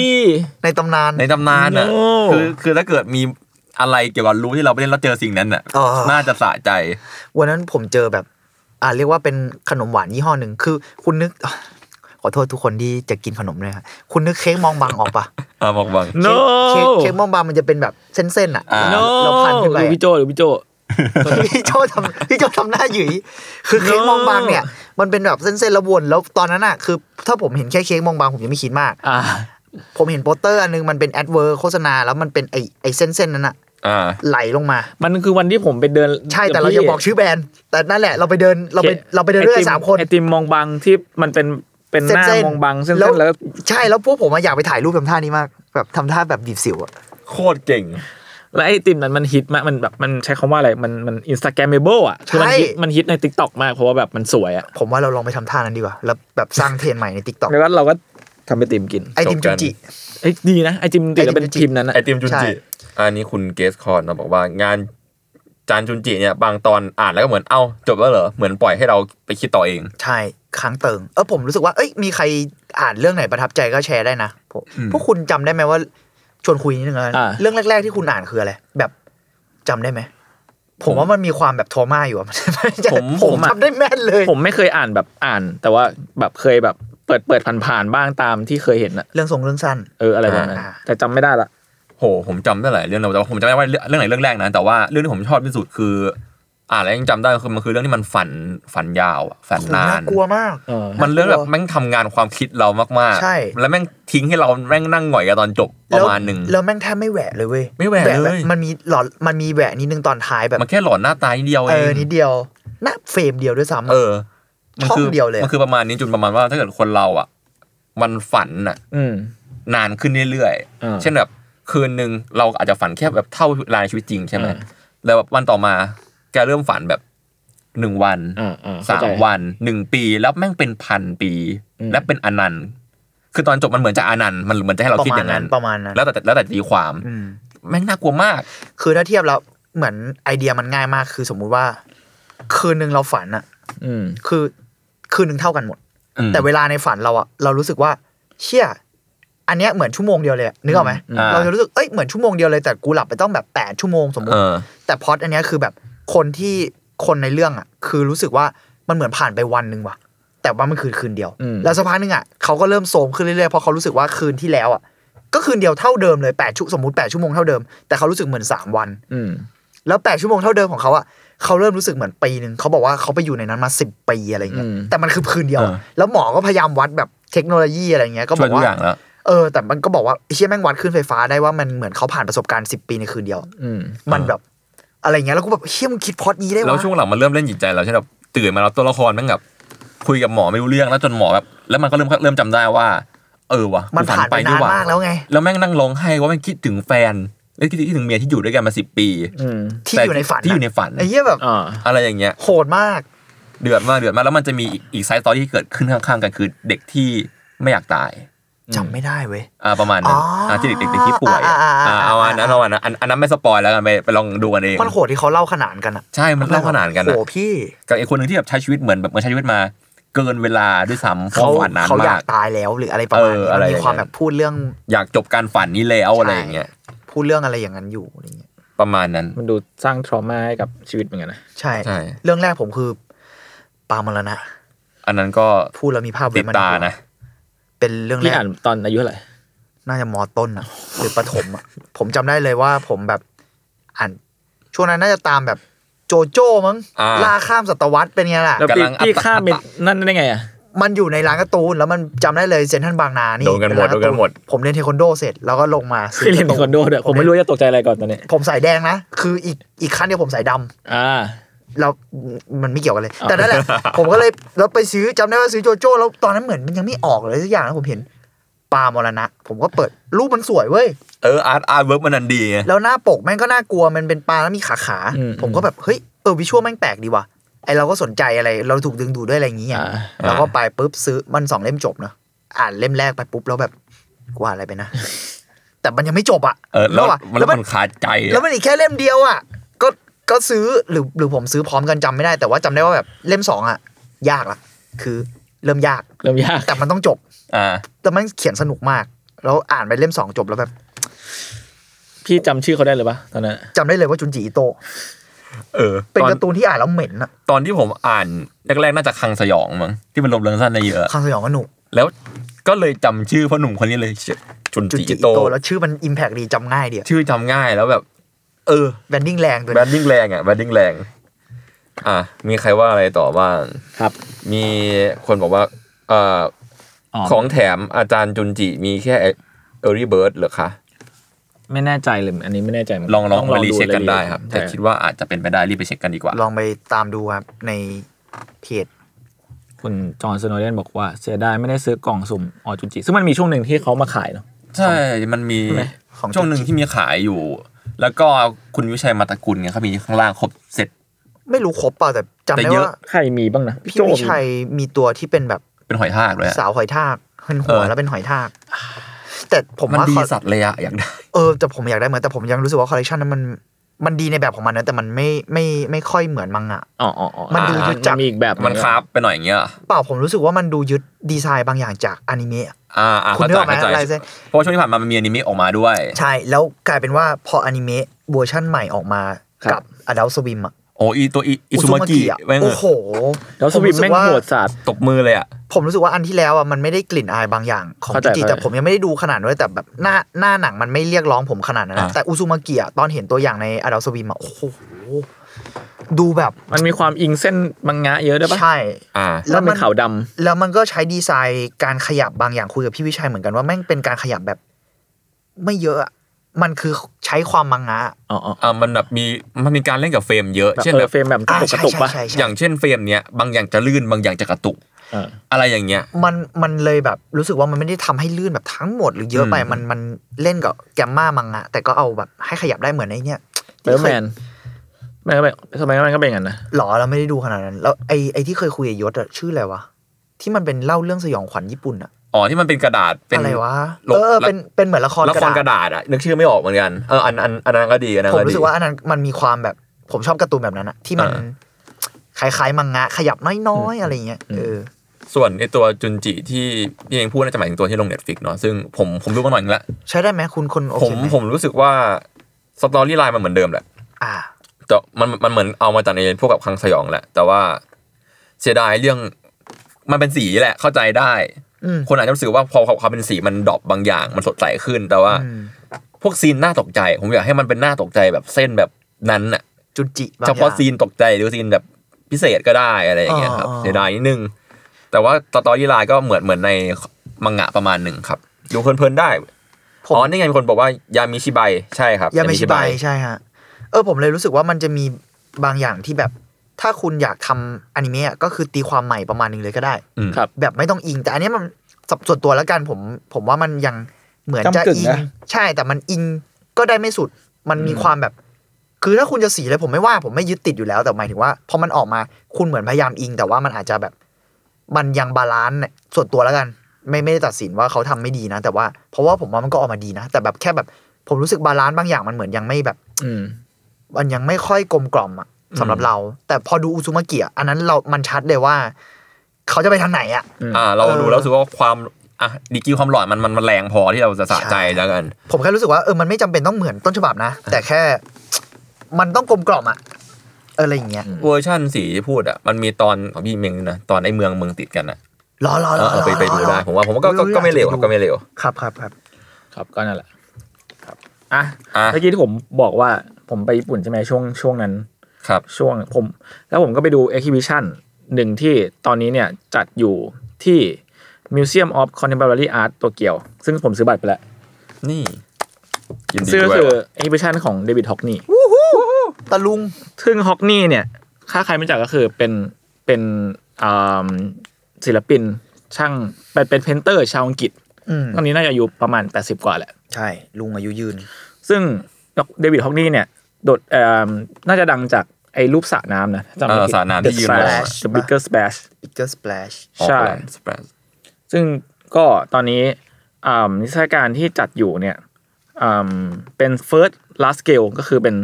Speaker 4: ในตำนาน
Speaker 3: ในตำนานอ่ะ
Speaker 2: No
Speaker 3: คือคือถ้าเกิดมีอะไรเกี่ยวกับรู้ที่เราไปเล่นแล้วเจอสิ่งนั้นอ่ะ
Speaker 4: อ๋อ
Speaker 3: น่าจะสะใจ
Speaker 4: วันนั้นผมเจอแบบ อ่าเรียกว่าเป็นขนมหวานยี่ห้อหนึ่งคือคุณนึก ขอโทษทุกคนที่จะกินขนมเลยครับคุณนึกเค้กมองบางออกปะ
Speaker 3: อ่ะบอกบัง
Speaker 4: เค้
Speaker 2: no
Speaker 4: กเค้กเค้กมองบางมันจะเป็นแบบเส้นๆอ่ะ
Speaker 3: อ่า
Speaker 2: no
Speaker 4: เราพันขึ้นไป
Speaker 2: หรือ
Speaker 4: อะ
Speaker 2: พี่โจหรือพี่โจ
Speaker 4: พี่โจทำพี่โจทำหน้าหยุยคือเค้กมองบางเนี่ย มันเป็นแบบเส้นๆแล้ววนแล้วตอนนั้นอ่ะคือ ถ้าผมเห็นแค่เค้กมองบางผมยังไม่คิดมาก
Speaker 2: อ่า
Speaker 4: ผมเห็นโปสเตอร์อันนึงมันเป็นแอดเวอร์โฆษณาแล้วมันเป็นไอไอเส้นเส้นๆนั้นอะ
Speaker 3: อ่า
Speaker 4: ไหลลงมา
Speaker 2: มันคือวันที่ผมไปเดิน
Speaker 4: ใช่แต่เรา
Speaker 2: พี่
Speaker 4: อย่าบอกชื่อแบรนด์แต่นั่นแหละเราไปเดินเราไปเราไปเดินเรื่อยสามคน
Speaker 2: ไอติมมองบังที่มันเป็นเป็นหน้า
Speaker 4: เส้นๆ
Speaker 2: มองบังเส้นๆแล้
Speaker 4: แล้
Speaker 2: ว วแล้ว
Speaker 4: ใช่แล้วพวกผมอะอยากไปถ่ายรูปทำท่านี้มาก แบบทำท่าแบบดีบสิวอะ
Speaker 3: โคตรเก่ง
Speaker 2: ไอติมนั้นมันฮิตมากมันแบบมันใช้คำว่าอะไรมันมันอินสตาแกรมเบิลอ่ะคือมันฮิตมันฮิตในทิกตอกมากเพราะว่าแบบมันสวยอ่ะ
Speaker 4: ผมว่าเราลองไปทำท่านั้นดีกว่าแล้วแบบสร้างเทรนด์ใหม่ในทิกตอก
Speaker 2: แล้วก็เราก็ทำไอติมกิน
Speaker 4: ไอติมจุมจิ
Speaker 2: เอ้ยดีนะไอติมติดแล้วเป็น
Speaker 4: ไอติม
Speaker 2: ทีมนั้นอะ
Speaker 3: ไอติมจุน
Speaker 4: ใช่
Speaker 3: จิ อันนี้คุณเกสคอนนะบอกว่างานจานจุนจิเนี่ยบางตอนอ่านแล้วก็เหมือนเอ้าจบแล้วเหรอ เหมือนปล่อยให้เราไปคิดต่อเอง
Speaker 4: ใช่ค้างเติงเออผมรู้สึกว่าเอ้ยมีใครอ่านเรื่องไหนประทับใจก็แชร์ได้นะผมพวกคุณจำได้ไหมว่า ชวนคุยนิดนึงนะ
Speaker 2: า
Speaker 4: เรื่องแรก ๆ ที่คุณอ่านคืออะไรแบบจำได้ไหมผมว่ามันมีความแบบทอมาอยู่อะมัน
Speaker 2: ผม
Speaker 4: ผ
Speaker 2: ผม มอะ
Speaker 4: จำได้แม่นเลย
Speaker 2: ผมไม่เคยอ่านแบบอ่าน แต่ว่าแบบเคยแบบเปิดเปิดผ่านๆบ้างตามที่เคยเห็นอะ
Speaker 4: เรื่องทรงเรื่องสั้น
Speaker 2: เอออะไรแบบนั้น
Speaker 4: อ่า
Speaker 2: แต่จำไม่ได้ละ
Speaker 3: โห ผมจำได้หลายเรื่องนะแต่ว่าผมจำไม่ได้ว่าเรื่องไหนเรื่องแรกนะแต่ว่าเรื่องที่ผมชอบที่สุดคือ อ่านแล้วยังจำได้คือมันคือเรื่องที่มันฝันฝันยาวอะฝัน
Speaker 4: โห
Speaker 3: นาน
Speaker 4: น่ากลัวมาก
Speaker 2: เออ
Speaker 3: มันเรื่องแบบแม่งทำงานความคิดเรามากๆ
Speaker 4: ใช่
Speaker 3: แล้วแม่งทิ้งให้เราแม่งนั่งหงอยกันตอนจบประมาณหนึ่ง
Speaker 4: แล้วแล้วแม่งแทบไม่แหวะเลยเว้ย
Speaker 3: ไม่แหวะเลย
Speaker 4: บบมันมีหลอนมันมีแหวะนิดนึงตอนท้ายแบบ
Speaker 3: มันแค่หลอนหน้าตานิดเดียวเอ
Speaker 4: เอง อนิดเดียวหน้าเฟรมเดียวด้วยซ้ำ
Speaker 3: เออ มัคื
Speaker 4: ช่องเดียวเลยอะ
Speaker 3: มันคือประมาณนี้จุนประมาณว่าถ้าเกิดคนเราอ่ะ มันฝันอ่ะ
Speaker 2: อืม
Speaker 3: นานขึ้นเรื่อย
Speaker 2: อ่า
Speaker 3: ๆ เช่นแบบคืนหนึ่งเราอาจจะฝันแค่แบบเท่าเวลาในชีวิตจริงใช่ไหม
Speaker 2: อ่า
Speaker 3: แล้วแบบวันต่อมาแกเริ่มฝันแบบหนึ่งวัน
Speaker 2: อ่าอ่าเข้
Speaker 3: สาม
Speaker 2: ใจ
Speaker 3: วันหนึ่งปีแล้วแม่งเป็นพันปี
Speaker 2: อืม
Speaker 3: และเป็นอนันต์คือตอนจบมันเหมือนจะอนันต์มันเหมือนจะให้เรา
Speaker 4: ประ
Speaker 3: คิดอ
Speaker 4: มาณ
Speaker 3: ย่าง
Speaker 4: นั้
Speaker 3: นั้น น
Speaker 4: ประมาณนั้น
Speaker 3: แล้วแต่แล้วแต่ตีความ
Speaker 4: อืม
Speaker 3: แม่งน่ากลัวมาก
Speaker 4: คือถ้าเทียบแล้วเหมือนไอเดียมันง่ายมาก คือสมมุติว่า คืนหนึ่งเราฝันอะ
Speaker 2: อืม
Speaker 4: คือคืนหนึ่งเท่ากันหมด
Speaker 3: อืม
Speaker 4: แต่เวลาในฝันเราอะเรารู้สึกว่า เชี่ยอันเนี้ยเหมือนชั่วโมงเดียวเลยอะนึกออกไหม
Speaker 3: อืมอ่า
Speaker 4: เราจะรู้สึกเอ้ยเหมือนชั่วโมงเดียวเลยแต่กูหลับไปต้องแบบแปดชั่วโมงสมมติ
Speaker 3: เออ
Speaker 4: แต่พล็อดอันเนี้ยคือแบบคนที่คนในเรื่องอ่ะ คือรู้สึกว่ามันเหมือนผ่านไปวันหนึ่งว่ะ แต่ว่ามันคือคืนเดียว
Speaker 2: อืม
Speaker 4: แล้วสักพักหนึ่งอ่ะเขาก็เริ่มโทรมขึ้นเรื่อยๆเพราะเขารู้สึกว่าคืนที่แล้วอ่ะก็คืนเดียวเท่าเดิมเลยแปดชั่วสมมติแปดชั่วโมงเท่าเดิมแต่เขารู้สึกเหมือนสามวัน
Speaker 2: อืม
Speaker 4: แล้วแปดชั่วโมงเท่าเดิมของเขาอ่ะเขาเริ่มรู้สึกเหมือนปีหนึ่งเขาบอกว่าเขาไปอยู่ในนั้นมาสิบปีอะไรเงี้ย
Speaker 2: อืม
Speaker 4: แต่มันคือคืนเดียวอะ
Speaker 3: อ่า
Speaker 4: แล้วหมอก็พยายามวัดแบบเทคโนโลยีอะไรเงี้ยก็
Speaker 3: ช่ว
Speaker 4: บอย ก
Speaker 3: ทุก
Speaker 4: ว่า
Speaker 3: อย่างแล้ว
Speaker 4: เออแต่มันก็บอกว่าไอ้เชี่ยแม่งวัดขึ้นไฟฟ้าได้ว่ามันเหมือนเขาผ่านประสบการณ์สิบปีในคืนเดียว
Speaker 2: อืม
Speaker 4: มันแบบอะไรเงี้ยแล้วกูแบบเชี่ยมึงคิดพล็อดนี้ได้
Speaker 3: แล้ว
Speaker 4: วะ
Speaker 3: ช่วงหลังมันเริ่มเล่นจิตใจเราใช่นแบบตื่นมาแล้วตัวละครแม่งแบบคุยกับหมอไม่รู้เรื่องแล้วจนหมอแบบ แล้วมันก็เริ่มเริ่มจำได้ว่า เออวะ
Speaker 4: มันผ่านไปนาน
Speaker 3: ห
Speaker 4: มากแล้วไง
Speaker 3: แล้วแม่งนั่งร้องไห้ว่าแม่งคิดถึงแฟน แล้วคิดถึงเมียที่อยู่ด้วยกันมาสิบปี
Speaker 2: อืม
Speaker 4: ที่
Speaker 3: แต่
Speaker 4: อยู่ในฝัน
Speaker 3: ที่อยู่ในฝัน
Speaker 4: ไอ้เหี้ยแบบ
Speaker 2: อ่า
Speaker 3: อะไรอย่างเงี้ย
Speaker 4: โหดมาก
Speaker 3: เดือดมากเดือดมากแล้วมันจะมีอีกอีกไซส์ตอรี่ที่เกิดขึ้นข้างๆกันคือเด็กที่ไม่อยากตาย
Speaker 4: จำไม่ได้เว้ย
Speaker 3: อ่าประมาณนั้น
Speaker 4: อ๋ออ่
Speaker 3: าที่เด็กๆที่ป่วย
Speaker 4: อ่า
Speaker 3: อ่า
Speaker 4: อ่าอ่าอ่า
Speaker 3: เอาอันนั้นเอาอันนั้นอันอันนั้นไม่สปอยแล้วกันไปไปลองดูกันเอง
Speaker 4: มันโหดที่เขาเล่าขนานกันอะ
Speaker 3: ใช่มันเล่าขนานกัน
Speaker 4: โห
Speaker 3: อะ
Speaker 4: พี่
Speaker 3: กับไอ้คนหนึ่งที่แบบใช้ชีวิตเหมือนแบบเหมือนใช้ชีวิตมา เกินเวลาด้วยซ้ำเพ
Speaker 4: เขา
Speaker 3: ราะฝันนาน
Speaker 4: เขาอยาม
Speaker 3: าก ก
Speaker 4: ตายแล้วหรืออะไรประมาณนี้
Speaker 3: เอออะ
Speaker 4: มัน
Speaker 3: ไร
Speaker 4: มีความแบบพูดเรื่อง
Speaker 3: อยากจบการฝันนี้แล้วอะไรอย่างเงี้ย
Speaker 4: พูดเรื่องอะไรอย่างนั้นอยู่อะไรเงี้ย
Speaker 3: ประมาณนั้น
Speaker 2: มันดูสร้างทรมาให้กับชีวิตเหมือนกันนะ
Speaker 4: ใช่
Speaker 3: ใช่
Speaker 4: เรื่องแรกผมคือปามรณะ
Speaker 3: อันนั้นก็
Speaker 4: พูดแล้วมีภาพ
Speaker 3: ติ
Speaker 4: เว้
Speaker 3: ด
Speaker 4: ยมั
Speaker 3: ตานะ
Speaker 4: เป็นเรื่องแร
Speaker 2: พี่
Speaker 4: ก
Speaker 2: อ่านตอนอายุเท่าไหร่
Speaker 4: น่าจะมอต้นอะหรือประถมอะ ผมจำได้เลยว่าผมแบบอ่านช่วงนั้นน่าจะตามแบบโจโจ้มั้ง
Speaker 3: อ่า
Speaker 4: ล่าข้ามศตวรรษเป็นไงล่ะ
Speaker 2: แล้วพี่
Speaker 3: กำลังอัตตะ
Speaker 2: พี่ข้ามไปนั่นได้ไงอ่ะ
Speaker 4: มันอยู่ในร้านการ์ตูน แล้วมันจำได้เลยเซนทรันบางนานี่
Speaker 3: โดนกันหมด
Speaker 4: เป็
Speaker 3: โด
Speaker 4: ร้าา
Speaker 3: นกันหมด
Speaker 4: ผมเรียนเทควันโดเสร็จแล้วก็ลงมาซื้
Speaker 2: พี่เรียน
Speaker 4: การ์ตู
Speaker 2: คอนโดด้วยผมไม่รู้จะตกใจอะไรก่อนตอนนี้
Speaker 4: ผมใส่แดงนะ คืออีกอีกขั้นเดียวผมใส่ดำ
Speaker 2: อ่า
Speaker 4: แล้วมันไม่เกี่ยวกันเลย
Speaker 2: อ่า
Speaker 4: แต่นั่นแหละ ผมก็เลยแล้วไปซื้อจำได้ว่าซื้อโจโจ้แล้วตอนนั้นเหมือนมันยังไม่ออกเลยสักอย่างนะผมเห็นปลามรณะ ผมก็เปิดรูปมันสวยเว้ย
Speaker 3: เอออาร์ตอาร์ตเวิร์กมันนันดีไง
Speaker 4: แล้วหน้าปกแม่งก็น่ากลัวมันเป็นปลาแล้วมีขาขา
Speaker 2: อืม
Speaker 4: ผมก็แบบเฮ้ยเออวิชวลแม่งแปลกดีว่ะไอเราก็สนใจอะไร เราถูกดึงดูดด้วยอะไรอย่างเงี้ย
Speaker 2: อ่า
Speaker 4: เราก็ไปปุ๊บซื้อมันสองเล่มจบเนอะอ่านเล่มแรกไปปุ๊บแล้วแบบกว่าอะไรไปนะ แต่มันยังไม่จบอ่ะ
Speaker 3: เออแล้ว
Speaker 4: อะ
Speaker 3: มัน
Speaker 4: แล้วมัน
Speaker 3: มันขาดใจอะ
Speaker 4: แล้วมันอีกแค่เล่มเดียวอ่ะก็ก็ซื้อหรือหรือผมซื้อพร้อมกันจำไม่ได้ แต่ว่าจำได้ว่าแบบเล่มสองอ่ะ ยากละคือเริ่มยาก
Speaker 2: เริ่มยาก
Speaker 4: แต่มันต้องจบ
Speaker 3: อ่า
Speaker 4: แต่มันเขียนสนุกมาก แล้วอ่านไปเล่มสองจบแล้วแบบ
Speaker 2: พี่จำชื่อเขาได้หรือปะตอนนั้น
Speaker 4: จำได้เลยว่าจุนจีอิโตะ
Speaker 3: เออ
Speaker 4: เป็น
Speaker 3: ตอน
Speaker 4: การ์ตูนที่อ่านแล้วเหม็นอะ
Speaker 3: ตอนที่ผมอ่านแรกๆน่าจะคังสยองมั้งที่มันลมเรืองสั้นในเยอะ
Speaker 4: คางสยองก็หนุก
Speaker 3: แล้วก็เลยจำชื่อพ่อหนุ่มคนนี้เลยชื่อจุน
Speaker 4: จุน
Speaker 3: จิ
Speaker 4: จิ
Speaker 3: อิโต
Speaker 4: โตแล้วชื่อมันอิมแพกดีจำง่ายเดียว
Speaker 3: ชื่อจำง่ายแล้วแบบ เออ
Speaker 4: แบนดิ้งแรงตัว
Speaker 3: แบด
Speaker 4: นี้
Speaker 3: ดิ้งแรงอ่ะแบดดิ้งแรง อ่ะมีใครว่าอะไรต่อบ้าง
Speaker 2: ครับ
Speaker 3: มีคนบอกว่าเอ่อของแถมอาจารย์จุนจิมีแค่ early bird เหรอคะ
Speaker 2: ไม่แน่ใจเลยอันนี้ไม่แน่ใจเหมืนน
Speaker 3: ลองลอง
Speaker 2: ต้
Speaker 3: ไปรีเช็คกัน
Speaker 2: ายละอีย
Speaker 3: ได้ครับ แต่
Speaker 2: ใช่
Speaker 3: คิดว่าอาจจะเป็นไปได้รีบไปเช็คกันดีกว่า
Speaker 4: ลองไปตามดูครับในเพจ
Speaker 2: คุณจอห์นสโนเดนบอกว่าเสียดายไม่ได้ซื้อกล่องสุ่มออจูจิซึ่งมันมีช่วงหนึ่งที่เขามาขายเนาะ
Speaker 3: ใช่ มันมี
Speaker 2: ใช่ไหม
Speaker 4: ของ
Speaker 3: ช่วงหนึ่งที่มีขายอยู่ แล้วก็คุณวิชัยมาตะกุลเนี่ยเขามีข้างล่างครบเสร็จ
Speaker 4: ไม่รู้ครบเปล่าแต่จำ
Speaker 3: แต่
Speaker 4: ได้
Speaker 3: เยอะ
Speaker 4: ว่า
Speaker 2: ใครมีบ้างนะ
Speaker 4: พี่
Speaker 2: โจ้
Speaker 4: วิ
Speaker 2: มี
Speaker 4: ชัยมีตัวที่เป็นแบบ
Speaker 3: เป็นหอยทากเลยอะ
Speaker 4: สาวหอยทากเป็น
Speaker 3: เอ
Speaker 4: หัว
Speaker 3: อ
Speaker 4: แล้วเป็นหอยทาก แต่ผม
Speaker 3: มัน
Speaker 4: ว่า
Speaker 3: ดี
Speaker 4: คอ
Speaker 3: สัตว์เลยอะอยากได้
Speaker 4: เออแต่ผมอยากได้เหมือนแต่ผมยังรู้สึกว่าคอลเลกชันนั้นมันมันดีในแบบของมันนะแต่มันไม่ไม่ไม่ค่อยเหมือนมังงะ
Speaker 2: อ๋ออ๋ออ๋อ
Speaker 4: มันดู
Speaker 2: อ่า
Speaker 4: ยึดจับ
Speaker 2: มีอีกแบบหง
Speaker 3: มันคราฟไปหน่อยอย่างเงี้ย
Speaker 4: เปล่าผมรู้สึกว่ามันดูยึดดีไซน์บางอย่างจากอนิเมะ
Speaker 3: อ่าอ่า
Speaker 4: คุณ
Speaker 3: เข้า
Speaker 4: นึ
Speaker 3: ใจ
Speaker 4: กออก
Speaker 3: เข้า
Speaker 4: ไหม
Speaker 3: ใจ
Speaker 4: ลายเส้น
Speaker 3: เพราะว่าช่วงที่ผ่านมามันมีอนิเมะออกมาด้วย
Speaker 4: ใช่แล้วกลายเป็นว่าพออนิเมะเวอร์ชั่นใหม่ออกมากับอดัลสวิมอะ
Speaker 3: โอ้อีตัวอีอิซุมากิ
Speaker 4: อะ
Speaker 3: แม่ง
Speaker 4: โอ้โห
Speaker 2: แล้วสวิม
Speaker 4: ผรู้
Speaker 2: แม่
Speaker 4: ก
Speaker 2: งโหดสัตว์
Speaker 3: ตบมือเลยอะ
Speaker 4: ผมรู้สึกว่าอันที่แล้วอ่ะมันไม่ได้กลิ่นอายบางอย่างของ
Speaker 2: เข้าใจ
Speaker 4: จิ
Speaker 2: เข้า
Speaker 4: จิ
Speaker 2: ใจ
Speaker 4: แต่ผมยังไม่ได้ดูขนาดนั้นเลยแต่แบบหน้าหน้าหนังมันไม่เรียกร้องผมขนาดนั้นนะ
Speaker 3: อ่ะ
Speaker 4: แต่อุซุมาเกียตอนเห็นตัวอย่างในอาดาสวิมอ่ะโอ้โหดูแบบ
Speaker 2: มันมีความอิงเส้นมังงะเยอะด้วยปะ
Speaker 4: ใช่
Speaker 3: อ่า
Speaker 4: แล้
Speaker 2: แล้ว
Speaker 4: วมั
Speaker 2: มัน
Speaker 4: น
Speaker 2: ขาวดำ
Speaker 4: แล้วมันก็ใช้ดีไซน์การขยับบางอย่างคุยกับพี่วิชัยเหมือนกันว่าแม่งเป็นการขยับแบบ ไม่เยอะอะมันคือใช้ความมังงะอะ
Speaker 2: อ๋ออ๋อ
Speaker 3: อ่ามันแบบมีมันมีการเล่นกับเฟรมเยอะ
Speaker 2: แบบ
Speaker 3: เช่น
Speaker 2: เอ
Speaker 3: แบ
Speaker 2: อบเฟรมแบบ
Speaker 4: อ่ะ
Speaker 2: ตกก
Speaker 4: ใช่
Speaker 2: ระตุกปะ
Speaker 4: ใช่
Speaker 3: อ
Speaker 4: ใช่ใช่
Speaker 3: ย่างเช่นเฟรมเนี้ยบางอย่างจะลื่นบางอย่างจะกระตุก
Speaker 2: เออ
Speaker 3: อะไรอย่างเงี้ย
Speaker 4: มันมันเลยแบบรู้สึกว่ามันไม่ได้ทำให้ลื่นแบบทั้งหมดหรือเยอะไป
Speaker 3: อืม
Speaker 4: มันมันเล่นกับแกมมามังงะแต่ก็เอาแบบให้ขยับได้เหมือนไอ้เนี่ย
Speaker 2: เบล
Speaker 4: ที่เค
Speaker 2: แม
Speaker 4: ย
Speaker 2: นแม่งก็แบบสมัยนั้นก็เป็นอย่างนั้นนะ
Speaker 4: หรอเราไม่ได้ดูขนาดนั้น แล้วไอ้ไอ้ที่เคยคุยกับยศอะชื่ออะไรวะ ที่มันเป็นเล่าเรื่องสยองขวัญญี่ปุ่นอะ
Speaker 3: อ๋อที่มันเป็นกระดาษเป็น
Speaker 4: อะไรวะ
Speaker 3: ลบ
Speaker 4: เออเป็นเป็นเหมือนละคร
Speaker 3: ละคร
Speaker 4: ก
Speaker 3: ก
Speaker 4: ระ
Speaker 3: ระ
Speaker 4: ดาษ
Speaker 3: ดาษอะนึกชื่อไม่ออกเหมือนกันเอออันอันอันนั้นก็ดีอันนั้น
Speaker 4: ผม
Speaker 3: ก็ดี
Speaker 4: รู้สึกว่าอันนั้นมันมีความแบบผมชอบการ์ตูนแบบนั้นอะที่มัน
Speaker 3: อ่า
Speaker 4: คล้ายๆมังงะขยับน้อยๆอะไรเงี้ยเออ
Speaker 3: ส่วนไอตัวจุนจิที่พี่เองพูดน่าจะหมายถึงตัวที่ลงเน็ตฟิกเนาะซึ่งผมผมดูมาหน่อยนึงละ
Speaker 4: ใช้ได้ไหมคุณคนโอ
Speaker 3: ผ
Speaker 4: เค
Speaker 3: ม
Speaker 4: ไหม
Speaker 3: ผมรู้สึกว่าสตอรี่ไลน์มันเหมือนเดิมแหละ
Speaker 4: อ่า
Speaker 3: แต่มันมันเหมือนเอามาจากในพวกกับคลังสยองแหละ แต่ว่าเสียดายเรื่องมันเป็นสีแหละเข้าใจได้
Speaker 4: อืม
Speaker 3: คนอาจจะรู้สึกว่าพอเขาเขาเป็นสีมันดรอปบางอย่าง มันสดใสขึ้น แต่ว่า
Speaker 4: อืม
Speaker 3: พวกซีนน่าตกใจ ผมอยากให้มันเป็นหน้าตกใจแบบเส้นแบบนั้นน่ะ
Speaker 4: จุนจิบง
Speaker 3: เฉ
Speaker 4: อย่ง
Speaker 3: พาะซีนตกใจหรือซีนแบบพิเศษก็ได้อะไรอย่างเงี้ยครับ
Speaker 4: อ๋อ
Speaker 3: เสียดายนิดนึง แต่ว่าตตอรี่ไลน์ก็เหมือนเหมือนในมังงะประมาณหนึ่งครับ ดูเพลินๆได้
Speaker 4: ผม
Speaker 3: อ๋อนี่ไงมีคนบอกว่ายามิชิไบใช่ครับ
Speaker 4: ยาเมชิบายใช่ฮะ เออผมเลยรู้สึกว่ามันจะมีบางอย่างที่แบบ ถ้าคุณอยากทำอนิเมะอะก็คือตีความใหม่ประมาณหนึงเลยก็ได้
Speaker 3: อืม
Speaker 4: ครับแบบไม่ต้องอิง แต่อันเนี้ยมันสับส่วนตัวแล้วกันผม ผมว่ามันยังเหมือนจะ
Speaker 2: ำกึ่ง
Speaker 4: อิง
Speaker 2: นะ
Speaker 4: ใช่แต่มันอิงก็ได้ไม่สุด มันมีความแบบ คือถ้าคุณจะสีเลยผมไม่ว่า ผมไม่ยึดติดอยู่แล้วแต่หมายถึงว่าพอมันออกมาคุณเหมือนพยายามอิง แต่ว่ามันอาจจะแบบ มันยังบาลานซ์เนี่ยส่วนตัวแล้วกัน ไม่ไม่ได้ตัดสินว่าเขาทำไม่ดีนะ แต่ว่าเพราะว่าผมว่ามันก็ออกมาดีนะ แต่แบบแค่แบบ ผมรู้สึกบาลานซ์บางอย่างมันเหมือนยังไม่แบบ
Speaker 2: อืม
Speaker 4: มันยังไม่ค่อยกลมกล่อมอะสำหรับเรา แต่พอดูอุซุมาเกียอันนั้นเรา มันชัดเลยว่า เขาจะไปทางไหนอะ
Speaker 3: อ่าเรา
Speaker 4: เออ
Speaker 3: ดูแล้วรู้สึกว่าความอ่ะดีกรีความหลอนมันมันมันแรงพอที่เราจะสะใจแล้วกัน
Speaker 4: ผมแค่รู้สึกว่าเออมันไม่จำเป็นต้องเหมือนต้นฉบับนะ แต่แค่ มันต้องกลมกล่อมอะเอออะไรอย่างเงี้ย
Speaker 3: เวอร์ชั่นสีที่พูดอ่ะมันมีตอนของพี่เมงนะตอนไอ้เมืองเมืองติดกันอ่ะ
Speaker 4: รอรอ
Speaker 3: เอ
Speaker 4: ร
Speaker 3: อ
Speaker 4: อ
Speaker 3: เออ
Speaker 4: รอ
Speaker 3: ไปไปดูได้ ผมว่าผมว่าก็ก็ก็ไม่เร็วครับก็ไม่เร็ว
Speaker 4: ครับครับครับ
Speaker 2: ครับก็นั่นแหละครับอ่ะ
Speaker 3: อ่ะ
Speaker 2: เมื่อกี้ที่ผมบอกว่าผมไปญี่ปุ่นใช่ไหมช่วงช่วงนั้น
Speaker 3: ครับ
Speaker 2: ช่วงผม แล้วผมก็ไปดู exhibition หนึ่งที่ตอนนี้เนี่ยจัดอยู่ที่ Museum of Contemporary Art โตเกียว ซึ่งผมซื้อบัตรไปแล้ว
Speaker 3: นี่ยินดี
Speaker 2: ซึ่งก็
Speaker 3: ด้วย
Speaker 2: คือ
Speaker 3: ว่ะ
Speaker 2: exhibition ของเดวิดฮอกนี่
Speaker 4: ตะลุง
Speaker 2: ซึ่งฮอกนี่เนี่ยถ้าใครไม่รู้จักก็คือเป็นเป็นอ่าศิลปินช่างเป็นเป็นเพนเตอร์ชาวอังกฤษ
Speaker 4: อืม
Speaker 2: ตอนนี้น่าจะอายุประมาณ 80 กว่าแหละ
Speaker 4: ใช่ ลุงอายุยืน
Speaker 2: ซึ่งเดวิดฮอกนี่เนี่ยโดดเอิ่มน่าจะดังจากไอ้รูปสระน้ำนะจำไม่ผิด
Speaker 3: เออสระน้ำที่
Speaker 2: The
Speaker 3: ยืน
Speaker 2: Splash
Speaker 4: มอง
Speaker 2: The Bigger Splash
Speaker 4: bigger splash
Speaker 3: ออก
Speaker 2: ใช่
Speaker 3: แรงสเปรส
Speaker 2: ซึ่งก็ตอนนี้อ่านิทรรศการที่จัดอยู่เนี่ยอ่าเป็น first last scale ก็คือเป็น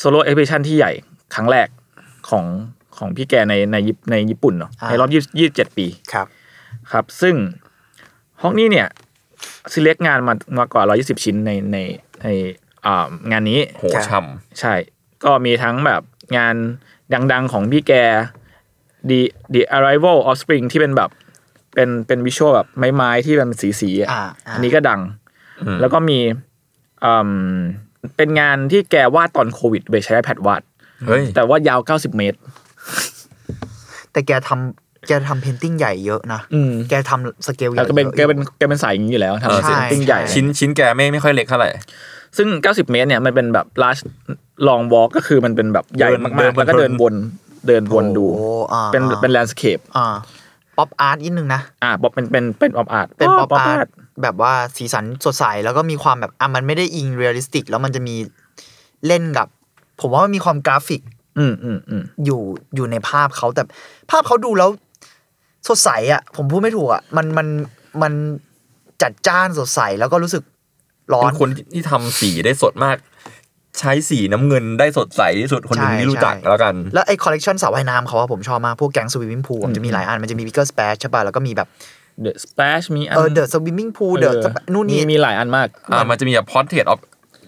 Speaker 2: solo exhibition ที่ใหญ่ครั้งแรกของของพี่แกในในญี่ในญี่ปุ่นเนาะ
Speaker 4: อ่า
Speaker 2: ในรอบยี่ยี่สิบเจ็ดปี
Speaker 4: ครับ
Speaker 2: ครับ ซึ่งฮอกนี่เนี่ยซีเล็กงานมามากว่า 120 ชิ้นในในในอ่างานนี้
Speaker 3: โห
Speaker 4: ใช่
Speaker 3: ช่
Speaker 2: ใช่ ก็มีทั้งแบบงานดังๆของพี่แก The The Arrival of Spring ที่เป็นแบบเป็นเป็นวิชวลแบบไม้ๆที่เป็นสีๆอะ
Speaker 4: อ่าา
Speaker 2: อันนี้ก็ดัง แล้วก็มีอืมเป็นงานที่แกวาดตอนโควิด ไปใช้ iPad วาด
Speaker 3: ำเฮ้ย
Speaker 2: แต่ว่ายาว 90 เมตร
Speaker 4: แต่แกทำ แกทำเพนติ้งใหญ่เยอะนะ
Speaker 2: อืม
Speaker 4: แกทำสเกลให
Speaker 2: แล้ว
Speaker 4: ญ่
Speaker 2: ก็เป็นแก
Speaker 4: ยอะ
Speaker 2: เป็นแกเป็นสายอย่างนี้อยู่แล้ว
Speaker 3: เออ
Speaker 2: ทำเซตติ้ง
Speaker 4: ใช่
Speaker 2: ใหญ่
Speaker 3: ชิ้นชิ้นแกไม่ไม่ค่อยเล็กเท่าไหร่
Speaker 2: ซึ่ง 90 เมตรเนี่ยมันเป็นแบบ large long walk ก็คือมันเป็นแบบใหญ่
Speaker 3: เดินเดิ
Speaker 2: มากๆ
Speaker 3: น
Speaker 2: แล้วก็
Speaker 3: บน
Speaker 2: เดินวนเดินวนดู
Speaker 4: โอ้อ่า
Speaker 2: เป็น
Speaker 4: อ่า
Speaker 2: เป็น landscape
Speaker 4: อ่าป๊อปอาร์ตนิดนึงนะ
Speaker 2: อ่ะบอกเป็นเป็นเป็นออฟอาร์ต
Speaker 4: เป็นป๊อปอาร์ตแบบว่าสีสันสดใส แล้วก็มีความแบบอ่ะมันไม่ได้อิงเรียลลิสติก แล้วมันจะมีเล่นกับ ผมว่ามันมีความกราฟิก
Speaker 2: อืมอืมอืม
Speaker 4: อยู่อยู่ในภาพเขาแต่ภาพเขาดูแล้ว สดใสอ่ะ ผมพูดไม่ถูกอ่ะ มันมันมันจัดจ้านสดใส แล้วก็รู้สึกร้อ
Speaker 3: เป็น นคนที่ทำสีได้สดมาก ใช้สีน้ำเงินได้สดใสที่สุดคนหนึ่ง
Speaker 4: ใช่
Speaker 3: ที่รู้จัก
Speaker 4: ใช่
Speaker 3: แล้วกัน
Speaker 4: แล้วไอ้คอลเลกชันสระว่ายน้ำเขาอะผมชอบมาก พวกแก๊งสวิมมิ่งพูลจะมีหลายอัน มันจะมีวิกเกอร์สเปซใช่ป่ะแล้วก็มีแบบ
Speaker 2: เดอะสเปชมีอัน
Speaker 4: เออเดอะสวิมมิ่งพูลเดอะนู่นนี่
Speaker 2: มีมีหลายอันมาก
Speaker 3: อ่ามันจะมีแบบพอร์เทรตออฟ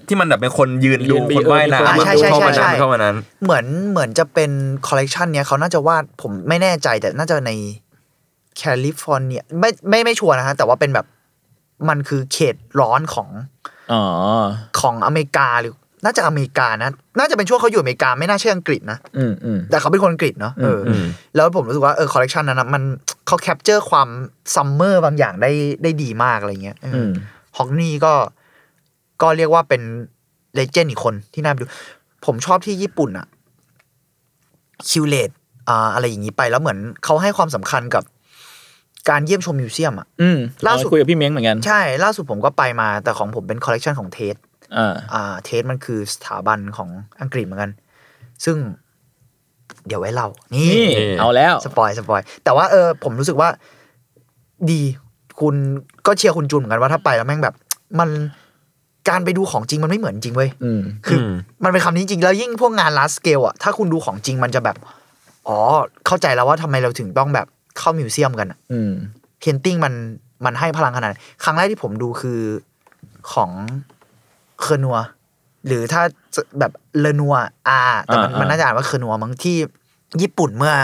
Speaker 3: ที่มันแบบเป็นคนยืนดู
Speaker 2: ยืน
Speaker 3: คนว่าย
Speaker 2: เออ
Speaker 3: น้ำ
Speaker 2: มีคน
Speaker 4: อ่า
Speaker 3: เข้ามา
Speaker 4: ใช่ใช่ใช่
Speaker 3: นั้นเข้ามานั้น
Speaker 4: เหมือนเหมือนจะเป็นคอลเลกชันเนี้ยเขาน่าจะวาดผมไม่แน่ใจแต่น่าจะในแคลิฟอร์เนียไม่ไม่ไม่ชัวร์นะฮะ แต่ว่าเป็นแบบมันคือเขตร้อนของ
Speaker 2: อ๋อ
Speaker 4: ของอเมริกาหรือ น่าจะอเมริกานะ น่าจะเป็นช่วงเขาอยู่อเมริกา ไม่น่าเชื่ออังกฤษนะ
Speaker 2: อืมอืม
Speaker 4: แต่เขาเป็นคนอังกฤษเนาะเอออ
Speaker 3: ม
Speaker 4: แล้วผมรู้สึกว่าเออคอลเลกชันนั้นนะมันเขาแคปเจอร์ความซัมเมอร์บางอย่างได้ได้ดีมากอะไรเงี้ยเอออ
Speaker 2: อืม
Speaker 4: ฮอกนี่ก็ก็เรียกว่าเป็นเลเจนด์อีกคนที่น่าไปดู ผมชอบที่ญี่ปุ่นอะคิวเลตอ่าอะไรอย่างนี้ไปแล้วเหมือนเขาให้ความสำคัญกับการเยี่ยมชมมิวเซียมอะ
Speaker 2: อืม
Speaker 4: ล่าสุด
Speaker 2: เอคุยกับพี่เม้งเหมือนกัน
Speaker 4: ใช่ล่าสุดผมก็ไปมา แต่ของผมเป็นคอลเลกชันของเทส
Speaker 2: อ่า
Speaker 4: อ่า เทสมันคือสถาบันของอังกฤษเหมือนกัน ซึ่งเดี๋ยวไว้เล่า นี่
Speaker 2: นี่
Speaker 3: นี่
Speaker 2: เอาแล้ว
Speaker 4: สปอยสปอยแต่ว่าเออผมรู้สึกว่าดีคุณก็เชียร์คุณจุนเหมือนกันว่าถ้าไปแล้วแม่งแบบ มันการไปดูของจริงมันไม่เหมือนจริงเว้ย
Speaker 2: อืม
Speaker 4: คืออ
Speaker 3: ม
Speaker 4: มันเป็นคำนี้จริงแล้วยิ่งพวกงาน large scale อ่ะถ้าคุณดูของจริงมันจะแบบ อ๋อ เข้าใจแล้วว่าทำไมเราถึงต้องแบบเข้ามิวเซียมกัน
Speaker 2: อืม
Speaker 4: เพนติ้งมันมันให้พลังขนาดนั้นครั้งแรกที่ผมดูคือของเคอร์นัว หรือถ้าจะแบบเลนัวอาแต่มัน
Speaker 2: อ่ามั
Speaker 4: มันน่าจะอ่านว่าเคอร์นัวมั้งที่ญี่ปุ่นเมื่อ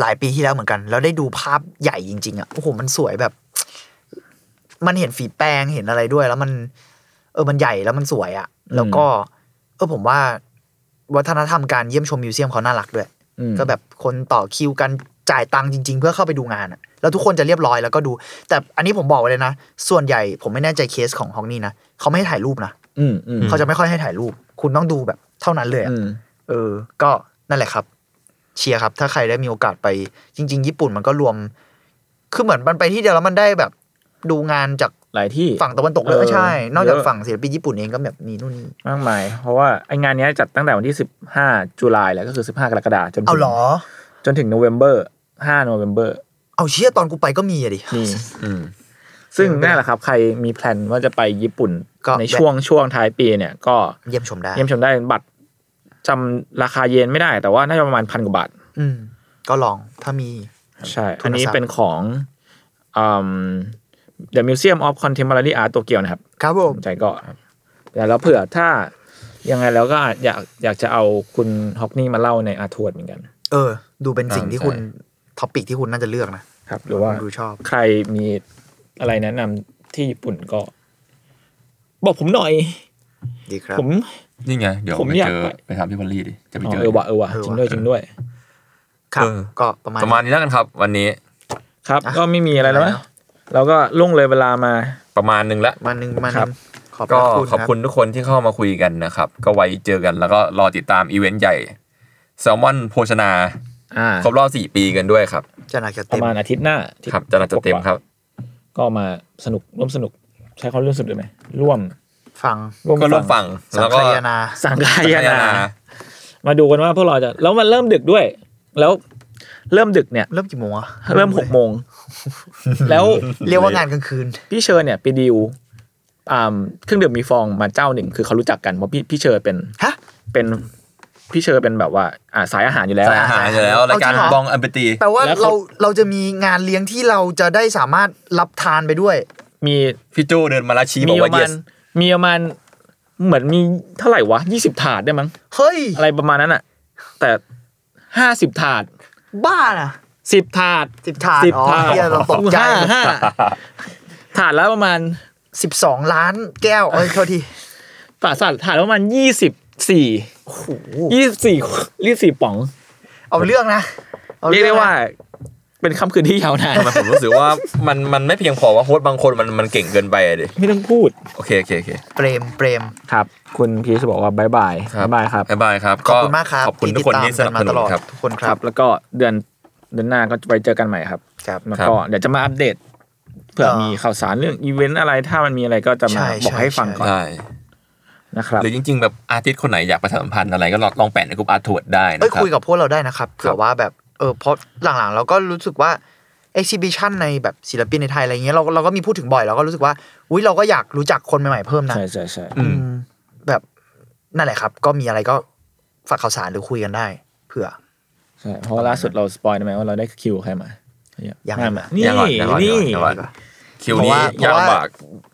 Speaker 4: หลายปีที่แล้วเหมือนกัน แล้วได้ดูภาพใหญ่จริง ๆอ่ะโอ้โหมันสวยแบบ มันเห็นฝีแปรงเห็นอะไรด้วย แล้วมัน เออมันใหญ่แล้วมันสวยอ่ะ แล้วก็ เออผมว่า วัฒนธรรมการเยี่ยมชมมิวเซียมเขาน่ารักด้วย
Speaker 2: อืม
Speaker 4: ก็แบบคนต่อคิวกันจ่ายตังค์จริง ๆ เพื่อเข้าไปดูงานอะแล้วทุกคนจะเรียบร้อยแล้วก็ดู แต่อันนี้ผมบอกไว้เลยนะ ส่วนใหญ่ผมไม่แน่ใจเคสของฮองนี่นะเขาไม่ให้ถ่ายรูปนะ
Speaker 2: อืมอืม
Speaker 4: เขาจะไม่ค่อยให้ถ่ายรูป คุณต้องดูแบบเท่านั้นเลยอะ
Speaker 2: อืม
Speaker 4: เออ ก็นั่นแหละครับ เชียร์ครับ ถ้าใครได้มีโอกาสไป จริง ๆ ญี่ปุ่นมันก็รวม คือเหมือนมันไปที่เดียวแล้วมันได้แบบ ดูงานจาก
Speaker 2: หลายที่
Speaker 4: ฝั่งตะวันตกเลย
Speaker 2: เออ
Speaker 4: ใช่ นอกจาก
Speaker 2: เยอะ
Speaker 4: ฝั่งศิลปินญี่ปุ่นเองก็แบบมีนู่นนี่
Speaker 2: มากมาย เพราะว่าไองานเนี้ยจัดตั้งแต่วันที่ 15 จุลายแล้วก็คือ 15 กรกฎาคมจนถึ
Speaker 4: เอา
Speaker 2: ง
Speaker 4: เหรอ
Speaker 2: จนถึงโนเวมเบอร์5โนเวมเบอร์
Speaker 4: เอาเชียตอนกูไปก็มีอะดิ
Speaker 2: นี่
Speaker 3: อืม
Speaker 2: ซึ่งนั่นแหละครับ ใครมีแพลนว่าจะไปญี่ปุ่น
Speaker 4: ก็
Speaker 2: ในช่วงช่วงท้ายปีเนี่ย ก็
Speaker 4: เยี่ยมชมได้
Speaker 2: เยี่ยมชมได้บัตรจำราคาเยนไม่ได้ แต่ว่าน่าจะประมาณพันกว่าบาท
Speaker 4: อืม ก็ลองถ้ามี
Speaker 2: ใช่
Speaker 4: ทุนทรัพย์
Speaker 2: อันนี้เป็นของอืม The Museum of Contemporary Art โตเกียวนะครับ
Speaker 4: ครับผ
Speaker 2: ผม มใจก็ครับแล้วเผื่อถ้ายังไงแล้วก็อาจอยากอยากจะเอาคุณฮอกนี่มาเล่าในอาทวดเหมือนกัน
Speaker 4: เออ ดูเป็นสิ่งที่
Speaker 2: ใช่
Speaker 4: คุณท็อปิกที่คุณน่าจะเลือกนะครับ
Speaker 2: หรือว่า
Speaker 4: ผมดูชอบ
Speaker 2: ใครมีอะไรแนะนำที่ญี่ปุ่นก็ บอกผมหน่อย
Speaker 4: ดีครับ
Speaker 2: ผม
Speaker 3: นี่ไง เดี๋ยว
Speaker 2: ผม
Speaker 3: ไป
Speaker 2: อยาก
Speaker 3: เจอ
Speaker 2: ไป
Speaker 3: ไปทำที่บัลลี่ดิ จะไป
Speaker 2: อ๋อ
Speaker 3: เจอ
Speaker 2: เออว่ะเออว่ะ
Speaker 4: เออ
Speaker 2: จ
Speaker 4: ว่ะ
Speaker 2: ริงด้วยจริงด้วย
Speaker 4: ครับ
Speaker 3: เออ
Speaker 4: ก็ประมาณ
Speaker 3: ประมาณ
Speaker 4: นี้
Speaker 3: นี้แล้วกันครับ วันนี้
Speaker 2: ครับ
Speaker 4: อ่ะ
Speaker 2: ก็ไม่มีอะไรแล้ว
Speaker 4: อะไร
Speaker 2: นะ
Speaker 4: เนอะ
Speaker 2: แล้วก็ล่วงเลยเวลามา
Speaker 3: ประมาณหนึงละ
Speaker 4: มาหนึ่งมาห
Speaker 2: ครับ
Speaker 4: นึ่งขอบพ
Speaker 3: ก็
Speaker 4: ระ
Speaker 3: ขอบคุณทุกคนที่เข้ามาคุยกันนะครับ ก็ไว้เจอกันแล้วก็รอติดตามอีเวนต์ใหญ่แซลมอนโภชนา
Speaker 2: อ่า
Speaker 3: ครบรอบสี่ปีกันด้วยครับ
Speaker 4: ครับจะหนักจะ
Speaker 2: ป
Speaker 4: เต็
Speaker 2: ระ
Speaker 4: ม
Speaker 2: มาณอาทิตย์หน้าที่
Speaker 3: ครับจะน่าจะเต็มครับ
Speaker 2: ก็มาสนุกร่วมสนุก ใช้คำว่าร่วมสนุกได้ไหมร่วม
Speaker 4: ฟัง
Speaker 3: ก็ร่วมฟัง
Speaker 4: สัง
Speaker 3: แล้วก็
Speaker 4: ขยานา
Speaker 2: สังกา
Speaker 3: สั
Speaker 2: ย
Speaker 3: งขยา
Speaker 2: นา
Speaker 3: นา
Speaker 2: มาดูกันว่าพวกเราจะแล้วมันเริ่มดึกด้วย แล้วเริ่มดึกเนี่ย
Speaker 4: เริ่มกี่โมงอะ
Speaker 2: เริ่มหกโมง แล้ว
Speaker 4: เรียกว่างานกลางคืน
Speaker 2: พี่เชิญเนี่ยไปดีลอ่าเครื่องดื่มมีฟองมาเจ้าหนึ่งคือเขารู้จักกันเพราะพี่พี่เชิญเป็น
Speaker 4: ฮะ
Speaker 2: เป็นพี่เชิญเป็นแบบว่าอ่าสายอาหารอยู่แล้ว
Speaker 3: สายอาหารอยู่แล้วรายการ
Speaker 4: เอาจริงเหรอ
Speaker 3: บองอัมเปตี
Speaker 4: แปลว่า
Speaker 2: แล้วเขา
Speaker 4: เราเราจะมีงานเลี้ยงที่เราจะได้สามารถรับทานไปด้วย
Speaker 2: มี
Speaker 3: พี่โจเดินมาและชี้บ
Speaker 2: มี
Speaker 3: อ
Speaker 2: ป
Speaker 3: กว่า
Speaker 2: ระมา
Speaker 3: เย
Speaker 2: ณ
Speaker 3: ส
Speaker 2: มีประมาณเหมือนมีเท่าไหร่วะยี่สิบถาดได้มั้ง
Speaker 4: เฮ้ย
Speaker 2: อะไรประมาณนั้นอะแต่ห้าสิบถาด
Speaker 4: บ้าน่ะ
Speaker 2: สิบถาด
Speaker 4: สิบถาด
Speaker 2: สิบ
Speaker 4: อ๋อ
Speaker 2: ถาด
Speaker 4: เหี้ยเราตกใจ
Speaker 2: ห้าห้าถาดแล้วประมาณ
Speaker 4: สิบสองล้านแก้วเอ้ยโทษที
Speaker 2: ปราสาทถ่ายประมาณยี่สิบสี่
Speaker 4: โอ้โห
Speaker 2: ยี่สี่ยี่สี่ป๋อง
Speaker 4: เอาเรื่องนะ
Speaker 2: เรียกได้ว่า
Speaker 6: เป็นค่ำคืนที่ยาว นาน
Speaker 3: ทำไมผมรู้สึกว่ามันมันไม่เพียงพอว่าโค้ดบางคนมันมันเก่งเกินไปอะดิ
Speaker 2: ไม่ต้องพูด
Speaker 3: โอเคโอเคโอเค
Speaker 4: เปรมเปรม
Speaker 2: ครับ คุณพีชบอกว่าบายบาย
Speaker 3: ครับ
Speaker 2: บายบายครับ
Speaker 3: บ๊ายบายครับ
Speaker 4: ขอบคุณมากครับ
Speaker 3: ขอบคุณทุกคนที่สนับส
Speaker 4: ติดตามกัมาต
Speaker 3: นุ
Speaker 4: ล
Speaker 3: น
Speaker 4: อด
Speaker 3: ครับ
Speaker 4: ทุกคนค
Speaker 2: ค
Speaker 4: รั
Speaker 2: รับ บ แล้วก็เดือนเดือนหน้าก็ไปเจอกันใหม่ครับ
Speaker 4: ครับ
Speaker 2: แล้วก็เดี๋ยวจะมาอัปเดตเผื่อ
Speaker 4: เอ่อ
Speaker 2: มีข่าวสารเรื่องอีเวนต์อะไรถ้ามันมีอะไรก็จะมา
Speaker 4: ใช่
Speaker 2: บอกให้
Speaker 4: ใช่
Speaker 2: ฟังก่อน
Speaker 3: ได้
Speaker 2: นะครับ
Speaker 3: หรือจริง ๆ แบบอาร์ติสต์คนไหนอยากประชาสัมพันธ์อะไรก็ลองแปะในกลุ่มอาร์ทวดได้นะ
Speaker 4: เอ้ย
Speaker 3: ครับ
Speaker 4: คุยกับพวกเราได้นะครับเผื่อว่าแบบเออเพราะหลังๆ เราก็รู้สึกว่าเอ็กซิบิชันในแบบศิลปินในไทยอะไรเงี้ยเราเราก็มีพูดถึงบ่อยเราก็รู้สึกว่าอุ้ยเราก็อยากรู้จักคนใหม่ๆเพิ่มนะ
Speaker 2: ใช่ใช่ใช่
Speaker 3: อืม
Speaker 4: แบบนั่นแหละครับ ก็มีอะไรก็ฝากข่าวสารหรือคุยกันได้เผื่อ
Speaker 2: ใช่เพราะว่าล่าสุดเราสปอยได้ไหมว่าเราได้คิวใครมา
Speaker 4: ยั
Speaker 2: ยัง มานี่
Speaker 3: ยังก่อนยังก่อน
Speaker 2: นี่
Speaker 3: ยังก่อน คิว
Speaker 4: เพราะ
Speaker 3: นี้
Speaker 4: ว่า
Speaker 3: าก
Speaker 4: ยเพราะว่า
Speaker 3: ลำบาก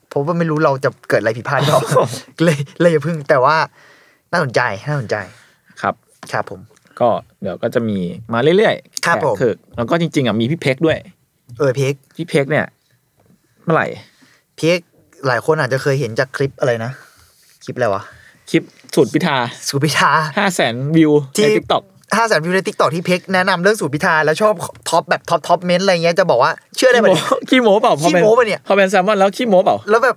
Speaker 4: เพราะว่าไม่รู้เราจะเกิดอะไรผิดพลาดหรือเปล่า เลยเลยอย่าพึ่งแต่ว่าน่าสนใจน่าสนใจ
Speaker 2: ครับ
Speaker 4: ครับผม
Speaker 2: ก็เดี๋ยวก็จะมีมาเรื่อยๆ
Speaker 4: ครับผม
Speaker 2: คือแล้วก็จริงๆอ่ะมีพี่เพ็กด้วย
Speaker 4: เออเพก
Speaker 2: พี่เพ็กเนี่ย เมื่อไหร่
Speaker 4: เพกหลายคนอาจจะเคยเห็นจากคลิปอะไรนะ คลิปอะไรวะ
Speaker 2: คลิปสูตรพิธา
Speaker 4: สุพิธา
Speaker 2: ห้าแสนวิว
Speaker 4: ที่
Speaker 2: ในทิกตอก
Speaker 4: ห้าแสนวิวในทิกตอกที่เพกแนะนำเรื่องสูตรพิธาแล้วชอบท็อปแบบท็อปท็อปเมนต์อะไรเงี้ยจะบอกว่าเชื่อได้ไหม
Speaker 2: ขี้โม้เปล่าพอป็
Speaker 4: ขี้โม้ปะเนี่ย
Speaker 2: พอเป็นแซลมอนแล้วขี้โม้เปล่า
Speaker 4: แล้วแบบ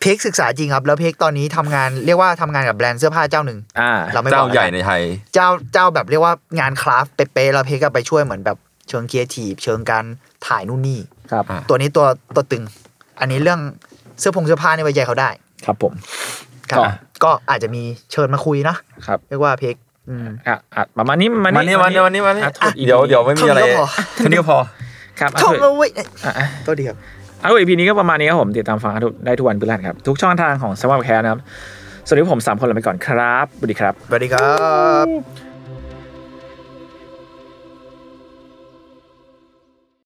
Speaker 4: เพกศึกษาจริงครับ แล้วเพกตอนนี้ทำงานเรียกว่าทำงานกับแบรนด์เสื้อผ้าเจ้าหนึ่ง
Speaker 2: อ่า
Speaker 4: เราไม่บ
Speaker 3: เจ้า
Speaker 4: อก
Speaker 3: ใหญ่ในไทย
Speaker 4: เจ้าเจ้าแบบเรียกว่างานคราฟต์เป๊ะๆแล้วเพกก็ไปช่วยเหมือนแบบเชิงเคียทีฟเชิงการถ่ายนู่นนี่
Speaker 2: ครับ
Speaker 3: อ่ะ
Speaker 4: ตัวนี้ตัวตัวตึง อันนี้เรื่องเสื้อผงเสื้อผ้านี่ไว้ใจเขาได้
Speaker 2: ครับผม
Speaker 4: ครับ
Speaker 2: อ่ะ
Speaker 4: ก็อาจจะมีเชิญมาคุยนะครับ เรียกว่าเพกอืม
Speaker 2: อ่ะอ่ะประมาณนี้ประ
Speaker 3: มานี่มานี่มานี่มานี่
Speaker 2: อ่ะโทษ EP
Speaker 3: เดี๋ยวเดี๋ยวไม่มีอะไร
Speaker 4: เท่านี้ก็พอ
Speaker 3: แค่นี้ก็พอ
Speaker 2: ครับ
Speaker 4: ช
Speaker 2: อ่ะ
Speaker 4: อบ
Speaker 2: โทษ
Speaker 4: เลยเว้ย
Speaker 2: อ่ะอ่ะ
Speaker 4: ตัวเดียว
Speaker 2: อันอีพีนี้ก็ประมาณนี้ครับผม ติดตามฟังได้ทุกวันพฤหัสครับ ทุกช่องทางของสมาร์ทแคร์นะครับ สวัสดีผมสามคนลาไปก่อนครับสวัสดีครับ
Speaker 4: สวัสดีครับ